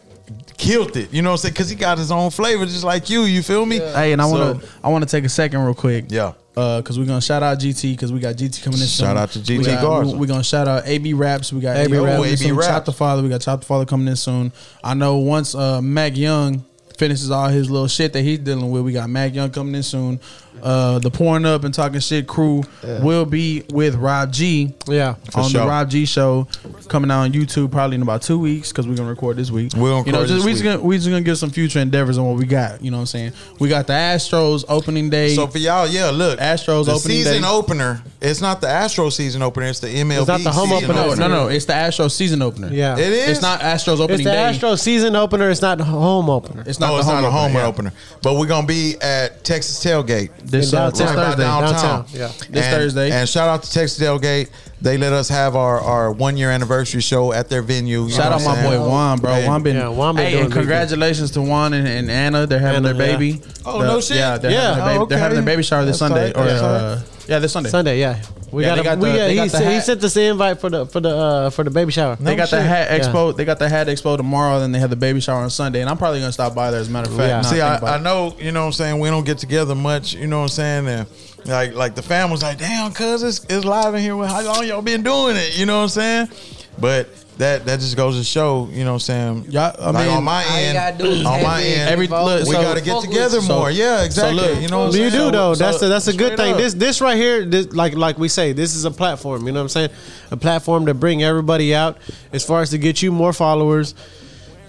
killed it you know what i'm saying because he got his own flavor just like you you feel me Hey, and I want to I want to take a second real quick. yeah Uh, cause we're gonna shout out GT because we got GT coming in. soon. Shout out to GT we got, Garza. We're gonna shout out AB Raps. We got AB Yo, Raps. coming AB soon. Raps. Chop the Father. We got Chop the Father coming in soon. I know once uh, Mac Young finishes all his little shit that he's dealing with, we got Mac Young coming in soon. Uh, the pouring up and talking shit crew will be with Rob G Yeah. For on sure. the Rob G show coming out on YouTube probably in about two weeks because we're gonna record this week. We're gonna you know record just this we just week. gonna we just gonna give some future endeavors on what we got. You know what I'm saying? We got the Astros opening day. So for y'all, yeah, look, Astros the opening season day. opener. It's not the Astro season opener. It's the MLB. not the home season opener. no, no, no, it's the Astros season opener. Yeah. It is. it's not Astros opening It's the day. Astro season opener. It's not the home opener. It's not No, the it's home not a home opener. yeah. opener. But we're gonna be at Texas Tailgate. This, In uh, downtown. this Right by Thursday. downtown. downtown, yeah. This And- Thursday. And shout out to Texas Tailgate. They let us have our, our one year anniversary show at their venue. You Shout know out what I'm my saying? boy Juan, bro. Hey, Juan been, Yeah, Juan been hey, doing and big congratulations to Juan and, and Anna. They're having Anna, their yeah. baby. Oh, The- no shit. Yeah, they're Yeah. having their baby. Oh, They're having their okay. baby shower That's this Sunday tight. or That's uh, yeah, this Sunday. Sunday, yeah. We Yeah, they got, got a, we the- got, they he, got the sent- he hat. sent us the invite for the for the uh, for the baby shower. They got the shit. hat Yeah. expo. They got the hat expo tomorrow. Then they have the baby shower on Sunday. And I'm probably gonna stop by there. As a matter of fact, Yeah. now See, think I, about I it. know, you know what I'm saying, we don't get together much, you know what I'm saying? And like like the family's like, damn, cuz it's, it's live in here. Well, How long y'all been doing it? You know what I'm saying? But that that just goes to show, you know what I'm saying? Yeah, I like mean, on my all you end, gotta do is on have my it. end, Every- look, we so- gotta get fuck with together you. more. yeah, exactly. look, you know what I'm You saying? do though. that's so- a, that's a good straight thing. up. This this right here, this, like like we say, this is a platform. You know what I'm saying? A platform to bring everybody out, as far as to get you more followers,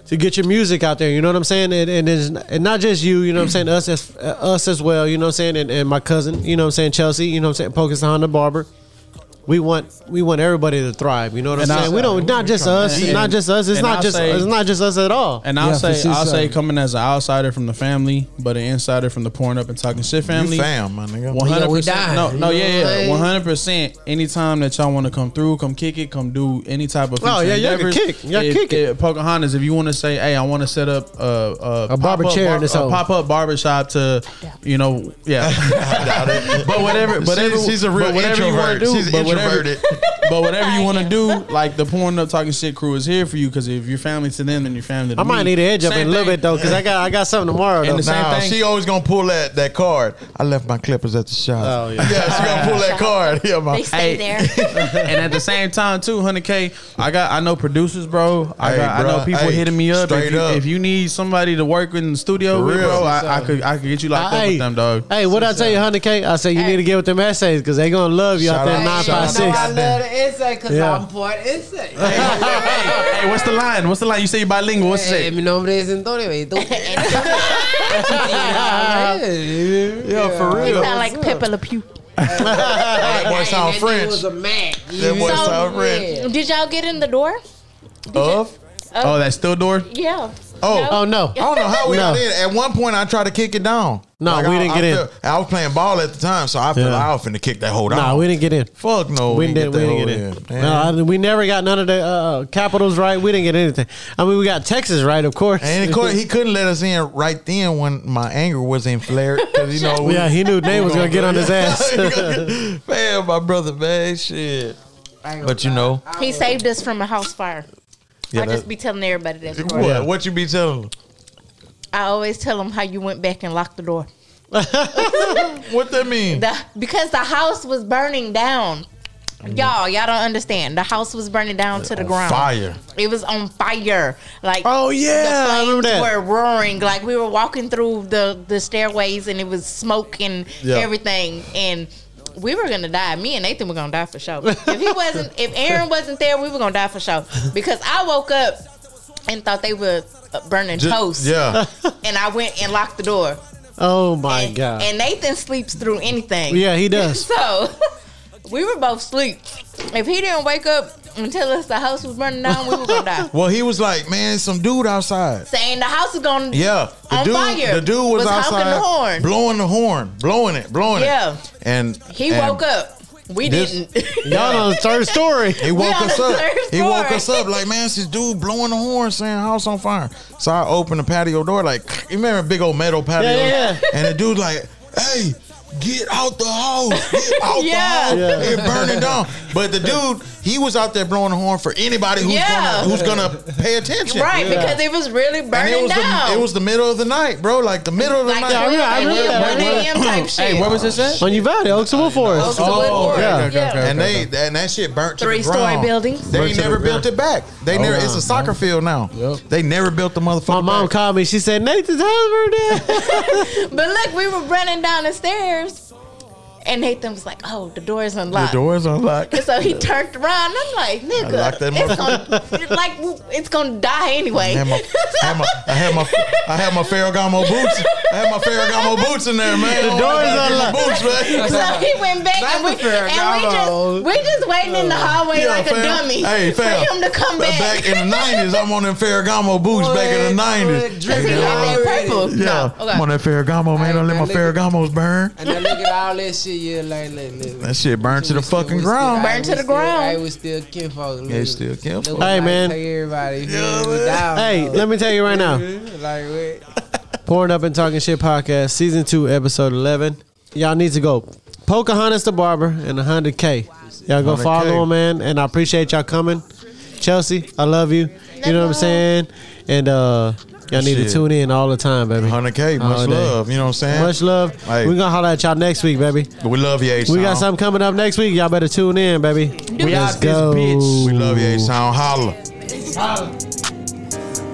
to get your music out there. You know what I'm saying? And and, it's, and not just you. You know what I'm saying? Us as uh, us as well. You know what I'm saying? And, and my cousin. You know what I'm saying? Chelsea. You know what I'm saying? Pocus Honda Barber. We want we want everybody to thrive. You know what I'm And I- saying? we don't not just us, And- not just us. It's and not I'll just say- it's not just us at all. And I'll Yeah, for say, sure, I'll sir. say, coming as an outsider from the family, but an insider from the pouring up and talking shit family. You fam, my nigga. One hundred dying. percent. No, no, You know what I'm yeah, yeah. saying? One hundred percent. Anytime that y'all want to come through, come kick it, come do any type of. Oh, future yeah, y'all can endeavors. kick. Y'all If- kick it. if Pocahontas, if you want to say, hey, I want to set up a a, A barber pop-up chair in this a hole. pop up barber shop to, you know, yeah. I doubt it. But whatever, but She's- every- she's a but real whatever you wanna introvert. do, She's but whatever- introverted. But whatever you want to do, like the pouring up talking shit crew is here for you because if your family to them, then your family. To I might me. need an edge up Same in a little thing. bit though, because I got I got something tomorrow. And Though. the same Nah, thing. she always gonna pull that, that card. I left my clippers at the shop. Oh, yeah. she gonna pull that card. Yeah, my They stay Hey. there. and at the same time too, 100k. I got I know producers, bro. I Hey, got I know bruh. people Hey, hitting me up. straight If you, up. if you need somebody to work in the studio, For with, real. bro, I, I could I could get you locked up Hey, with them, dog. Hey, what I tell you, hundred K? I say you Hey. need to get with them essays because they gonna love you out Shout there out, nine shout five out. six. I love the inside because Yeah. I'm part inside. hey, hey, what's the line? What's the line? You say you bilingual. What's Hey, it? mi nombre es Antonio. Y tú. Yeah, for You real. sound like Pepe Le Pew. That boy sound It French. was a Mac. That boy sound French. Did y'all get in the door? Of? Oh, that still door. Yeah. Oh. Oh no, I don't know how we No. got in. At one point, I tried to kick it down. No, we I, didn't I get in. feel- I was playing ball at the time, so I feel Yeah. like I was finna kick that hole down. nah, we didn't get in. Fuck no, We didn't. We didn't get that Oh, in. hole No, Damn. I- we never got none of the uh, capitals right. We didn't get anything. I mean, we got Texas right, of course. and of course, he couldn't let us in right then when my anger was in flare because you know we, yeah, he knew Nate was gonna get on his ass. man, my brother, man, shit. But you know, He saved us from a house fire. Oh. yeah, I that, just be telling everybody that story. what what you be telling? him? I always tell them how you went back and locked the door. What that mean? The, because the house was burning down. Y'all, y'all don't understand. The house was burning down to the ground. Fire. It was on fire. Like Oh, yeah, I the remember flames that. were roaring. Like we were walking through the the stairways and it was smoke and Yeah. everything and. We were gonna die. Me and Nathan were gonna die for sure. If he wasn't, if Aaron wasn't there, we were gonna die for sure. Because I woke up and thought they were uh, burning Ju- toast, Yeah, and I went and locked the door. oh my and, god. and Nathan sleeps through anything. yeah, he does. So we were both asleep. If he didn't wake up and tell us the house was burning down, we were gonna die. well, he was like, man, some dude outside. Saying the house is gonna Yeah, the On dude, fire. the dude was, Was honking outside the horn. blowing the horn, blowing it, blowing Yeah. it. and He and woke up. We this- didn't. Y'all on the third story. He woke on us the up. third He woke floor. us up like, man, it's this dude blowing the horn saying house on fire. So I opened the patio door, like, you remember a big old metal patio? Yeah, yeah, yeah. And the dude like, hey, Get out the hole! Get out Yeah. the hole! Yeah. And burn it down. But the dude, he was out there blowing the horn for anybody who's Yeah. gonna who's gonna pay attention. Right, because it was really And burning it was down. the it was the middle of the night, bro. Like the middle of the like night. I read- I read that. one a.m. type shit. Hey, where was this at? On Uvalde, Oaks and Wood Forest. Oaks and Wood Oh, okay, Forest. okay, okay. and they and that shit burnt to the Three-story ground. buildings. They Burnt ain't to the never built it back. They never. It's a soccer field now. Yep. They never built the My motherfucker. mom back. called me. She said, Nathan's house burned down. But look, we were running down the stairs, and Nathan was like, "Oh, the door is The unlocked." doors unlocked. And so he turned around. I'm like, locked nigga, that it's gonna, it's like it's gonna die I anyway. had my, I had my, I had my, I had my Ferragamo boots. I had my Ferragamo boots in there, man. Oh, The doors unlocked. Boots, man. so he went back, and we, That's fair, and we Gabo. just we just waiting in the hallway Yeah, like a fam. dummy Hey, fam. for him to come back. Back in the nineties, I'm on them Ferragamo boots. back in the nineties. Cause he had that purple. Yeah, No, okay. I'm on that Ferragamo, man. Don't let my Ferragamos burn. And then look at all that shit. Yeah, like, look, look. That shit burned to the We still- fucking we still- ground. Burn to we the still- ground. Hey, we still kinfolk. Look, They still look, kinfolk. we Hey, like man. take everybody. Yeah, we down, hey, though. let me tell you right now. Like, what? Pouring Up and Talking Shit podcast, season two, episode 11. Y'all need to go Pocahontas the Barber and 100K. Y'all go 100K. follow him, man. And I appreciate y'all coming. Chelsea, I love you. You know what I'm saying? And uh, y'all need to Shit. tune in all the time, baby. 100K, much All day. love. You know what I'm saying? Much love. Hey. We're going to holler at y'all next week, baby. we love you, H. We got something coming up next week. Y'all better tune in, baby. We Let's out this go. bitch. We love you, H. Sound. Holla.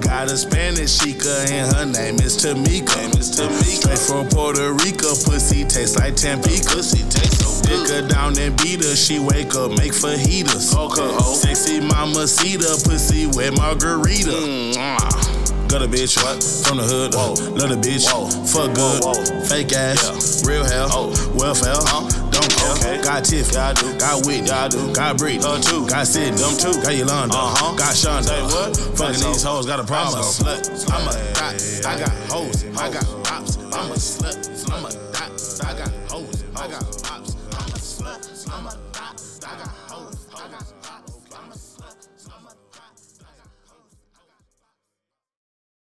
Got a Spanish chica and her name is Tamika. Name is Tamika. Straight from Puerto Rico, pussy tastes like Tampica. Pussy tastes so good. Dick her down and beat her, she wake up, make fajitas. Okay, oh. Sexy mama see the pussy with margarita. Got a bitch, what? From the hood, oh. Love the bitch, fuck good. Fake ass, real hell, welfare, don't care. Got Tiff, I do. Got Whitney, I do. Got Brit, her too. Got Sid, them two. Got Yolanda, uh-huh. got Shonda. Say what? Fucking these hoes got a problem. I'm a slut. I'm a dot. I got hoes. I got pops. I'm a slut. I'm a dot. I got hoes. I got pops. I'm a slut. I'm a dot. I got hoes. I got pops. I'm a slut. I'm a dot.